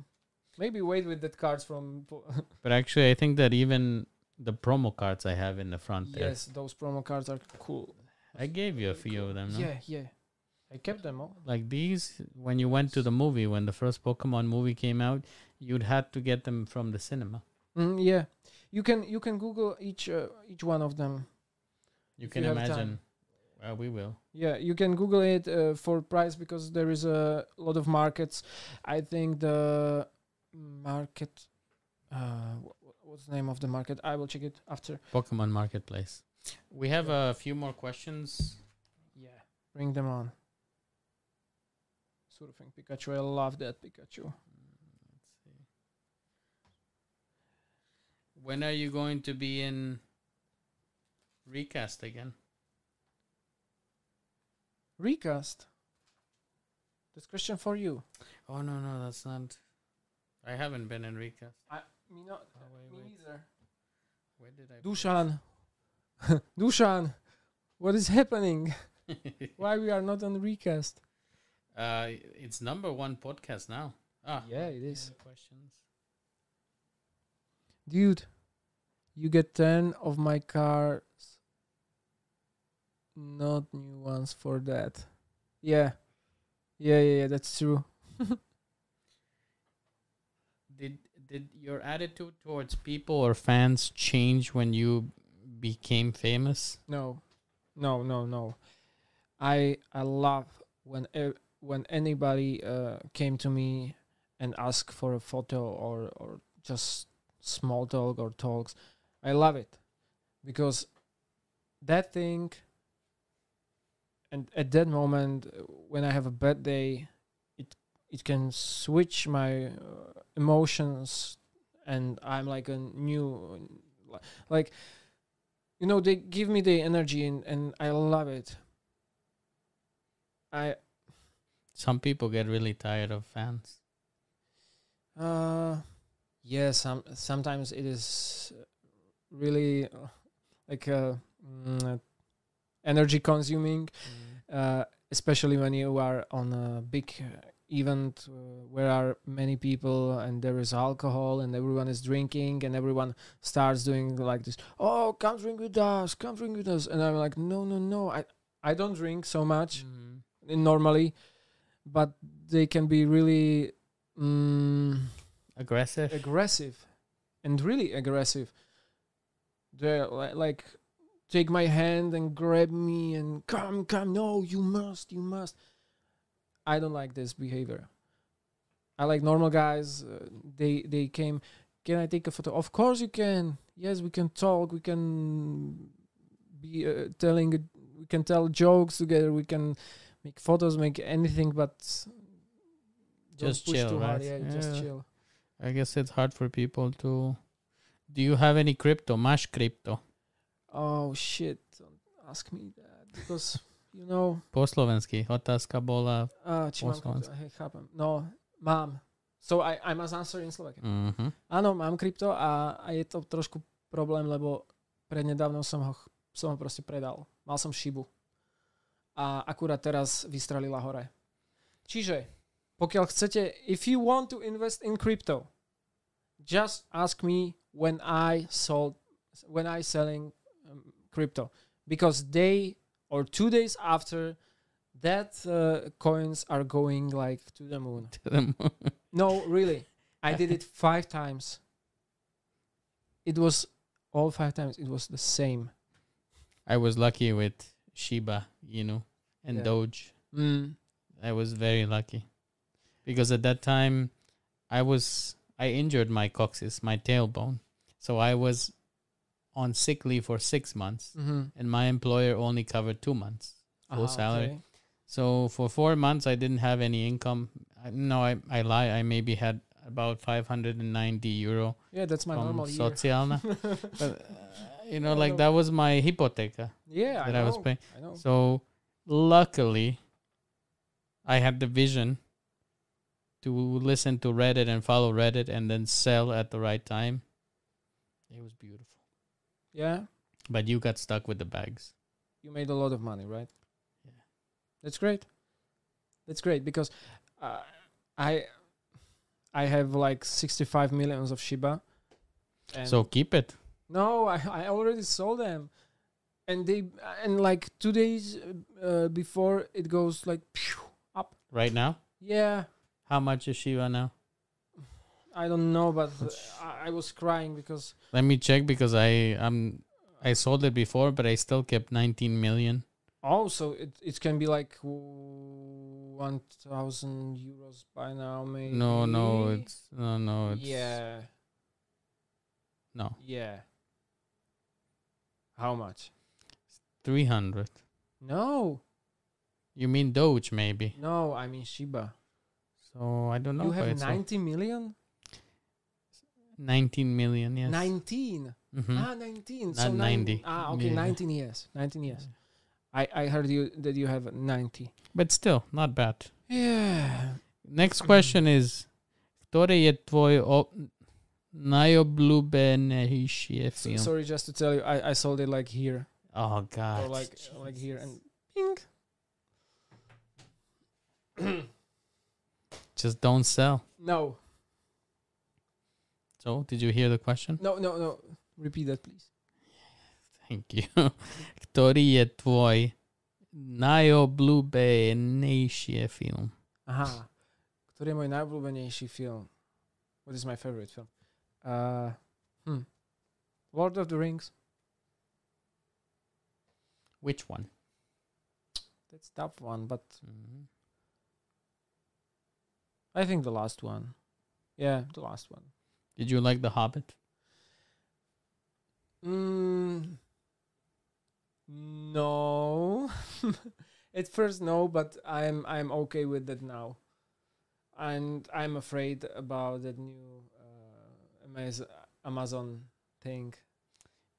Speaker 2: maybe wait with that cards from po-
Speaker 1: But actually, I think that even the promo cards I have in the front there,
Speaker 2: yes, those promo cards are cool.
Speaker 1: I gave you a few of them. No?
Speaker 2: Yeah, yeah, I kept them all.
Speaker 1: like these when you went to the movie when the first pokemon movie came out you'd had to get them from the cinema
Speaker 2: Mm, yeah, you can you can Google each uh, each one of them.
Speaker 1: you
Speaker 2: If
Speaker 1: can
Speaker 2: you have
Speaker 1: imagine well we will
Speaker 2: Yeah, you can Google it uh, for price because there is a lot of markets. I think the market, uh, wh- what's the name of the market? I will check it after.
Speaker 1: pokemon marketplace we have a few more questions
Speaker 2: Yeah, bring them on. Surfing Pikachu, I love that Pikachu.
Speaker 1: Mm, when are you going to be in recast again
Speaker 2: Recast. This question for you.
Speaker 1: oh no no that's not i haven't been in recast
Speaker 2: Me not.
Speaker 1: Oh, wait,
Speaker 2: me
Speaker 1: wait.
Speaker 2: neither.
Speaker 1: where did i put-
Speaker 2: Dushan, Dushan, what is happening? Why we are not on recast?
Speaker 1: uh it's number one podcast now ah
Speaker 2: Yeah,
Speaker 1: wait,
Speaker 2: it
Speaker 1: the
Speaker 2: is.
Speaker 1: other questions
Speaker 2: dude you get 10 of my cars not new ones for that yeah yeah yeah, yeah that's true
Speaker 1: did did your attitude towards people or fans change when you became famous
Speaker 2: no no no no i i love when e- when anybody uh, came to me and asked for a photo or or just small talk or talks i love it because that thing and at that moment uh, when i have a bad day it it can switch my uh, emotions and i'm like a new li- like you know they give me the energy and, and i love it i
Speaker 1: some people get really tired of fans
Speaker 2: uh yeah some sometimes it is really uh, like uh, mm, energy consuming
Speaker 1: Mm.
Speaker 2: uh, especially when you are on a big uh, event uh, where are many people and there is alcohol and everyone is drinking and everyone starts doing like this oh come drink with us come drink with us and i'm like no no no i i don't drink so much uh, normally but they can be really mm,
Speaker 1: aggressive
Speaker 2: aggressive and really aggressive they're li- like take my hand and grab me and come come no you must you must i don't like this behavior i like normal guys uh, they they came can i take a photo of course you can yes we can talk we can be uh, telling we can tell jokes together. We can make photos, make anything, but don't
Speaker 1: Just
Speaker 2: push
Speaker 1: chill,
Speaker 2: too hard.
Speaker 1: right?
Speaker 2: Yeah, just
Speaker 1: Yeah.
Speaker 2: chill.
Speaker 1: I guess it's hard for people to. Do you have any crypto? Mash crypto.
Speaker 2: Oh shit! Don't ask me that because you know.
Speaker 1: Po slovensky. Otázka bola...
Speaker 2: Uh, či mám
Speaker 1: Poslanec.
Speaker 2: krypto? Hej, chápem. No, mám. So I, I must answer in Slovakia.
Speaker 1: Mhm.
Speaker 2: Áno, mám krypto a, a je to trošku problém, lebo prednedávno som ho, ch- som ho proste predal. Mal som šibu. A akurát teraz vystrelila hore. Čiže, pokiaľ chcete, if you want to invest in crypto, just ask me when I sold, when I selling um, crypto. Because day or two days after, that uh, coins are going like to the moon. No, really. I did it five times. It was all five times. It was the same.
Speaker 1: I was lucky with Shiba, you know, and
Speaker 2: Yeah.
Speaker 1: Doge.
Speaker 2: Mm.
Speaker 1: I was very lucky because at that time I was I injured my coccyx, my tailbone. So I was on sick leave for 6 months
Speaker 2: Mm-hmm. Ah,
Speaker 1: and my employer only covered 2 months. Full salary. So for 4 months I didn't have any income. I, no, I I lie. I maybe had about 590 euro
Speaker 2: Yeah, that's my
Speaker 1: from
Speaker 2: normal year.
Speaker 1: Socialna. but, uh, you know,
Speaker 2: I
Speaker 1: like
Speaker 2: know.
Speaker 1: that was my hypotheca
Speaker 2: yeah, I
Speaker 1: that I, was
Speaker 2: know,
Speaker 1: paying.
Speaker 2: I know.
Speaker 1: So luckily, I had the vision to listen to Reddit and follow Reddit and then sell at the right time. It was beautiful.
Speaker 2: yeah,
Speaker 1: But you got stuck with the bags.
Speaker 2: you made a lot of money, right?
Speaker 1: Yeah.
Speaker 2: That's great. That's great because uh, I I have like 65 millions of Shiba. And
Speaker 1: so keep it.
Speaker 2: No, I, I already sold them, and they and like two days uh, before it goes like phew, up.
Speaker 1: Right now?
Speaker 2: Yeah,
Speaker 1: How much is Shiva now?
Speaker 2: I don't know, but uh,
Speaker 1: That's-
Speaker 2: I, I was crying because
Speaker 1: Let me check because I um I sold it before, but I still kept 19 million.
Speaker 2: also it it can be like one thousand euros by now, maybe.
Speaker 1: No, no, it's no, no, it's
Speaker 2: Mm. yeah,
Speaker 1: no
Speaker 2: yeah. How much?
Speaker 1: 300.
Speaker 2: No,
Speaker 1: You mean Doge maybe?
Speaker 2: no, I mean Shiba.
Speaker 1: So I don't know.
Speaker 2: you
Speaker 1: but
Speaker 2: have
Speaker 1: it's all-
Speaker 2: ninety million?
Speaker 1: 19 million, yes.
Speaker 2: Nineteen.
Speaker 1: Mhm.
Speaker 2: Ah, 19.
Speaker 1: Not
Speaker 2: so
Speaker 1: 90.
Speaker 2: Nine, ah, okay,
Speaker 1: Yeah.
Speaker 2: 19 years. 19 years. I, I heard you that you have 90.
Speaker 1: But still, not bad.
Speaker 2: Yeah.
Speaker 1: Next question is, ktorý je tvoj o- najobľúbenejšie
Speaker 2: So,
Speaker 1: film?
Speaker 2: Sorry, just to tell you, I, I sold it like here
Speaker 1: oh God.
Speaker 2: or like like here and ping.
Speaker 1: Just don't sell.
Speaker 2: No,
Speaker 1: So, did you hear the question?
Speaker 2: no, no, no. Repeat that, please.
Speaker 1: Thank you. ktorý je tvoj najobľúbenejšie film?
Speaker 2: Aha. Ktorý je môj najobľúbenejší film? What is my favorite film? Uh, hmm. Lord of the Rings.
Speaker 1: Which one?
Speaker 2: That's tough one, but
Speaker 1: Mm-hmm.
Speaker 2: I think the last one. Yeah, the last one.
Speaker 1: Did you like The Hobbit?
Speaker 2: Mm, no. At first, no, but I'm I'm okay with that now, and I'm afraid about that new uh, Amaz- Amazon thing.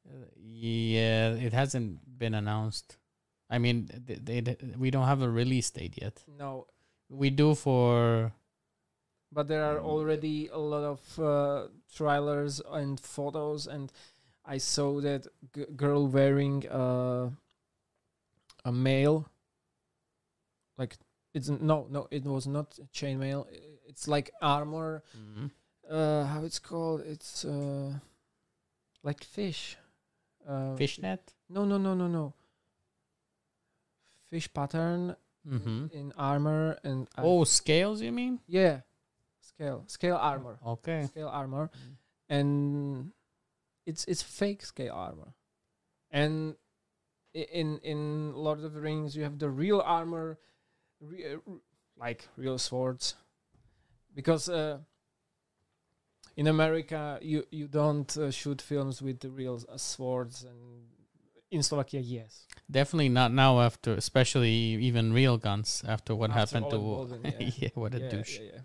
Speaker 1: Uh, Yeah, it hasn't been announced. I mean, th- they, they, we don't have a release date yet.
Speaker 2: No,
Speaker 1: We do for
Speaker 2: but there are already a lot of uh, trailers and photos, and I saw that g- girl wearing uh, a mail. Like it's n- no, no, it was not chain mail. i- It's like armor.
Speaker 1: Mm-hmm.
Speaker 2: Uh, how it's called? It's uh, like fish. Uh,
Speaker 1: fishnet.
Speaker 2: No, no, no, no, no. Fish pattern
Speaker 1: Mm-hmm.
Speaker 2: in armor and I-
Speaker 1: Oh, scales. You mean?
Speaker 2: yeah, scale scale armor
Speaker 1: Okay.
Speaker 2: scale armor
Speaker 1: Mm.
Speaker 2: and it's it's fake scale armor and i- in in lord of the rings you have the real armor re- uh, r- like real swords because uh in america you you don't uh, shoot films with the real s- uh, swords and in Slovakia, yes.
Speaker 1: Definitely not now after, especially even real guns after what
Speaker 2: After
Speaker 1: happened to.
Speaker 2: Oleg Bolden, yeah.
Speaker 1: yeah. what a
Speaker 2: yeah,
Speaker 1: douche.
Speaker 2: Yeah, yeah.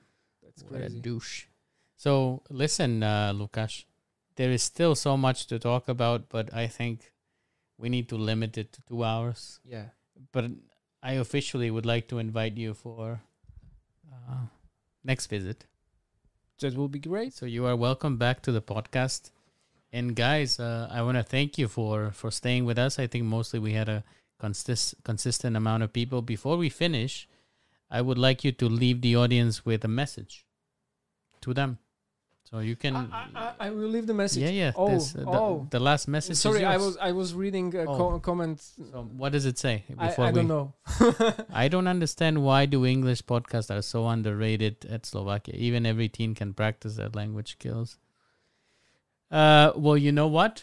Speaker 2: That's
Speaker 1: what a
Speaker 2: crazy.
Speaker 1: douche. So listen, uh, Lukash, there is still so much to talk about, but I think we need to limit it to two hours.
Speaker 2: yeah.
Speaker 1: But I officially would like to invite you for uh, next visit.
Speaker 2: That will be great.
Speaker 1: So you are welcome back to the podcast. And guys, uh, I want to thank you for for staying with us. I think mostly we had a consist- consistent amount of people. Before we finish, I would like you to leave the audience with a message to them. So you can
Speaker 2: I, I, I will leave the message.
Speaker 1: Yeah, yeah.
Speaker 2: Oh,
Speaker 1: this, uh, the,
Speaker 2: oh.
Speaker 1: the last message.
Speaker 2: Sorry,
Speaker 1: is
Speaker 2: I
Speaker 1: yours.
Speaker 2: was I was reading a
Speaker 1: Oh.
Speaker 2: co- comment.
Speaker 1: So what does it say
Speaker 2: I,
Speaker 1: before
Speaker 2: I
Speaker 1: we
Speaker 2: don't know.
Speaker 1: I don't understand why do English podcasts are so underrated at Slovakia. Even every teen can practice their language skills. Uh, well, you know what?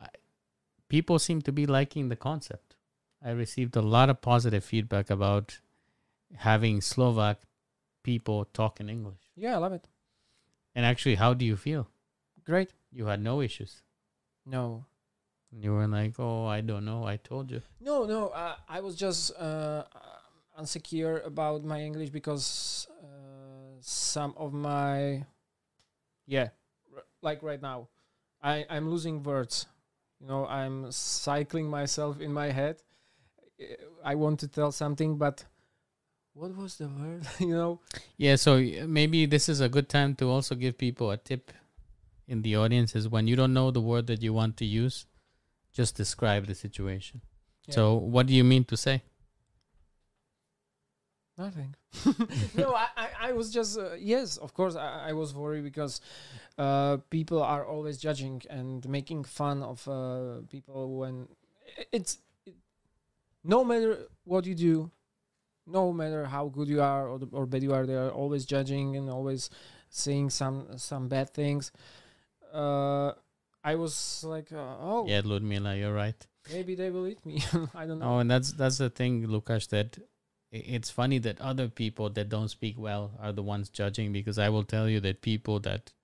Speaker 1: I, people seem to be liking the concept. I received a lot of positive feedback about having Slovak people talk in English.
Speaker 2: yeah, I love it.
Speaker 1: And actually, how do you feel?
Speaker 2: Great.
Speaker 1: You had no issues.
Speaker 2: No,
Speaker 1: You were like, "Oh, I don't know. I told you."
Speaker 2: No, no. Uh, I was just uh, insecure about my English because uh, some of my, yeah, r- like right now, I I'm losing words. You know, I'm cycling myself in my head. Uh, I want to tell something, but what was the word? you know,
Speaker 1: Yeah, so y- maybe this is a good time to also give people a tip in the audience is when you don't know the word that you want to use, just describe the situation.
Speaker 2: Yeah.
Speaker 1: So, what do you mean to say?
Speaker 2: Nothing. no, I, I, I was just uh, yes, of course. I, I was worried because uh, people are always judging and making fun of uh, people when i- it's it, no matter what you do, no matter how good you are or, the, or bad you are, they are always judging and always saying some some bad things. Uh, I was like, uh, oh,
Speaker 1: Yeah, Ludmila, you're right.
Speaker 2: maybe they will eat me. I don't
Speaker 1: No,
Speaker 2: know.
Speaker 1: and that's that's the thing, Lukash. That i- it's funny that other people that don't speak well are the ones judging. Because I will tell you that people that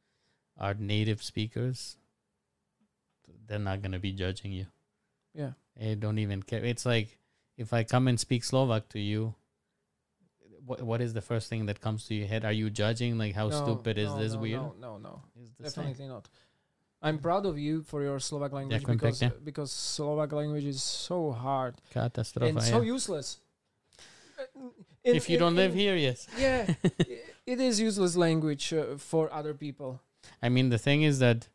Speaker 1: are native speakers, they're not gonna be judging you.
Speaker 2: Yeah.
Speaker 1: they don't even care. It's like if I come and speak Slovak to you. What, what is the first thing that comes to your head? Are you judging? Like, how
Speaker 2: No,
Speaker 1: stupid is
Speaker 2: no,
Speaker 1: this
Speaker 2: no,
Speaker 1: weird?
Speaker 2: No, no, no.
Speaker 1: Is the same.
Speaker 2: Definitely not. I'm proud of you for your Slovak language
Speaker 1: Ďakujem
Speaker 2: because,
Speaker 1: pekne.
Speaker 2: because Slovak language is so hard
Speaker 1: Catastrophe.
Speaker 2: and so
Speaker 1: yeah.
Speaker 2: useless. Uh, In-
Speaker 1: if you
Speaker 2: in-
Speaker 1: don't live
Speaker 2: in-
Speaker 1: here, yes.
Speaker 2: yeah, i- it is useless language uh, for other people.
Speaker 1: I mean, the thing is that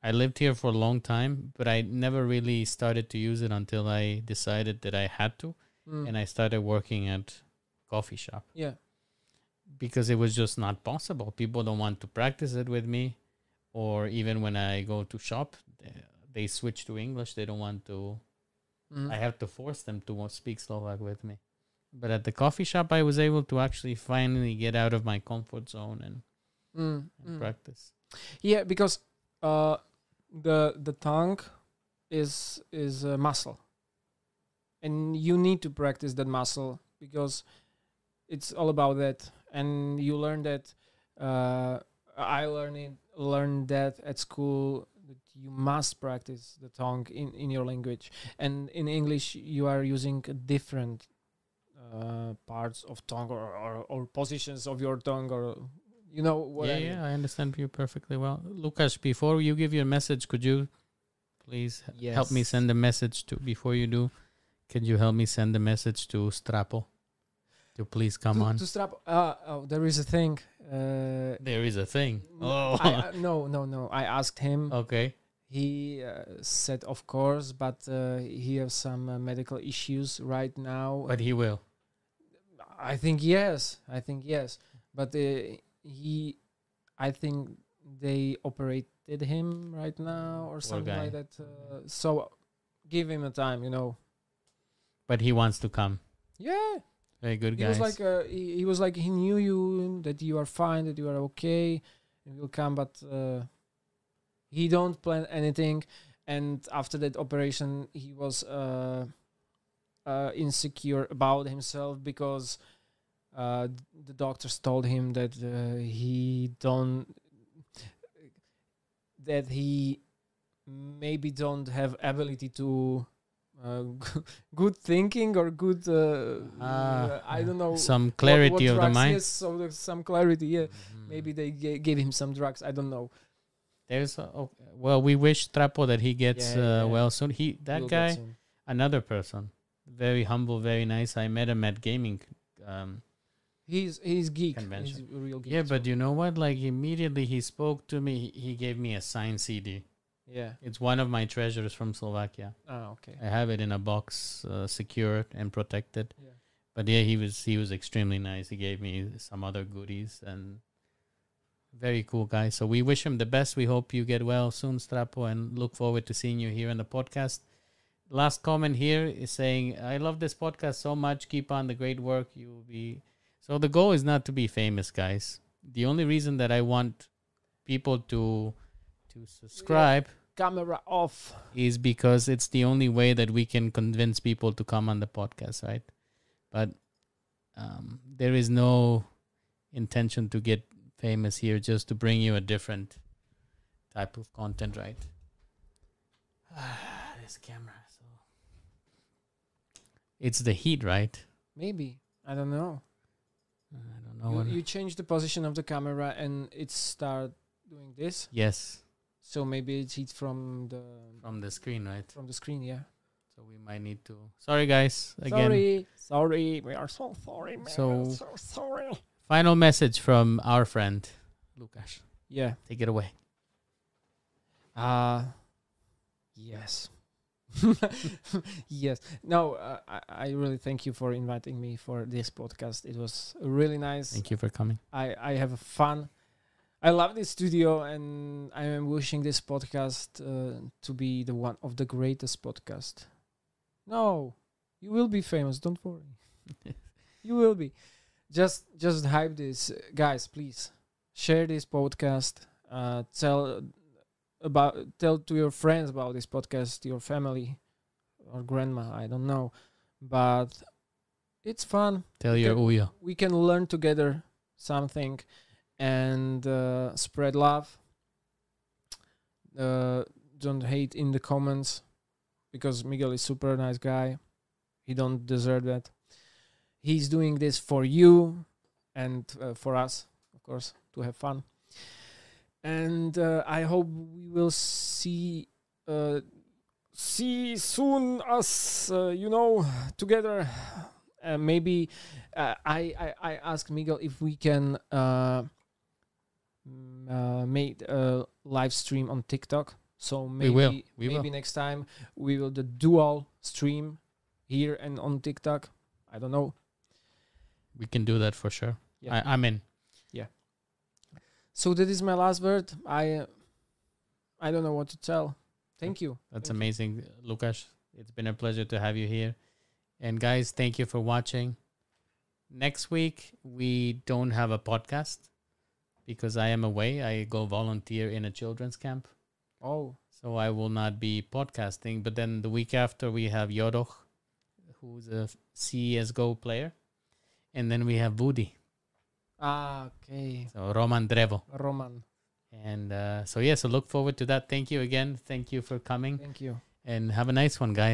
Speaker 1: I lived here for a long time, but I never really started to use it until I decided that I had to,
Speaker 2: Mm,
Speaker 1: and I started working at coffee shop
Speaker 2: yeah,
Speaker 1: because it was just not possible. People don't want to practice it with me, or even when I go to shop, th- they switch to English. They don't want to.
Speaker 2: mm,
Speaker 1: I have to force them to wa- speak Slovak with me. But at the coffee shop, I was able to actually finally get out of my comfort zone and,
Speaker 2: mm,
Speaker 1: and
Speaker 2: mm.
Speaker 1: practice.
Speaker 2: yeah, because uh, the the tongue is is a muscle, and you need to practice that muscle because it's all about that, and you learn that. Uh, I learned it, learned that at school that you must practice the tongue in in your language, and in English you are using different uh, parts of tongue or, or or positions of your tongue or you know what
Speaker 1: yeah,
Speaker 2: I mean.
Speaker 1: yeah, I understand you perfectly well. Lucas, before you give your message, could you please h- help me
Speaker 2: Yes.
Speaker 1: send a message to, before you do, can you help me send a message to Strapo to please come
Speaker 2: to,
Speaker 1: on?
Speaker 2: to strap. Uh, oh, there is a thing. Uh,
Speaker 1: there is a thing.
Speaker 2: n-
Speaker 1: Oh,
Speaker 2: I, I- no, no, no. I asked him.
Speaker 1: okay.
Speaker 2: He uh, said, of course, but uh, he has some uh, medical issues right now.
Speaker 1: But he will.
Speaker 2: I think yes. I think yes. But uh, he, I think they operated him right now
Speaker 1: Poor
Speaker 2: or something
Speaker 1: guy.
Speaker 2: like that. Uh, so give him a time, you know.
Speaker 1: But he wants to come.
Speaker 2: Yeah.
Speaker 1: Very good,
Speaker 2: He
Speaker 1: guys.
Speaker 2: was like, uh, he, he was like, he knew you and that you are fine, that you are okay, and will come, but uh, he don't plan anything. And after that operation, he was uh, uh, insecure about himself because uh, the doctors told him that uh, he don't that he maybe don't have ability to uh, good thinking or good uh,
Speaker 1: Ah,
Speaker 2: uh, I don't know
Speaker 1: some
Speaker 2: what-
Speaker 1: clarity of
Speaker 2: what
Speaker 1: the
Speaker 2: drugs,
Speaker 1: mind.
Speaker 2: Yes, so there's some clarity. Yeah,
Speaker 1: Mhm.
Speaker 2: uh, maybe they ga- gave him some drugs. I don't know.
Speaker 1: There's a, oh, well, we wish Trapo that he gets
Speaker 2: Yeah, yeah,
Speaker 1: uh,
Speaker 2: yeah.
Speaker 1: well soon. He that
Speaker 2: We'll get
Speaker 1: guy,
Speaker 2: some.
Speaker 1: another person, very humble, very nice. I met him at gaming. Um,
Speaker 2: He's he's geek. He's
Speaker 1: Convention.
Speaker 2: a real geek.
Speaker 1: yeah, but you know what? Like immediately he spoke to me. He, he gave me a signed CD.
Speaker 2: yeah.
Speaker 1: It's one of my treasures from Slovakia.
Speaker 2: Ah, okay.
Speaker 1: I have it in a box, uh, secured and protected.
Speaker 2: Yeah.
Speaker 1: But yeah, he was he was extremely nice. He gave me some other goodies and very cool guy. So we wish him the best. We hope you get well soon, Strapo, and look forward to seeing you here on the podcast. Last comment here is saying, "I love this podcast so much. Keep on the great work. You will be." So the goal is not to be famous, guys. The only reason that I want people to to subscribe
Speaker 2: Camera off.
Speaker 1: is because it's the only way that we can convince people to come on the podcast, right? But um, there is no intention to get famous here, just to bring you a different type of content, right? this camera. So. It's the heat, right?
Speaker 2: Maybe I don't know.
Speaker 1: Uh, I don't know.
Speaker 2: You,
Speaker 1: what-
Speaker 2: you change the position of the camera and it start doing this.
Speaker 1: yes,
Speaker 2: So maybe it's heat from the
Speaker 1: from the screen, right?
Speaker 2: from the screen. Yeah.
Speaker 1: So we might need to. Sorry, guys. Again,
Speaker 2: Sorry, sorry. We are so sorry, man.
Speaker 1: So-
Speaker 2: So sorry.
Speaker 1: final message from our friend, Lukash.
Speaker 2: Yeah.
Speaker 1: Take it away.
Speaker 2: Uh yes. yes. No, uh, I, I really thank you for inviting me for this podcast. It was really nice.
Speaker 1: Thank you for coming.
Speaker 2: I, I have fun. I love this studio, and I am wishing this podcast uh, to be the one of the greatest podcast. No, you will be famous. Don't worry, you will be. Just just hype this, guys. Please share this podcast. Uh, tell about tell to your friends about this podcast, your family or grandma. I don't know, but it's fun
Speaker 1: Tell your Uyo.
Speaker 2: we can learn together something and uh, spread love. Uh, don't hate in the comments because Miguel is super nice guy. He don't deserve that. He's doing this for you and uh, for us, of course, to have fun. And uh, I hope we will see uh, see soon us, uh, you know, together. Uh, maybe uh, I, I I asked Miguel if we can uh, mm, uh, make a live stream on TikTok. So maybe
Speaker 1: will. We will.
Speaker 2: maybe next time we will the dual stream here and on TikTok. I don't know.
Speaker 1: We can do that for sure.
Speaker 2: Yeah.
Speaker 1: I, I'm in.
Speaker 2: So that is my last word. I uh, I don't know what to tell. Thank you.
Speaker 1: That's
Speaker 2: Thank
Speaker 1: amazing, Lukash. It's been a pleasure to have you here. And guys, thank you for watching. Next week, we don't have a podcast because I am away. I go volunteer in a children's camp.
Speaker 2: you. Oh,
Speaker 1: So I will not be podcasting. But then the week after, we have Yoroch, who's a CSGO player. And then we have Budi,
Speaker 2: ah, okay.
Speaker 1: so Roman Drevo.
Speaker 2: Roman,
Speaker 1: And uh, so, yeah, so look forward to that. Thank you again. Thank you for coming.
Speaker 2: thank you.
Speaker 1: and have a nice one, guys.